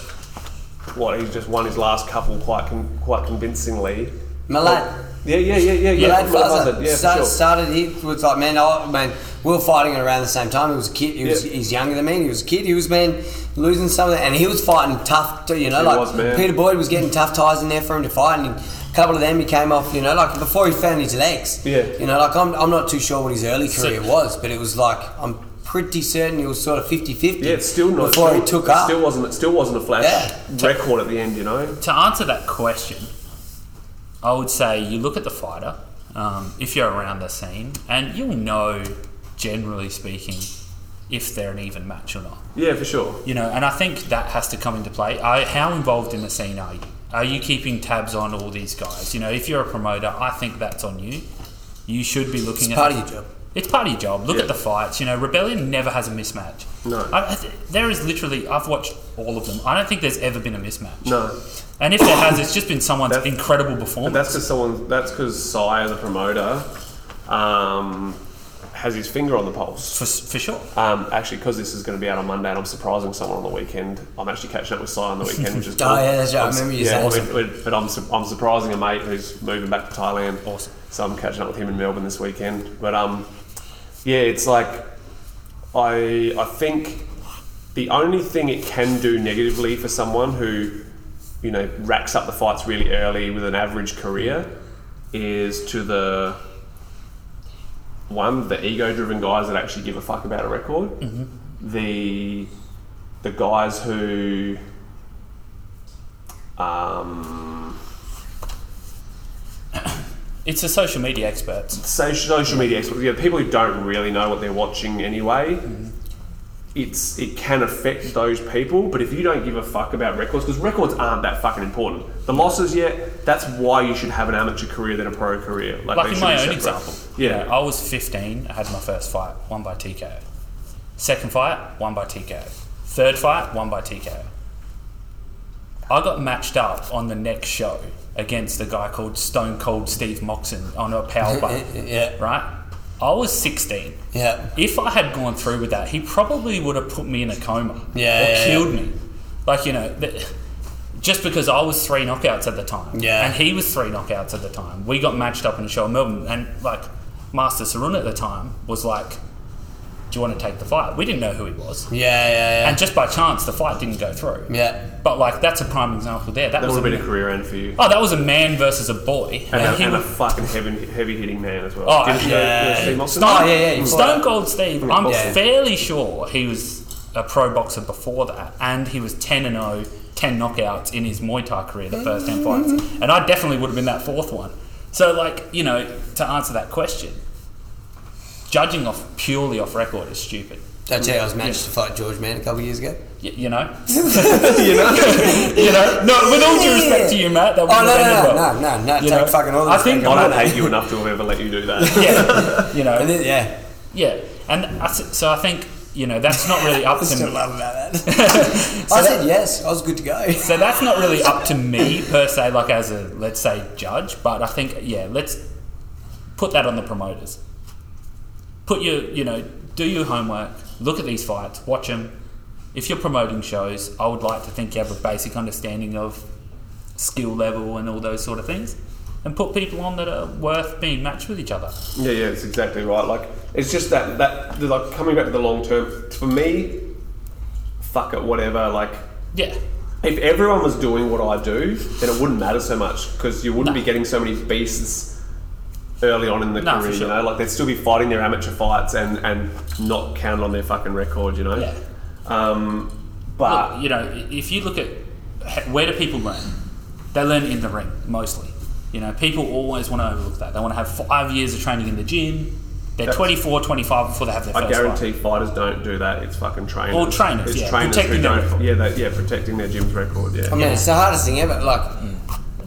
Speaker 2: what, he's just won his last couple quite con- quite convincingly.
Speaker 1: Milan.
Speaker 2: Yeah, yeah, yeah, yeah, yeah.
Speaker 1: Milan
Speaker 2: Mulan
Speaker 1: Faza.
Speaker 2: Faza, Yeah, for
Speaker 1: Start-
Speaker 2: sure.
Speaker 1: Started, he was like, man, I, man, we were fighting at around the same time. He was a kid. He was,
Speaker 2: Yeah.
Speaker 1: He's younger than me. He was a kid. He was, man, losing something. And he was fighting tough, too, you know.
Speaker 2: He
Speaker 1: like,
Speaker 2: was, man.
Speaker 1: Peter Boyd was getting tough ties in there for him to fight. And a couple of them he came off, you know, like before he found his legs.
Speaker 2: Yeah.
Speaker 1: You know, like, I'm, I'm not too sure what his early career was, but it was like, I'm pretty certain he was sort of 50 50
Speaker 2: Yeah, it's still not.
Speaker 1: before
Speaker 2: still,
Speaker 1: he took
Speaker 2: it
Speaker 1: up.
Speaker 2: Still wasn't. It still wasn't a flash
Speaker 1: Yeah.
Speaker 2: record at the end, you know.
Speaker 4: To answer that question, I would say you look at the fighter, um, if you're around the scene, and you'll know, generally speaking, if they're an even match or not.
Speaker 2: Yeah, for sure.
Speaker 4: You know, and I think that has to come into play. I, how involved in the scene are you? Are you keeping tabs on all these guys? You know, if you're a promoter, I think that's on you. You should be looking at
Speaker 1: part of your job.
Speaker 4: It's part of your job. Look
Speaker 2: Yeah.
Speaker 4: at the fights. You know, Rebellion never has a mismatch.
Speaker 2: No.
Speaker 4: I, I th- there is literally. I've watched all of them. I don't think there's ever been a mismatch.
Speaker 2: No,
Speaker 4: And if there has, it's just been someone's
Speaker 2: That-
Speaker 4: incredible
Speaker 2: But
Speaker 4: performance.
Speaker 2: that's because someone. That's because Sire, the promoter, um, has his finger on the pulse.
Speaker 4: for, s- for sure.
Speaker 2: Um, actually, because this is going to be out on Monday, and I'm surprising someone on the weekend. I'm actually catching up with Sire on the weekend, which is
Speaker 1: Oh, yeah, that's right. I remember you saying
Speaker 2: we- we- but I'm, su- I'm surprising a mate who's moving back to Thailand.
Speaker 4: Awesome.
Speaker 2: So I'm catching up with him in Melbourne this weekend. But um, yeah, it's like I I think the only thing it can do negatively for someone who you know racks up the fights really early with an average career is to the one the ego driven guys that actually give a fuck about a record the the guys who um,
Speaker 4: It's the social media experts.
Speaker 2: social, social media experts, yeah, people who don't really know what they're watching anyway. It's it can affect those people, but if you don't give a fuck about records, because records aren't that fucking important. The losses, yeah, that's why you should have an amateur career than a pro career.
Speaker 4: Like
Speaker 2: they
Speaker 4: in
Speaker 2: should be
Speaker 4: my own
Speaker 2: separate.
Speaker 4: example. you
Speaker 2: yeah,
Speaker 4: know, I was 15. I had my first fight, won by TKO. Second fight, won by TKO. Third fight, won by TKO. I got matched up on the next show against a guy called Stone Cold Steve Moxon on a power bump.
Speaker 1: Yeah.
Speaker 4: Right? I was 16.
Speaker 1: Yeah.
Speaker 4: If I had gone through with that, he probably would have put me in a coma.
Speaker 1: Yeah,
Speaker 4: Or
Speaker 1: yeah, yeah.
Speaker 4: killed me. Like, you know, th- just because I was three knockouts at the time.
Speaker 1: Yeah.
Speaker 4: And he was three knockouts at the time. We got matched up in a show in Melbourne. And, like, Master Sarun at the time was like, Do you want to take the fight? We didn't know who he was.
Speaker 1: Yeah, yeah,
Speaker 4: And just by chance, the fight didn't go through.
Speaker 1: yeah. Yeah.
Speaker 4: But, like, that's a prime example there. That,
Speaker 2: that
Speaker 4: was
Speaker 2: would have
Speaker 4: a
Speaker 2: been a career end for you,
Speaker 4: Oh, that was a man versus a boy.
Speaker 2: and,
Speaker 4: he
Speaker 2: a, and a
Speaker 4: was-
Speaker 2: fucking heavy heavy hitting man as well.
Speaker 4: Oh,
Speaker 2: Didn't you know-
Speaker 1: yeah.
Speaker 2: you know Steve Mm. Austin?
Speaker 4: Stone,
Speaker 1: Oh, yeah, yeah, you
Speaker 4: Mm. Stone Cold Steve. I'm
Speaker 1: Yeah.
Speaker 4: fairly sure he was a pro boxer before that, and he was 10 and 0, 10 knockouts in his Muay Thai career, the first 10 fights.
Speaker 1: Mm-hmm.
Speaker 4: And I definitely would have been that fourth one. So, like, you know, to answer that question, judging off purely off record is stupid.
Speaker 1: That's how I was managed to fight George Mann a couple of years ago.
Speaker 4: Y- you know, you know, you know. No, with all due respect to you, Matt, that
Speaker 1: Oh,
Speaker 4: wouldn't
Speaker 1: no,
Speaker 4: have
Speaker 1: no,
Speaker 4: ended well.
Speaker 1: no, no, no, no.
Speaker 4: You
Speaker 1: Take
Speaker 4: know,
Speaker 1: fucking all the
Speaker 4: I think-
Speaker 1: respect
Speaker 2: I don't
Speaker 1: want.
Speaker 2: hate you enough to have ever let you do that.
Speaker 4: Yeah, you know,
Speaker 1: And then, yeah.
Speaker 4: yeah, and I s so I think you know that's not really up
Speaker 1: I
Speaker 4: to
Speaker 1: still
Speaker 4: me.
Speaker 1: love about that. I said yes. I was good to go.
Speaker 4: So that's not really up to me per se, like as a let's say judge. But I think yeah, let's put that on the promoters. Put your you know do your homework, look at these fights, watch them. If you're promoting shows, I would like to think you have a basic understanding of skill level and all those sort of things, and put people on that are worth being matched with each other.
Speaker 2: Yeah, yeah, it's exactly right. Like it's just that that the, like coming back to the long term for me. Fuck it, whatever. Like
Speaker 4: Yeah,
Speaker 2: if everyone was doing what I do, then it wouldn't matter so much because you wouldn't be getting so many beasts early on in the
Speaker 4: No, for
Speaker 2: career.
Speaker 4: sure.
Speaker 2: You know, like they'd still be fighting their amateur fights and and not counting on their fucking record. You know.
Speaker 4: Yeah.
Speaker 2: Um, but
Speaker 4: Look, you know, i- if you look at h- where do people learn, they learn in the ring mostly. You know, people always want to overlook that. They want to have five years of training in the gym. They're
Speaker 2: That's-
Speaker 4: 24, 25 before they have their
Speaker 2: I
Speaker 4: first
Speaker 2: guarantee fighters don't do that. It's fucking trainers.
Speaker 4: Or trainers,
Speaker 2: It's
Speaker 4: yeah,
Speaker 2: trainers
Speaker 4: protecting
Speaker 2: who
Speaker 4: their
Speaker 2: don't.
Speaker 4: record.
Speaker 2: Yeah, they, yeah, protecting their gym's record. Yeah.
Speaker 1: I mean, it's the hardest thing ever. Like,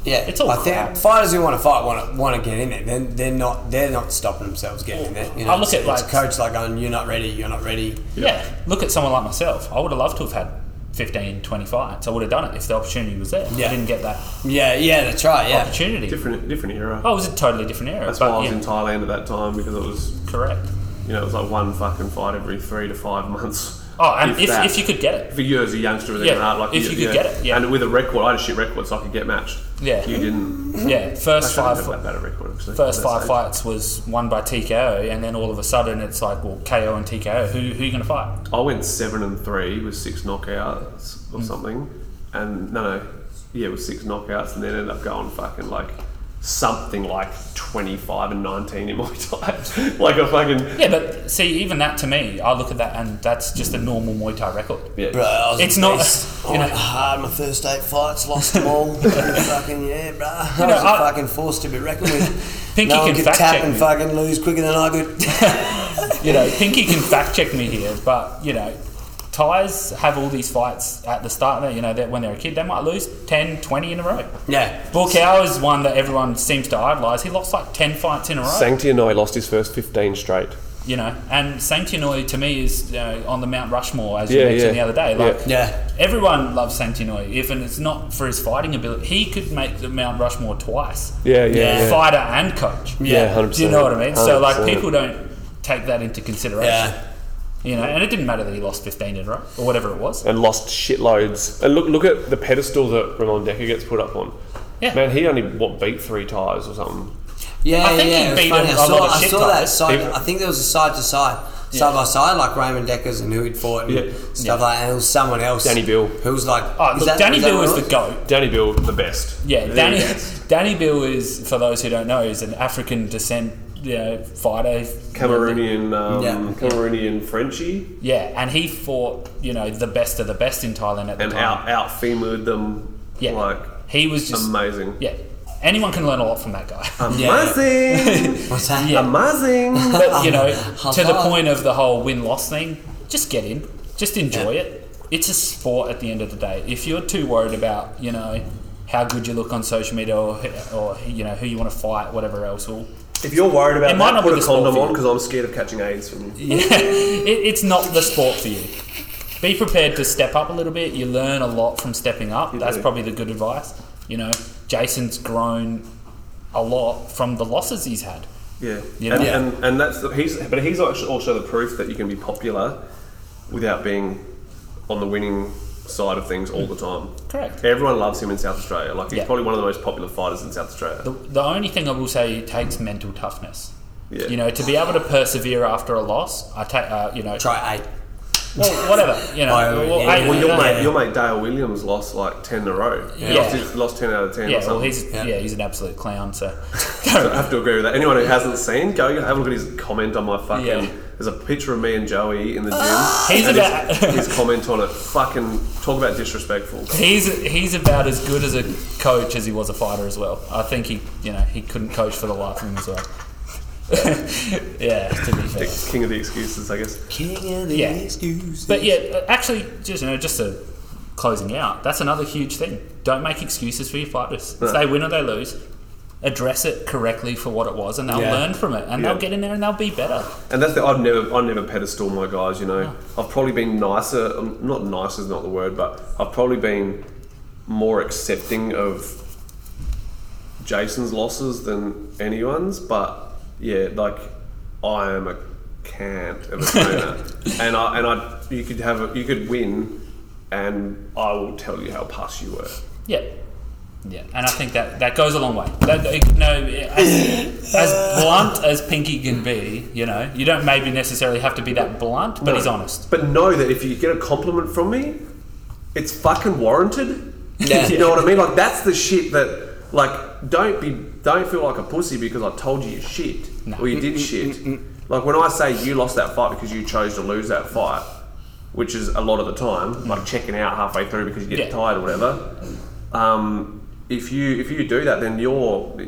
Speaker 1: yeah,
Speaker 4: Mm. It's all
Speaker 1: I think
Speaker 4: crap.
Speaker 1: fighters who want to fight want to, want to get in there. Then they're not they're not stopping themselves getting in there. You know,
Speaker 4: I look
Speaker 1: it's,
Speaker 4: at,
Speaker 1: it's
Speaker 4: like-
Speaker 1: coach like going, you're not ready, you're not ready.
Speaker 4: fight. Yeah. Look at someone like myself. I would have loved to have had 15, 20 fights. I would have done it if the opportunity was there.
Speaker 1: Yeah.
Speaker 4: I didn't get that
Speaker 1: Yeah, yeah, that's right. Yeah,
Speaker 4: opportunity.
Speaker 2: different different era.
Speaker 4: Oh, it was a totally different era.
Speaker 2: That's
Speaker 4: but
Speaker 2: why I was
Speaker 4: yeah,
Speaker 2: in Thailand at that time because it was
Speaker 4: correct.
Speaker 2: you know it was like one fucking fight every three to five months.
Speaker 4: Oh, and if,
Speaker 2: that.
Speaker 4: if, you could get it.
Speaker 2: for you as a youngster with
Speaker 4: Yeah,
Speaker 2: an art, like
Speaker 4: if you could get it, yeah.
Speaker 2: and with a record, I had a shit record, so I could get matched.
Speaker 4: Yeah.
Speaker 2: you didn't.
Speaker 4: Yeah,
Speaker 2: I
Speaker 4: first
Speaker 2: shouldn't
Speaker 4: five.
Speaker 2: have that bad a record actually.
Speaker 4: first
Speaker 2: at that
Speaker 4: five
Speaker 2: stage.
Speaker 4: fights was won by TKO, and then all of a sudden it's like, well, KO and TKO, who, who are you going to fight?
Speaker 2: I went seven and three with six knockouts
Speaker 4: Mm.
Speaker 2: or something, and no, no, yeah, with six knockouts, and then ended up going fucking like something like twenty five and nineteen in my time, like a fucking
Speaker 4: Yeah, but see, even that to me, I look at that and that's just a normal Muay Thai record.
Speaker 2: yeah.
Speaker 1: bro. I was
Speaker 4: It's not-
Speaker 1: pissed. I
Speaker 4: you
Speaker 1: went
Speaker 4: know-
Speaker 1: hard my first eight fights, lost them all. fucking yeah, bro. I was a
Speaker 4: I-
Speaker 1: fucking force to be reckoned with.
Speaker 4: Pinky
Speaker 1: no one
Speaker 4: can
Speaker 1: could
Speaker 4: fact
Speaker 1: tap
Speaker 4: check
Speaker 1: and
Speaker 4: me.
Speaker 1: fucking lose quicker than I could.
Speaker 4: You know, Pinky can fact check me here, but you know, Thais have all these fights at the start, there, you know, that when they're a kid, they might lose 10, 20 in a row.
Speaker 1: yeah,
Speaker 4: Bulkow is one that everyone seems to idolise. He lost like 10 fights in a row.
Speaker 2: Sanctionoi lost his first fifteen straight.
Speaker 4: you know, and Sanctinoy to me is you know, on the Mount Rushmore, as you
Speaker 2: Yeah,
Speaker 4: mentioned
Speaker 2: yeah.
Speaker 4: the other day.
Speaker 2: Yeah.
Speaker 4: Like,
Speaker 1: yeah.
Speaker 4: Everyone loves Santinoy, even it's not for his fighting ability. He could make the Mount Rushmore twice.
Speaker 2: Yeah, yeah, yeah.
Speaker 4: Fighter and coach.
Speaker 2: Yeah, 100%.
Speaker 4: Do you know what I mean? So like
Speaker 2: 100%.
Speaker 4: people don't take that into consideration.
Speaker 1: Yeah.
Speaker 4: You know, and it didn't matter that he lost 15 in a row or whatever it was.
Speaker 2: and lost shitloads. And look, look at the pedestal that Ramon Decker gets put up on.
Speaker 4: Yeah.
Speaker 2: Man, he only what beat three tires or something.
Speaker 1: Yeah,
Speaker 4: I think
Speaker 1: yeah,
Speaker 4: he
Speaker 1: it was
Speaker 4: beat
Speaker 1: funny.
Speaker 4: him
Speaker 1: I
Speaker 4: a lot
Speaker 1: saw,
Speaker 4: of
Speaker 1: I
Speaker 4: shit
Speaker 1: saw
Speaker 4: like
Speaker 1: that
Speaker 4: this.
Speaker 1: side.
Speaker 2: He-
Speaker 1: I think there was a side to side, side by side, like Raymond Deckers and who he'd fought and
Speaker 2: Yeah.
Speaker 1: stuff like that. And it was someone else,
Speaker 2: Danny Bill.
Speaker 1: who was like,
Speaker 4: Oh,
Speaker 1: is
Speaker 4: look,
Speaker 1: that-
Speaker 4: Danny
Speaker 1: is that
Speaker 4: Bill
Speaker 1: what
Speaker 4: is
Speaker 1: it
Speaker 4: the
Speaker 1: was?
Speaker 4: GOAT.
Speaker 2: Danny Bill, the best.
Speaker 4: Yeah,
Speaker 2: The
Speaker 4: Danny
Speaker 2: best.
Speaker 4: Danny Bill is, for those who don't know, is an African descent you know, fighter.
Speaker 2: Cameroonian, um,
Speaker 1: Yeah.
Speaker 2: Cameroonian Frenchie,
Speaker 4: Yeah, and he fought, you know, the best of the best in Thailand at the
Speaker 2: and
Speaker 4: time.
Speaker 2: out out femured them.
Speaker 4: Yeah.
Speaker 2: Like
Speaker 4: He was just
Speaker 2: amazing.
Speaker 4: Yeah. Anyone can learn a lot from that guy.
Speaker 2: Amazing.
Speaker 1: What's that?
Speaker 4: Yeah.
Speaker 2: amazing.
Speaker 4: But you know, to the
Speaker 1: Hazard.
Speaker 4: point of the whole win loss thing, just get in, just enjoy it. It's a sport at the end of the day. If you're too worried about you know how good you look on social media or or you know who you want to fight, whatever else, well,
Speaker 2: If you're worried about
Speaker 4: It might
Speaker 2: that,
Speaker 4: not be
Speaker 2: put
Speaker 4: the
Speaker 2: a
Speaker 4: sport
Speaker 2: condom
Speaker 4: for you.
Speaker 2: on because I'm scared of catching AIDS from you.
Speaker 4: yeah, it, it's not the sport for you. Be prepared to step up a little bit. You learn a lot from stepping up. That's
Speaker 2: do.
Speaker 4: probably the good advice. You know, Jason's grown a lot from the losses he's had.
Speaker 2: Yeah.
Speaker 4: You
Speaker 2: and,
Speaker 4: know?
Speaker 2: and and that's the, he's but he's actu- also the proof that you can be popular without being on the winning side of things all the time.
Speaker 4: Correct.
Speaker 2: Everyone loves him in South Australia. Like he's
Speaker 4: Yeah.
Speaker 2: probably one of the most popular fighters in South Australia.
Speaker 4: The, the only thing I will say it takes mental toughness.
Speaker 2: Yeah.
Speaker 4: You know, to be able to persevere after a loss, I take, uh, you know,
Speaker 1: Try eight.
Speaker 4: well, whatever, you know.
Speaker 1: Oh,
Speaker 4: well,
Speaker 1: yeah.
Speaker 4: hey,
Speaker 2: well, your
Speaker 4: you know,
Speaker 2: mate, your mate Dale Williams lost like ten in a row. He
Speaker 4: Yeah.
Speaker 2: lost, his- lost ten out of ten. or
Speaker 4: yeah, well,
Speaker 2: something.
Speaker 4: he's yeah. he's an absolute clown. So,
Speaker 2: So I have to agree with that. Anyone who hasn't seen, go have a look at his comment on my fucking.
Speaker 4: Yeah. Ah,
Speaker 2: There's a picture of me and Joey in the gym.
Speaker 4: He's
Speaker 2: and
Speaker 4: about-
Speaker 2: his, his comment on it. Fucking talk about disrespectful.
Speaker 4: he's he's about as good as a coach as he was a fighter as well. I think he, you know, he couldn't coach for the life of him as well. yeah, to be fair.
Speaker 2: King of the excuses, I guess.
Speaker 1: King of the
Speaker 4: Yeah.
Speaker 1: excuses.
Speaker 4: But yeah, uh, actually, just you know, just a closing out. That's another huge thing. Don't make excuses for your fighters. If they win or they lose, address it correctly for what it was, and they'll
Speaker 8: Yeah.
Speaker 4: learn from it, and
Speaker 2: Yeah.
Speaker 4: they'll get in there and they'll be better.
Speaker 2: And that's the I've never I never pedestal my guys. You know, I've probably been nicer. um, Not nice is not the word, but I've probably been more accepting of Jason's losses than anyone's. But yeah, like I am a cant of a trainer, and I and I you could have a, you could win, and I will tell you how past you were.
Speaker 4: Yeah. Yeah, and I think that, that goes a long way. That, that- no, as, as blunt as Pinky can be, you know, you don't maybe necessarily have to be that blunt, but he's honest.
Speaker 2: But know that if you get a compliment from me, it's fucking warranted. you know what I mean? Like that's the shit that like don't be don't feel like a pussy because I told you you shit or you did shit. Like when I say you lost that fight because you chose to lose that fight, which is a lot of the time, like checking out halfway through because you get
Speaker 4: Mm. Yeah.
Speaker 2: tired or whatever. Um, if you if you do that, then you're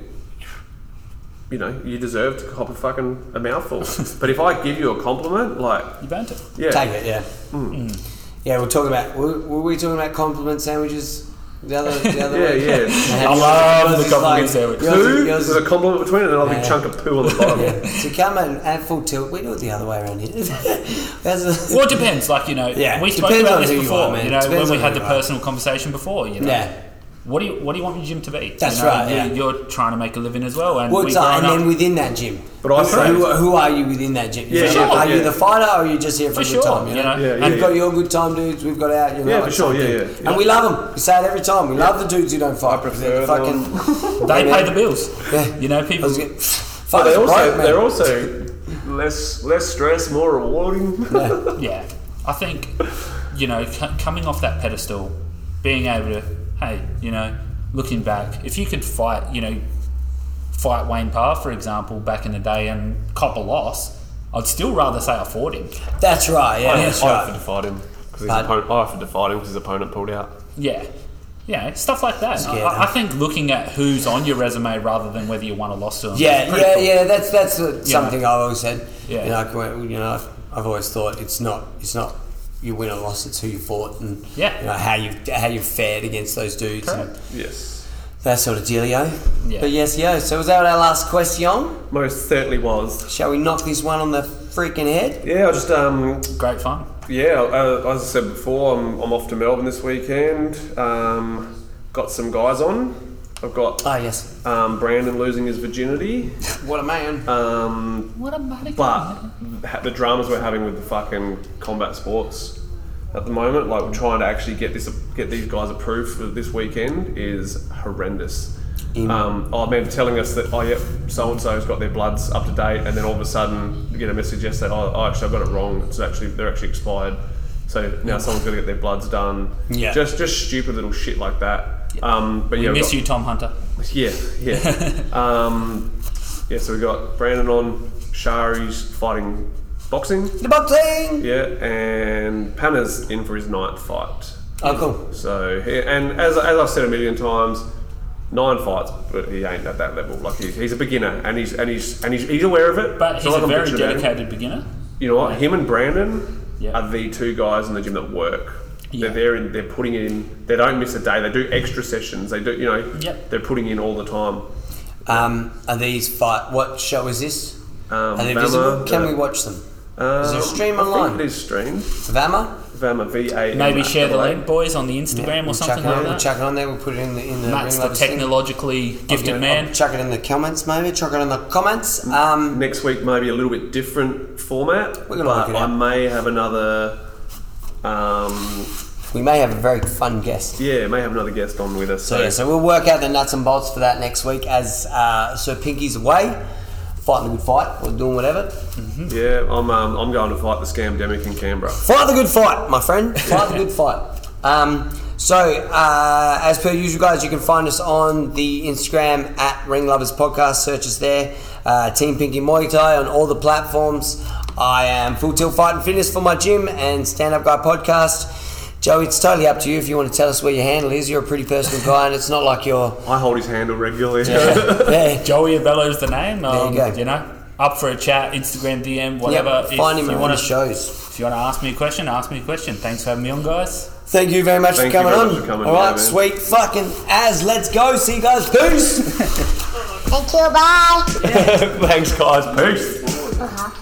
Speaker 2: you know you deserve to cop a fucking a mouthful. but if I give you a compliment, like
Speaker 4: You burnt it.
Speaker 2: yeah,
Speaker 1: Take it, yeah.
Speaker 4: Hmm.
Speaker 1: Hmm. Yeah, we're talking about. Were, were we talking about compliment sandwiches? The other, the other
Speaker 2: Yeah,
Speaker 1: week?
Speaker 2: yeah.
Speaker 1: And
Speaker 4: I
Speaker 1: yours-
Speaker 4: love
Speaker 1: yours
Speaker 4: the
Speaker 1: is
Speaker 4: compliment sandwich.
Speaker 1: yours is-
Speaker 2: Poo?
Speaker 1: yours
Speaker 2: There's
Speaker 1: is-
Speaker 2: a compliment between it and another big
Speaker 1: Yeah.
Speaker 2: chunk of poo on the bottom.
Speaker 1: yeah. So come and add full tilt. We do it the other way around here. That's a-
Speaker 4: Well, it depends. Like you know,
Speaker 1: Yeah,
Speaker 4: we spoke
Speaker 1: depends
Speaker 4: about
Speaker 1: on
Speaker 4: this
Speaker 1: who you
Speaker 4: before.
Speaker 1: are,
Speaker 4: You,
Speaker 1: man.
Speaker 4: know,
Speaker 1: Depends
Speaker 4: when we
Speaker 1: on
Speaker 4: had
Speaker 1: who
Speaker 4: the
Speaker 1: you are.
Speaker 4: personal conversation before. You know,
Speaker 1: Yeah.
Speaker 4: what do you what do you want your gym to be?
Speaker 1: That's
Speaker 4: You know,
Speaker 1: right,
Speaker 4: you-
Speaker 1: yeah.
Speaker 4: You're trying to make a living as well, and
Speaker 1: What's
Speaker 4: we've
Speaker 1: that?
Speaker 4: grown
Speaker 1: And
Speaker 4: up.
Speaker 1: then within that gym.
Speaker 2: But I say-
Speaker 1: who, who are you within that gym?
Speaker 2: Yeah,
Speaker 1: For
Speaker 2: sure,
Speaker 1: Are you
Speaker 2: yeah.
Speaker 1: the fighter or are you just here for,
Speaker 4: for
Speaker 1: a
Speaker 4: sure,
Speaker 1: good time? You know?
Speaker 2: Yeah, yeah,
Speaker 1: You've got
Speaker 2: yeah.
Speaker 1: your good time dudes, we've got out, you know.
Speaker 2: Yeah, for
Speaker 1: it's
Speaker 2: sure, yeah,
Speaker 1: something.
Speaker 2: yeah, yeah.
Speaker 1: And we love them. We say it every time. We love the dudes who don't fight. because they're
Speaker 2: prefer
Speaker 1: fucking.
Speaker 4: they
Speaker 1: Yeah.
Speaker 4: pay the bills.
Speaker 1: Yeah.
Speaker 4: You know,
Speaker 1: I
Speaker 4: people.
Speaker 1: was getting-
Speaker 2: But
Speaker 1: Fuck,
Speaker 2: they're
Speaker 1: it's
Speaker 2: also
Speaker 1: broke, man.
Speaker 2: they're also less less stress, more rewarding.
Speaker 4: Yeah, I think you know, c- coming off that pedestal, being able to, hey, you know, looking back, if you could fight, you know, fight Wayne Parr, for example, back in the day, and cop a loss. I'd still rather say I fought him.
Speaker 1: That's right, yeah, that's
Speaker 2: I
Speaker 1: right.
Speaker 2: offered to fight him because his
Speaker 1: But-
Speaker 2: opponent. I offered to fight him because his opponent pulled out.
Speaker 4: Yeah. Yeah, stuff like that. I,
Speaker 1: yeah,
Speaker 4: I- I think looking at who's on your resume rather than whether you won or lost to them.
Speaker 1: Yeah, yeah, yeah. That's that's uh, something I've always said.
Speaker 4: Yeah.
Speaker 1: You know, like, when- you know, I've, I've always thought it's not it's not you win or loss. It's who you fought and
Speaker 4: Yeah.
Speaker 1: you know, how you how you fared against those dudes and
Speaker 4: Correct.
Speaker 2: Yes,
Speaker 1: that sort of dealio.
Speaker 4: Yeah.
Speaker 1: But yes, yo. So was that our last question?
Speaker 2: most certainly was.
Speaker 1: Shall we knock this one on the freaking head?
Speaker 2: Yeah, I just um
Speaker 4: Great fun.
Speaker 2: yeah uh, as I said before, I'm I'm off to Melbourne this weekend. Um, got some guys on. I've got
Speaker 1: Oh yes. Uh,
Speaker 2: um, Brandon losing his virginity.
Speaker 1: What a man.
Speaker 2: Um,
Speaker 4: What a mighty
Speaker 2: But ha- the dramas we're having with the fucking combat sports at the moment, like we're trying to actually get this, get these guys approved for this weekend, is horrendous. Um, oh man, telling us that oh yep, so and so's got their bloods up to date, and then all of a sudden you get a message yesterday, oh, oh actually I got it wrong. It's actually they're actually expired. So now someone's got to get their bloods done.
Speaker 1: Yeah.
Speaker 2: Just just stupid little shit like that. Um, but yeah,
Speaker 4: We
Speaker 2: we've
Speaker 4: miss
Speaker 2: got-
Speaker 4: you, Tom Hunter.
Speaker 2: yeah, yeah. um, yeah, so we got Brandon on, Shari's fighting boxing.
Speaker 1: the boxing.
Speaker 2: Yeah, and Panna's in for his ninth fight.
Speaker 1: Oh cool.
Speaker 2: So, he- and as, as I've said a million times, nine fights, but he ain't at that level. Like, he's, he's a beginner and he's, and he's, and he's, he's aware of it.
Speaker 4: But
Speaker 2: It's
Speaker 4: he's
Speaker 2: not
Speaker 4: a
Speaker 2: like I'm
Speaker 4: very
Speaker 2: bitching about him.
Speaker 4: dedicated beginner.
Speaker 2: You know what? Him and Brandon
Speaker 4: Yeah.
Speaker 2: are the two guys in the gym that work.
Speaker 4: Yeah.
Speaker 2: They're there and they're putting in. They don't miss a day. They do extra sessions. They do, you know,
Speaker 4: Yep.
Speaker 2: they're putting in all the time.
Speaker 1: Um, are these fight? What show is this?
Speaker 2: Um,
Speaker 1: Are they
Speaker 2: Vama,
Speaker 1: visible? Can
Speaker 2: the-
Speaker 1: we watch them?
Speaker 2: Um,
Speaker 1: Is there a stream
Speaker 2: I think
Speaker 1: online?
Speaker 2: it is stream.
Speaker 1: Vama.
Speaker 2: Vama V A. M
Speaker 4: Maybe
Speaker 2: A
Speaker 4: share the
Speaker 2: double A.
Speaker 4: link, boys, on the Instagram or
Speaker 1: We'll chuck
Speaker 4: something
Speaker 1: it on,
Speaker 4: like
Speaker 1: We'll
Speaker 4: that.
Speaker 1: chuck it on there. We'll put it in the in the. ring
Speaker 4: Matt's the
Speaker 1: lovers thing.
Speaker 4: technologically gifted
Speaker 1: I'll-
Speaker 4: man.
Speaker 1: I'll chuck it in the comments, maybe. Chuck it in the comments. Um,
Speaker 2: Next week, maybe a little bit different format.
Speaker 1: We're gonna work
Speaker 2: but
Speaker 1: it out.
Speaker 2: I may have another. Um,
Speaker 1: we may have a very fun guest.
Speaker 2: yeah, may have another guest on with us.
Speaker 1: So, yeah, so we'll work out the nuts and bolts for that next week as uh, Sir Pinky's away, fighting the good fight or doing whatever.
Speaker 2: yeah, I'm um, I'm going to fight the scam demic in Canberra.
Speaker 1: Fight the good fight, my friend. Fight the good fight. Um, so, uh, as per usual, guys, you can find us on the Instagram at Ring Lovers Podcast. Search us there. Uh, Team Pinky Muay Thai on all the platforms. I am Full Tilt Fight and Fitness for my gym and Stand Up Guy Podcast. Joe, it's totally up to you if you want to tell us where your handle is. You're a pretty personal guy, and it's not like you're.
Speaker 2: I hold his handle regularly.
Speaker 1: Yeah.
Speaker 4: Joey Avello's the name. Um,
Speaker 1: you go.
Speaker 4: you know, up for a chat, Instagram DM, whatever.
Speaker 1: Yep, find
Speaker 4: if
Speaker 1: him
Speaker 4: you
Speaker 1: at
Speaker 4: want
Speaker 1: one of the
Speaker 4: to,
Speaker 1: shows.
Speaker 4: if you want to ask me a question, ask me a question. Thanks for having me on, guys.
Speaker 1: Thank you very much
Speaker 9: Thank
Speaker 1: for
Speaker 9: you
Speaker 1: coming
Speaker 9: very
Speaker 1: on.
Speaker 9: much for coming,
Speaker 1: All right,
Speaker 9: yeah, man.
Speaker 1: sweet fucking as. Let's go. See you guys. Peace.
Speaker 7: Thank you. Bye.
Speaker 9: Thanks, guys. Peace.
Speaker 7: Uh-huh.